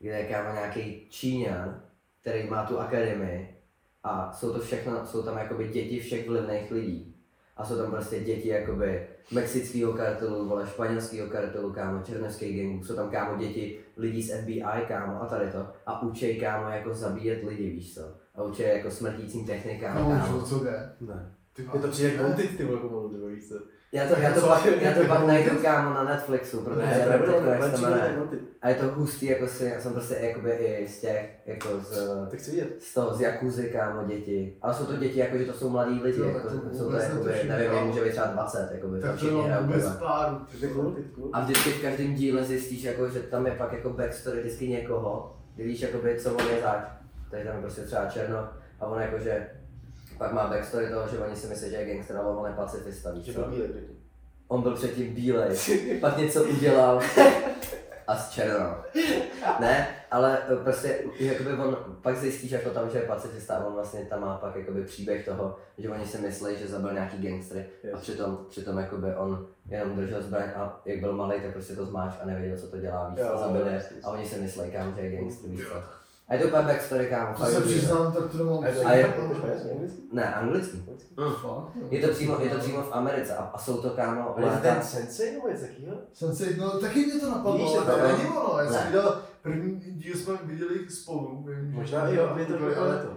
Speaker 3: kde je kámo nějaký Číňan, který má tu akademii a jsou to všechno, jsou tam jakoby děti všech vlivných lidí. A jsou tam prostě děti jakoby mexického kartelu, vole, španělského kartelu, kámo, černovských gangů, jsou tam kámo děti lidí z FBI, kámo, a tady to. A učej, kámo, jako zabíjet lidi, víš co. A a určitě jako smrtícím technikám.
Speaker 5: Kámo,
Speaker 3: kámo.
Speaker 5: co jde?
Speaker 2: Ne.
Speaker 5: Ty vole,
Speaker 2: Je to přijde
Speaker 5: ne?
Speaker 2: jako ty, ty vole, pomalu, nebo víš co?
Speaker 3: Já to, já to,
Speaker 2: Co?
Speaker 3: pak, já
Speaker 5: jako
Speaker 3: to pak najdu kámo na Netflixu, protože
Speaker 2: Ne,
Speaker 3: já nevím,
Speaker 2: pravda,
Speaker 3: jak se to jmenuje.
Speaker 2: ne,
Speaker 3: A je to hustý, jako si, já jsem prostě jakoby i z těch, jako z,
Speaker 2: Tak chci vidět.
Speaker 3: z toho, z Jakuzy, kámo, děti. Ale jsou to děti, jako že to jsou mladí lidi,
Speaker 5: Jo,
Speaker 3: jako,
Speaker 5: to
Speaker 3: jsou to,
Speaker 5: vůbec
Speaker 3: jakoby,
Speaker 5: netuším,
Speaker 3: nevím, jim
Speaker 5: kámo.
Speaker 3: může být třeba 20, jakoby, to
Speaker 5: Tak to
Speaker 3: všichni
Speaker 5: bylo
Speaker 3: hrajou
Speaker 5: bez
Speaker 3: takhle.
Speaker 5: páru.
Speaker 2: Ty
Speaker 5: ty
Speaker 2: cool,
Speaker 5: vole.
Speaker 2: ty cool.
Speaker 3: A vždycky v každém díle zjistíš, jako, že tam je pak jako backstory vždycky někoho, kdy víš, jakoby, co on je zač. Takže tam je prostě třeba černo a on jakože pak má backstory toho, že oni si myslí, že je gangster, ale on je pacifista, víš
Speaker 2: Že
Speaker 3: co?
Speaker 2: to bílej, řekni.
Speaker 3: On byl předtím bílej, pak něco udělal a zčernal. Ne, ale eh, prostě jakoby on pak zjistíš jako tam, že je pacifista a on vlastně tam má pak jakoby příběh toho, že oni si myslí, že zabil nějaký gangstry a
Speaker 2: Yes.
Speaker 3: přitom, přitom jakoby on jenom držel zbraň a jak byl malý, tak prostě to zmáš a nevěděl, co to dělá, víš,
Speaker 2: Jo,
Speaker 3: a zabil je
Speaker 2: jasně,
Speaker 3: a oni si myslí, kámo, že je gangster, víš
Speaker 5: Jo.
Speaker 3: co. A je to úplně backstory, kámo,
Speaker 5: To
Speaker 3: fakt
Speaker 5: se
Speaker 3: dobrý, jo.
Speaker 5: přiznám, tak to nemám.
Speaker 2: A je to-
Speaker 3: A je-
Speaker 2: to španělsky, anglicky?
Speaker 3: Ne, anglicky.
Speaker 5: Fakt,
Speaker 2: Hm.
Speaker 5: jo.
Speaker 3: Je to přímo, je to přímo v Americe a, a jsou to, kámo,
Speaker 2: Ale je to
Speaker 3: léta-
Speaker 2: ten sensei nebo něco takového?
Speaker 5: Jsem si, no taky mě to
Speaker 2: Víš,
Speaker 5: napadlo,
Speaker 2: že
Speaker 5: ale
Speaker 2: to
Speaker 5: to
Speaker 2: ne?
Speaker 5: není ono. Já
Speaker 3: Ne.
Speaker 5: jsem viděl, první díl jsme viděli spolu. vím, že- Jako-
Speaker 2: Možná jo, je to
Speaker 5: ale-
Speaker 2: ale to.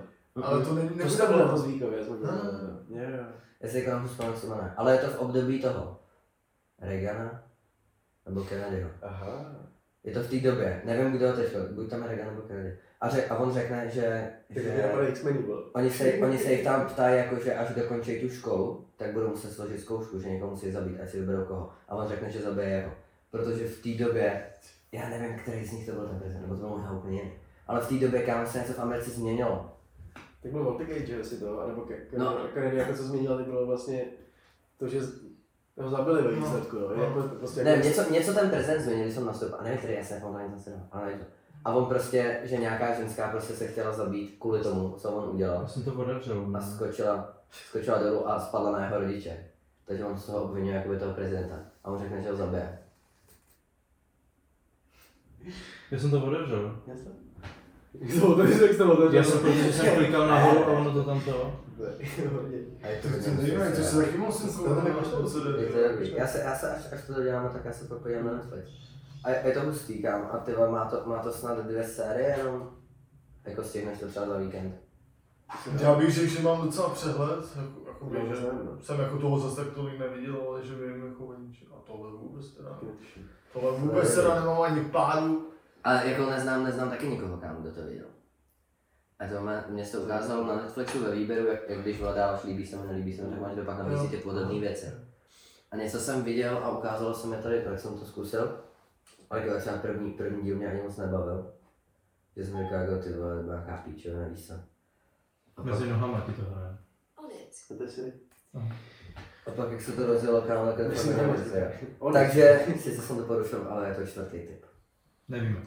Speaker 5: Ale to není,
Speaker 2: To
Speaker 5: nebude
Speaker 2: se bylo
Speaker 5: ono.
Speaker 2: pozvíkově, jsme
Speaker 5: No,
Speaker 2: dělali.
Speaker 5: no,
Speaker 2: Jo, jo.
Speaker 3: Jestli kam už se jmenuje. Ale je to v období toho. Reagana nebo Kennedyho.
Speaker 2: Aha.
Speaker 3: Je to v té době, nevím kdo teď, buď tam je Reagan nebo Kennedy. A, řek, a on řekne, že,
Speaker 2: Tak to
Speaker 3: že
Speaker 2: je X-Menu bylo.
Speaker 3: oni, se, oni se jich tam ptají, jako, že až dokončí tu školu, tak budou muset složit zkoušku, že někoho musí zabít, ať si vyberou koho. A on řekne, že zabije jeho. Protože v té době, já nevím, který z nich to byl ten prezident, nebo to byl možná úplně jiný. Ale v té době, kámo, se něco v Americe změnilo.
Speaker 2: Tak byl Watergate, že asi to, anebo ke-
Speaker 3: No.
Speaker 2: ke- Kennedy, jako co zmínil, tak bylo vlastně to, že z- ho zabili ve
Speaker 5: No.
Speaker 2: výsledku, jo.
Speaker 5: No.
Speaker 2: Jako, prostě
Speaker 3: Ne,
Speaker 2: jako,
Speaker 3: něco, něco ten prezident změnil, když jsem nastoupil, a nevím, který jasně, jak on to ani zase dal, ale nevím to. A on prostě, že nějaká ženská prostě se chtěla zabít kvůli tomu, co on udělal.
Speaker 1: Já jsem to podevřel.
Speaker 3: A skočila, skočila dolů a spadla na jeho rodiče. Takže on z toho obvinil jakoby toho prezidenta. A on řekne, že ho zabije.
Speaker 1: Já jsem to podevřel.
Speaker 2: Jasně. Jak to otevřeš, jak jsi to otevřel?
Speaker 1: Já jsem, protože jsem klikal nahoru a ono to tam to.
Speaker 3: A je
Speaker 5: To je to zajímavé, to se taky moc
Speaker 2: To tam jako-
Speaker 5: nekoukal.
Speaker 3: Je to dobrý. Já se, já se až, až to doděláme, tak já se pak podívám na Netflix. A je, je to hustý, kam. A ty vole, má to, má to snad dvě série, jenom jako stihneš to třeba za víkend.
Speaker 5: Já bych řekl, že mám docela přehled, jako, jako
Speaker 2: Já to
Speaker 5: že
Speaker 2: znám, no.
Speaker 5: jsem jako toho zase tak tolik neviděl, ale že vím jako o ničem. A tohle vůbec teda.
Speaker 2: Taky
Speaker 5: Tohle vůbec teda nemám ani pádu.
Speaker 3: Ale jako neznám, neznám taky nikoho, kam kdo to viděl. A to mě, mě se to ukázalo na Netflixu ve výběru, jak, jak když dáváš líbí se mi, nelíbí se mi, tak máš dopak na
Speaker 5: Jo.
Speaker 3: ty podobné věci. A něco jsem viděl a ukázalo se mi tady, tak jsem to zkusil. A jako třeba první, první díl mě ani moc nebavil. Že jsem říkal, jako ty vole, to byla nějaká píčovina, víš co. A pak,
Speaker 1: Mezi nohama ti to hraje.
Speaker 8: On it.
Speaker 2: To je si-
Speaker 3: a pak jak se to rozjelo, kámo, tak to
Speaker 2: Myslím, že
Speaker 3: bylo
Speaker 2: nemyslím. On-
Speaker 3: Takže sice jsem to porušil, ale je to čtvrtý typ.
Speaker 1: Nevíme.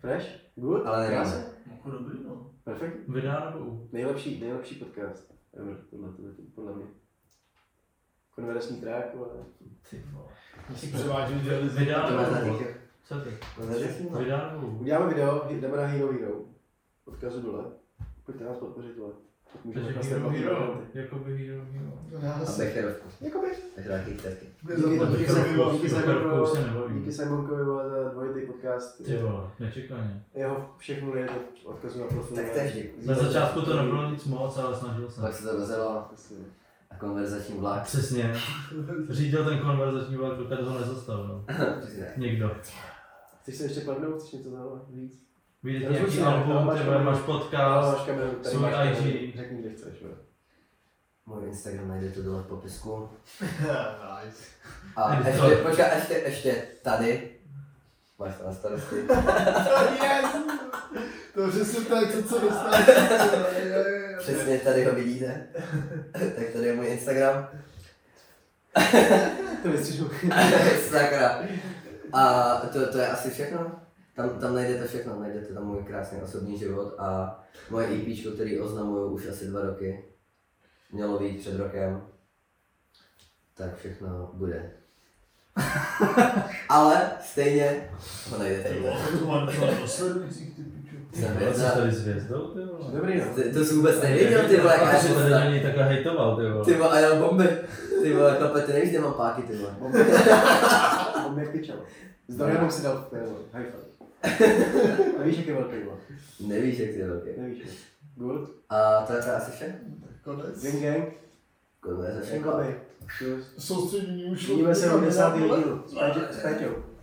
Speaker 2: Fresh? Good?
Speaker 3: Ale nevím.
Speaker 2: Krásně?
Speaker 5: Jako dobrý no.
Speaker 2: Perfektní.
Speaker 1: Vydá nebo U?
Speaker 2: Nejlepší, nejlepší podcast ever, tohle, tohle, podle mě. Konverzní trák, ale...
Speaker 1: Ty vole.
Speaker 5: Převážím dělali z
Speaker 1: Vydá
Speaker 3: To máš na
Speaker 1: nebo U?
Speaker 3: těch,
Speaker 1: Co ty?
Speaker 3: to máš na těch, no.
Speaker 1: Vydá nebo U?
Speaker 2: Uděláme video, jdeme na Hero Hero. Odkazu dole. Pojďte nás podpořit, vole. Tak Můžeme
Speaker 1: Takže
Speaker 2: vlastně
Speaker 1: hero,
Speaker 2: podpořit
Speaker 1: hero.
Speaker 2: talenty.
Speaker 1: Jakoby hero, hero.
Speaker 5: Já
Speaker 3: A
Speaker 5: se
Speaker 3: becherovku.
Speaker 2: Jakoby.
Speaker 3: Takže taky čtvrtý.
Speaker 2: Díky, díky, Simonkovi,
Speaker 5: zaplatím, že bývám.
Speaker 1: Za
Speaker 2: díky, Simonkovi,
Speaker 1: Karpou se nebavím.
Speaker 2: díky Simonkovi vole, za dvojitý podcast.
Speaker 1: Ty vole, nečekaně.
Speaker 2: Jeho všechno je to odkazu na profilu.
Speaker 3: Tak to je vždy.
Speaker 1: Na začátku to nebylo nic moc, ale snažil jsem.
Speaker 3: Pak se to rozjelo a konverzační
Speaker 1: A
Speaker 3: vlak.
Speaker 1: přesně. Řídil ten konverzační vlak, dokud ho nezastavil.
Speaker 3: Přesně.
Speaker 1: no. Někdo.
Speaker 2: Chceš se ještě padnout? Chceš něco zahle? Víc?
Speaker 1: Vidět
Speaker 2: Já
Speaker 1: nějaký
Speaker 2: rozumím, tam
Speaker 1: album,
Speaker 2: máš
Speaker 1: tebe
Speaker 2: kameru.
Speaker 1: máš podcast.
Speaker 2: máš kameru, tady
Speaker 1: svůj
Speaker 2: máš kameru.
Speaker 1: IG.
Speaker 2: Řekni, kde chceš, vole.
Speaker 3: Můj Instagram najdete dole v popisku.
Speaker 5: Nice.
Speaker 3: A
Speaker 1: Jdete
Speaker 3: ještě,
Speaker 1: dole.
Speaker 3: počkej, ještě, ještě tady. Máš to na starosti.
Speaker 5: Yes! To přesně tak, co co dostáš.
Speaker 3: Přesně tady ho vidíte. tak tady je můj Instagram.
Speaker 2: To vystřižu.
Speaker 3: Sakra. A to, to je asi všechno. Tam, tam najdete všechno, najdete tam můj krásný osobní život a moje EP, který oznamuju už asi dva roky. Mělo být před rokem. Tak všechno bude. Ale stejně ho najdete.
Speaker 5: Ty vole, to mám docela dosledujících ty piču.
Speaker 3: Jsem
Speaker 1: Ale jsi
Speaker 3: hvězda.
Speaker 1: tady s hvězdou, ty vole.
Speaker 2: Dobrý, no.
Speaker 3: Ty, to jsi vůbec nevěděl, ty vole, jaká
Speaker 1: Ale
Speaker 3: je
Speaker 1: jsi tady
Speaker 3: podsta.
Speaker 1: na něj takhle hejtoval, ty
Speaker 3: Ty
Speaker 1: vole.
Speaker 3: vole, a já bomby. Ty vole, chlape, ty nevíš, kde mám páky, ty vole.
Speaker 2: On mě pičel. S Dorianou si dal pélo. High five. A víš, jak je velký byl?
Speaker 3: Nevíš, jak ty je velký.
Speaker 2: Nevíš. Good.
Speaker 3: A to je teda asi vše?
Speaker 5: Tak konec.
Speaker 2: Gang gang.
Speaker 3: Konec,
Speaker 2: Šenkovi.
Speaker 3: jako-
Speaker 5: Soustředění už
Speaker 2: Vidíme se
Speaker 5: od
Speaker 2: v 10.
Speaker 5: vole.
Speaker 2: dílu. S Péťou- S Péťou.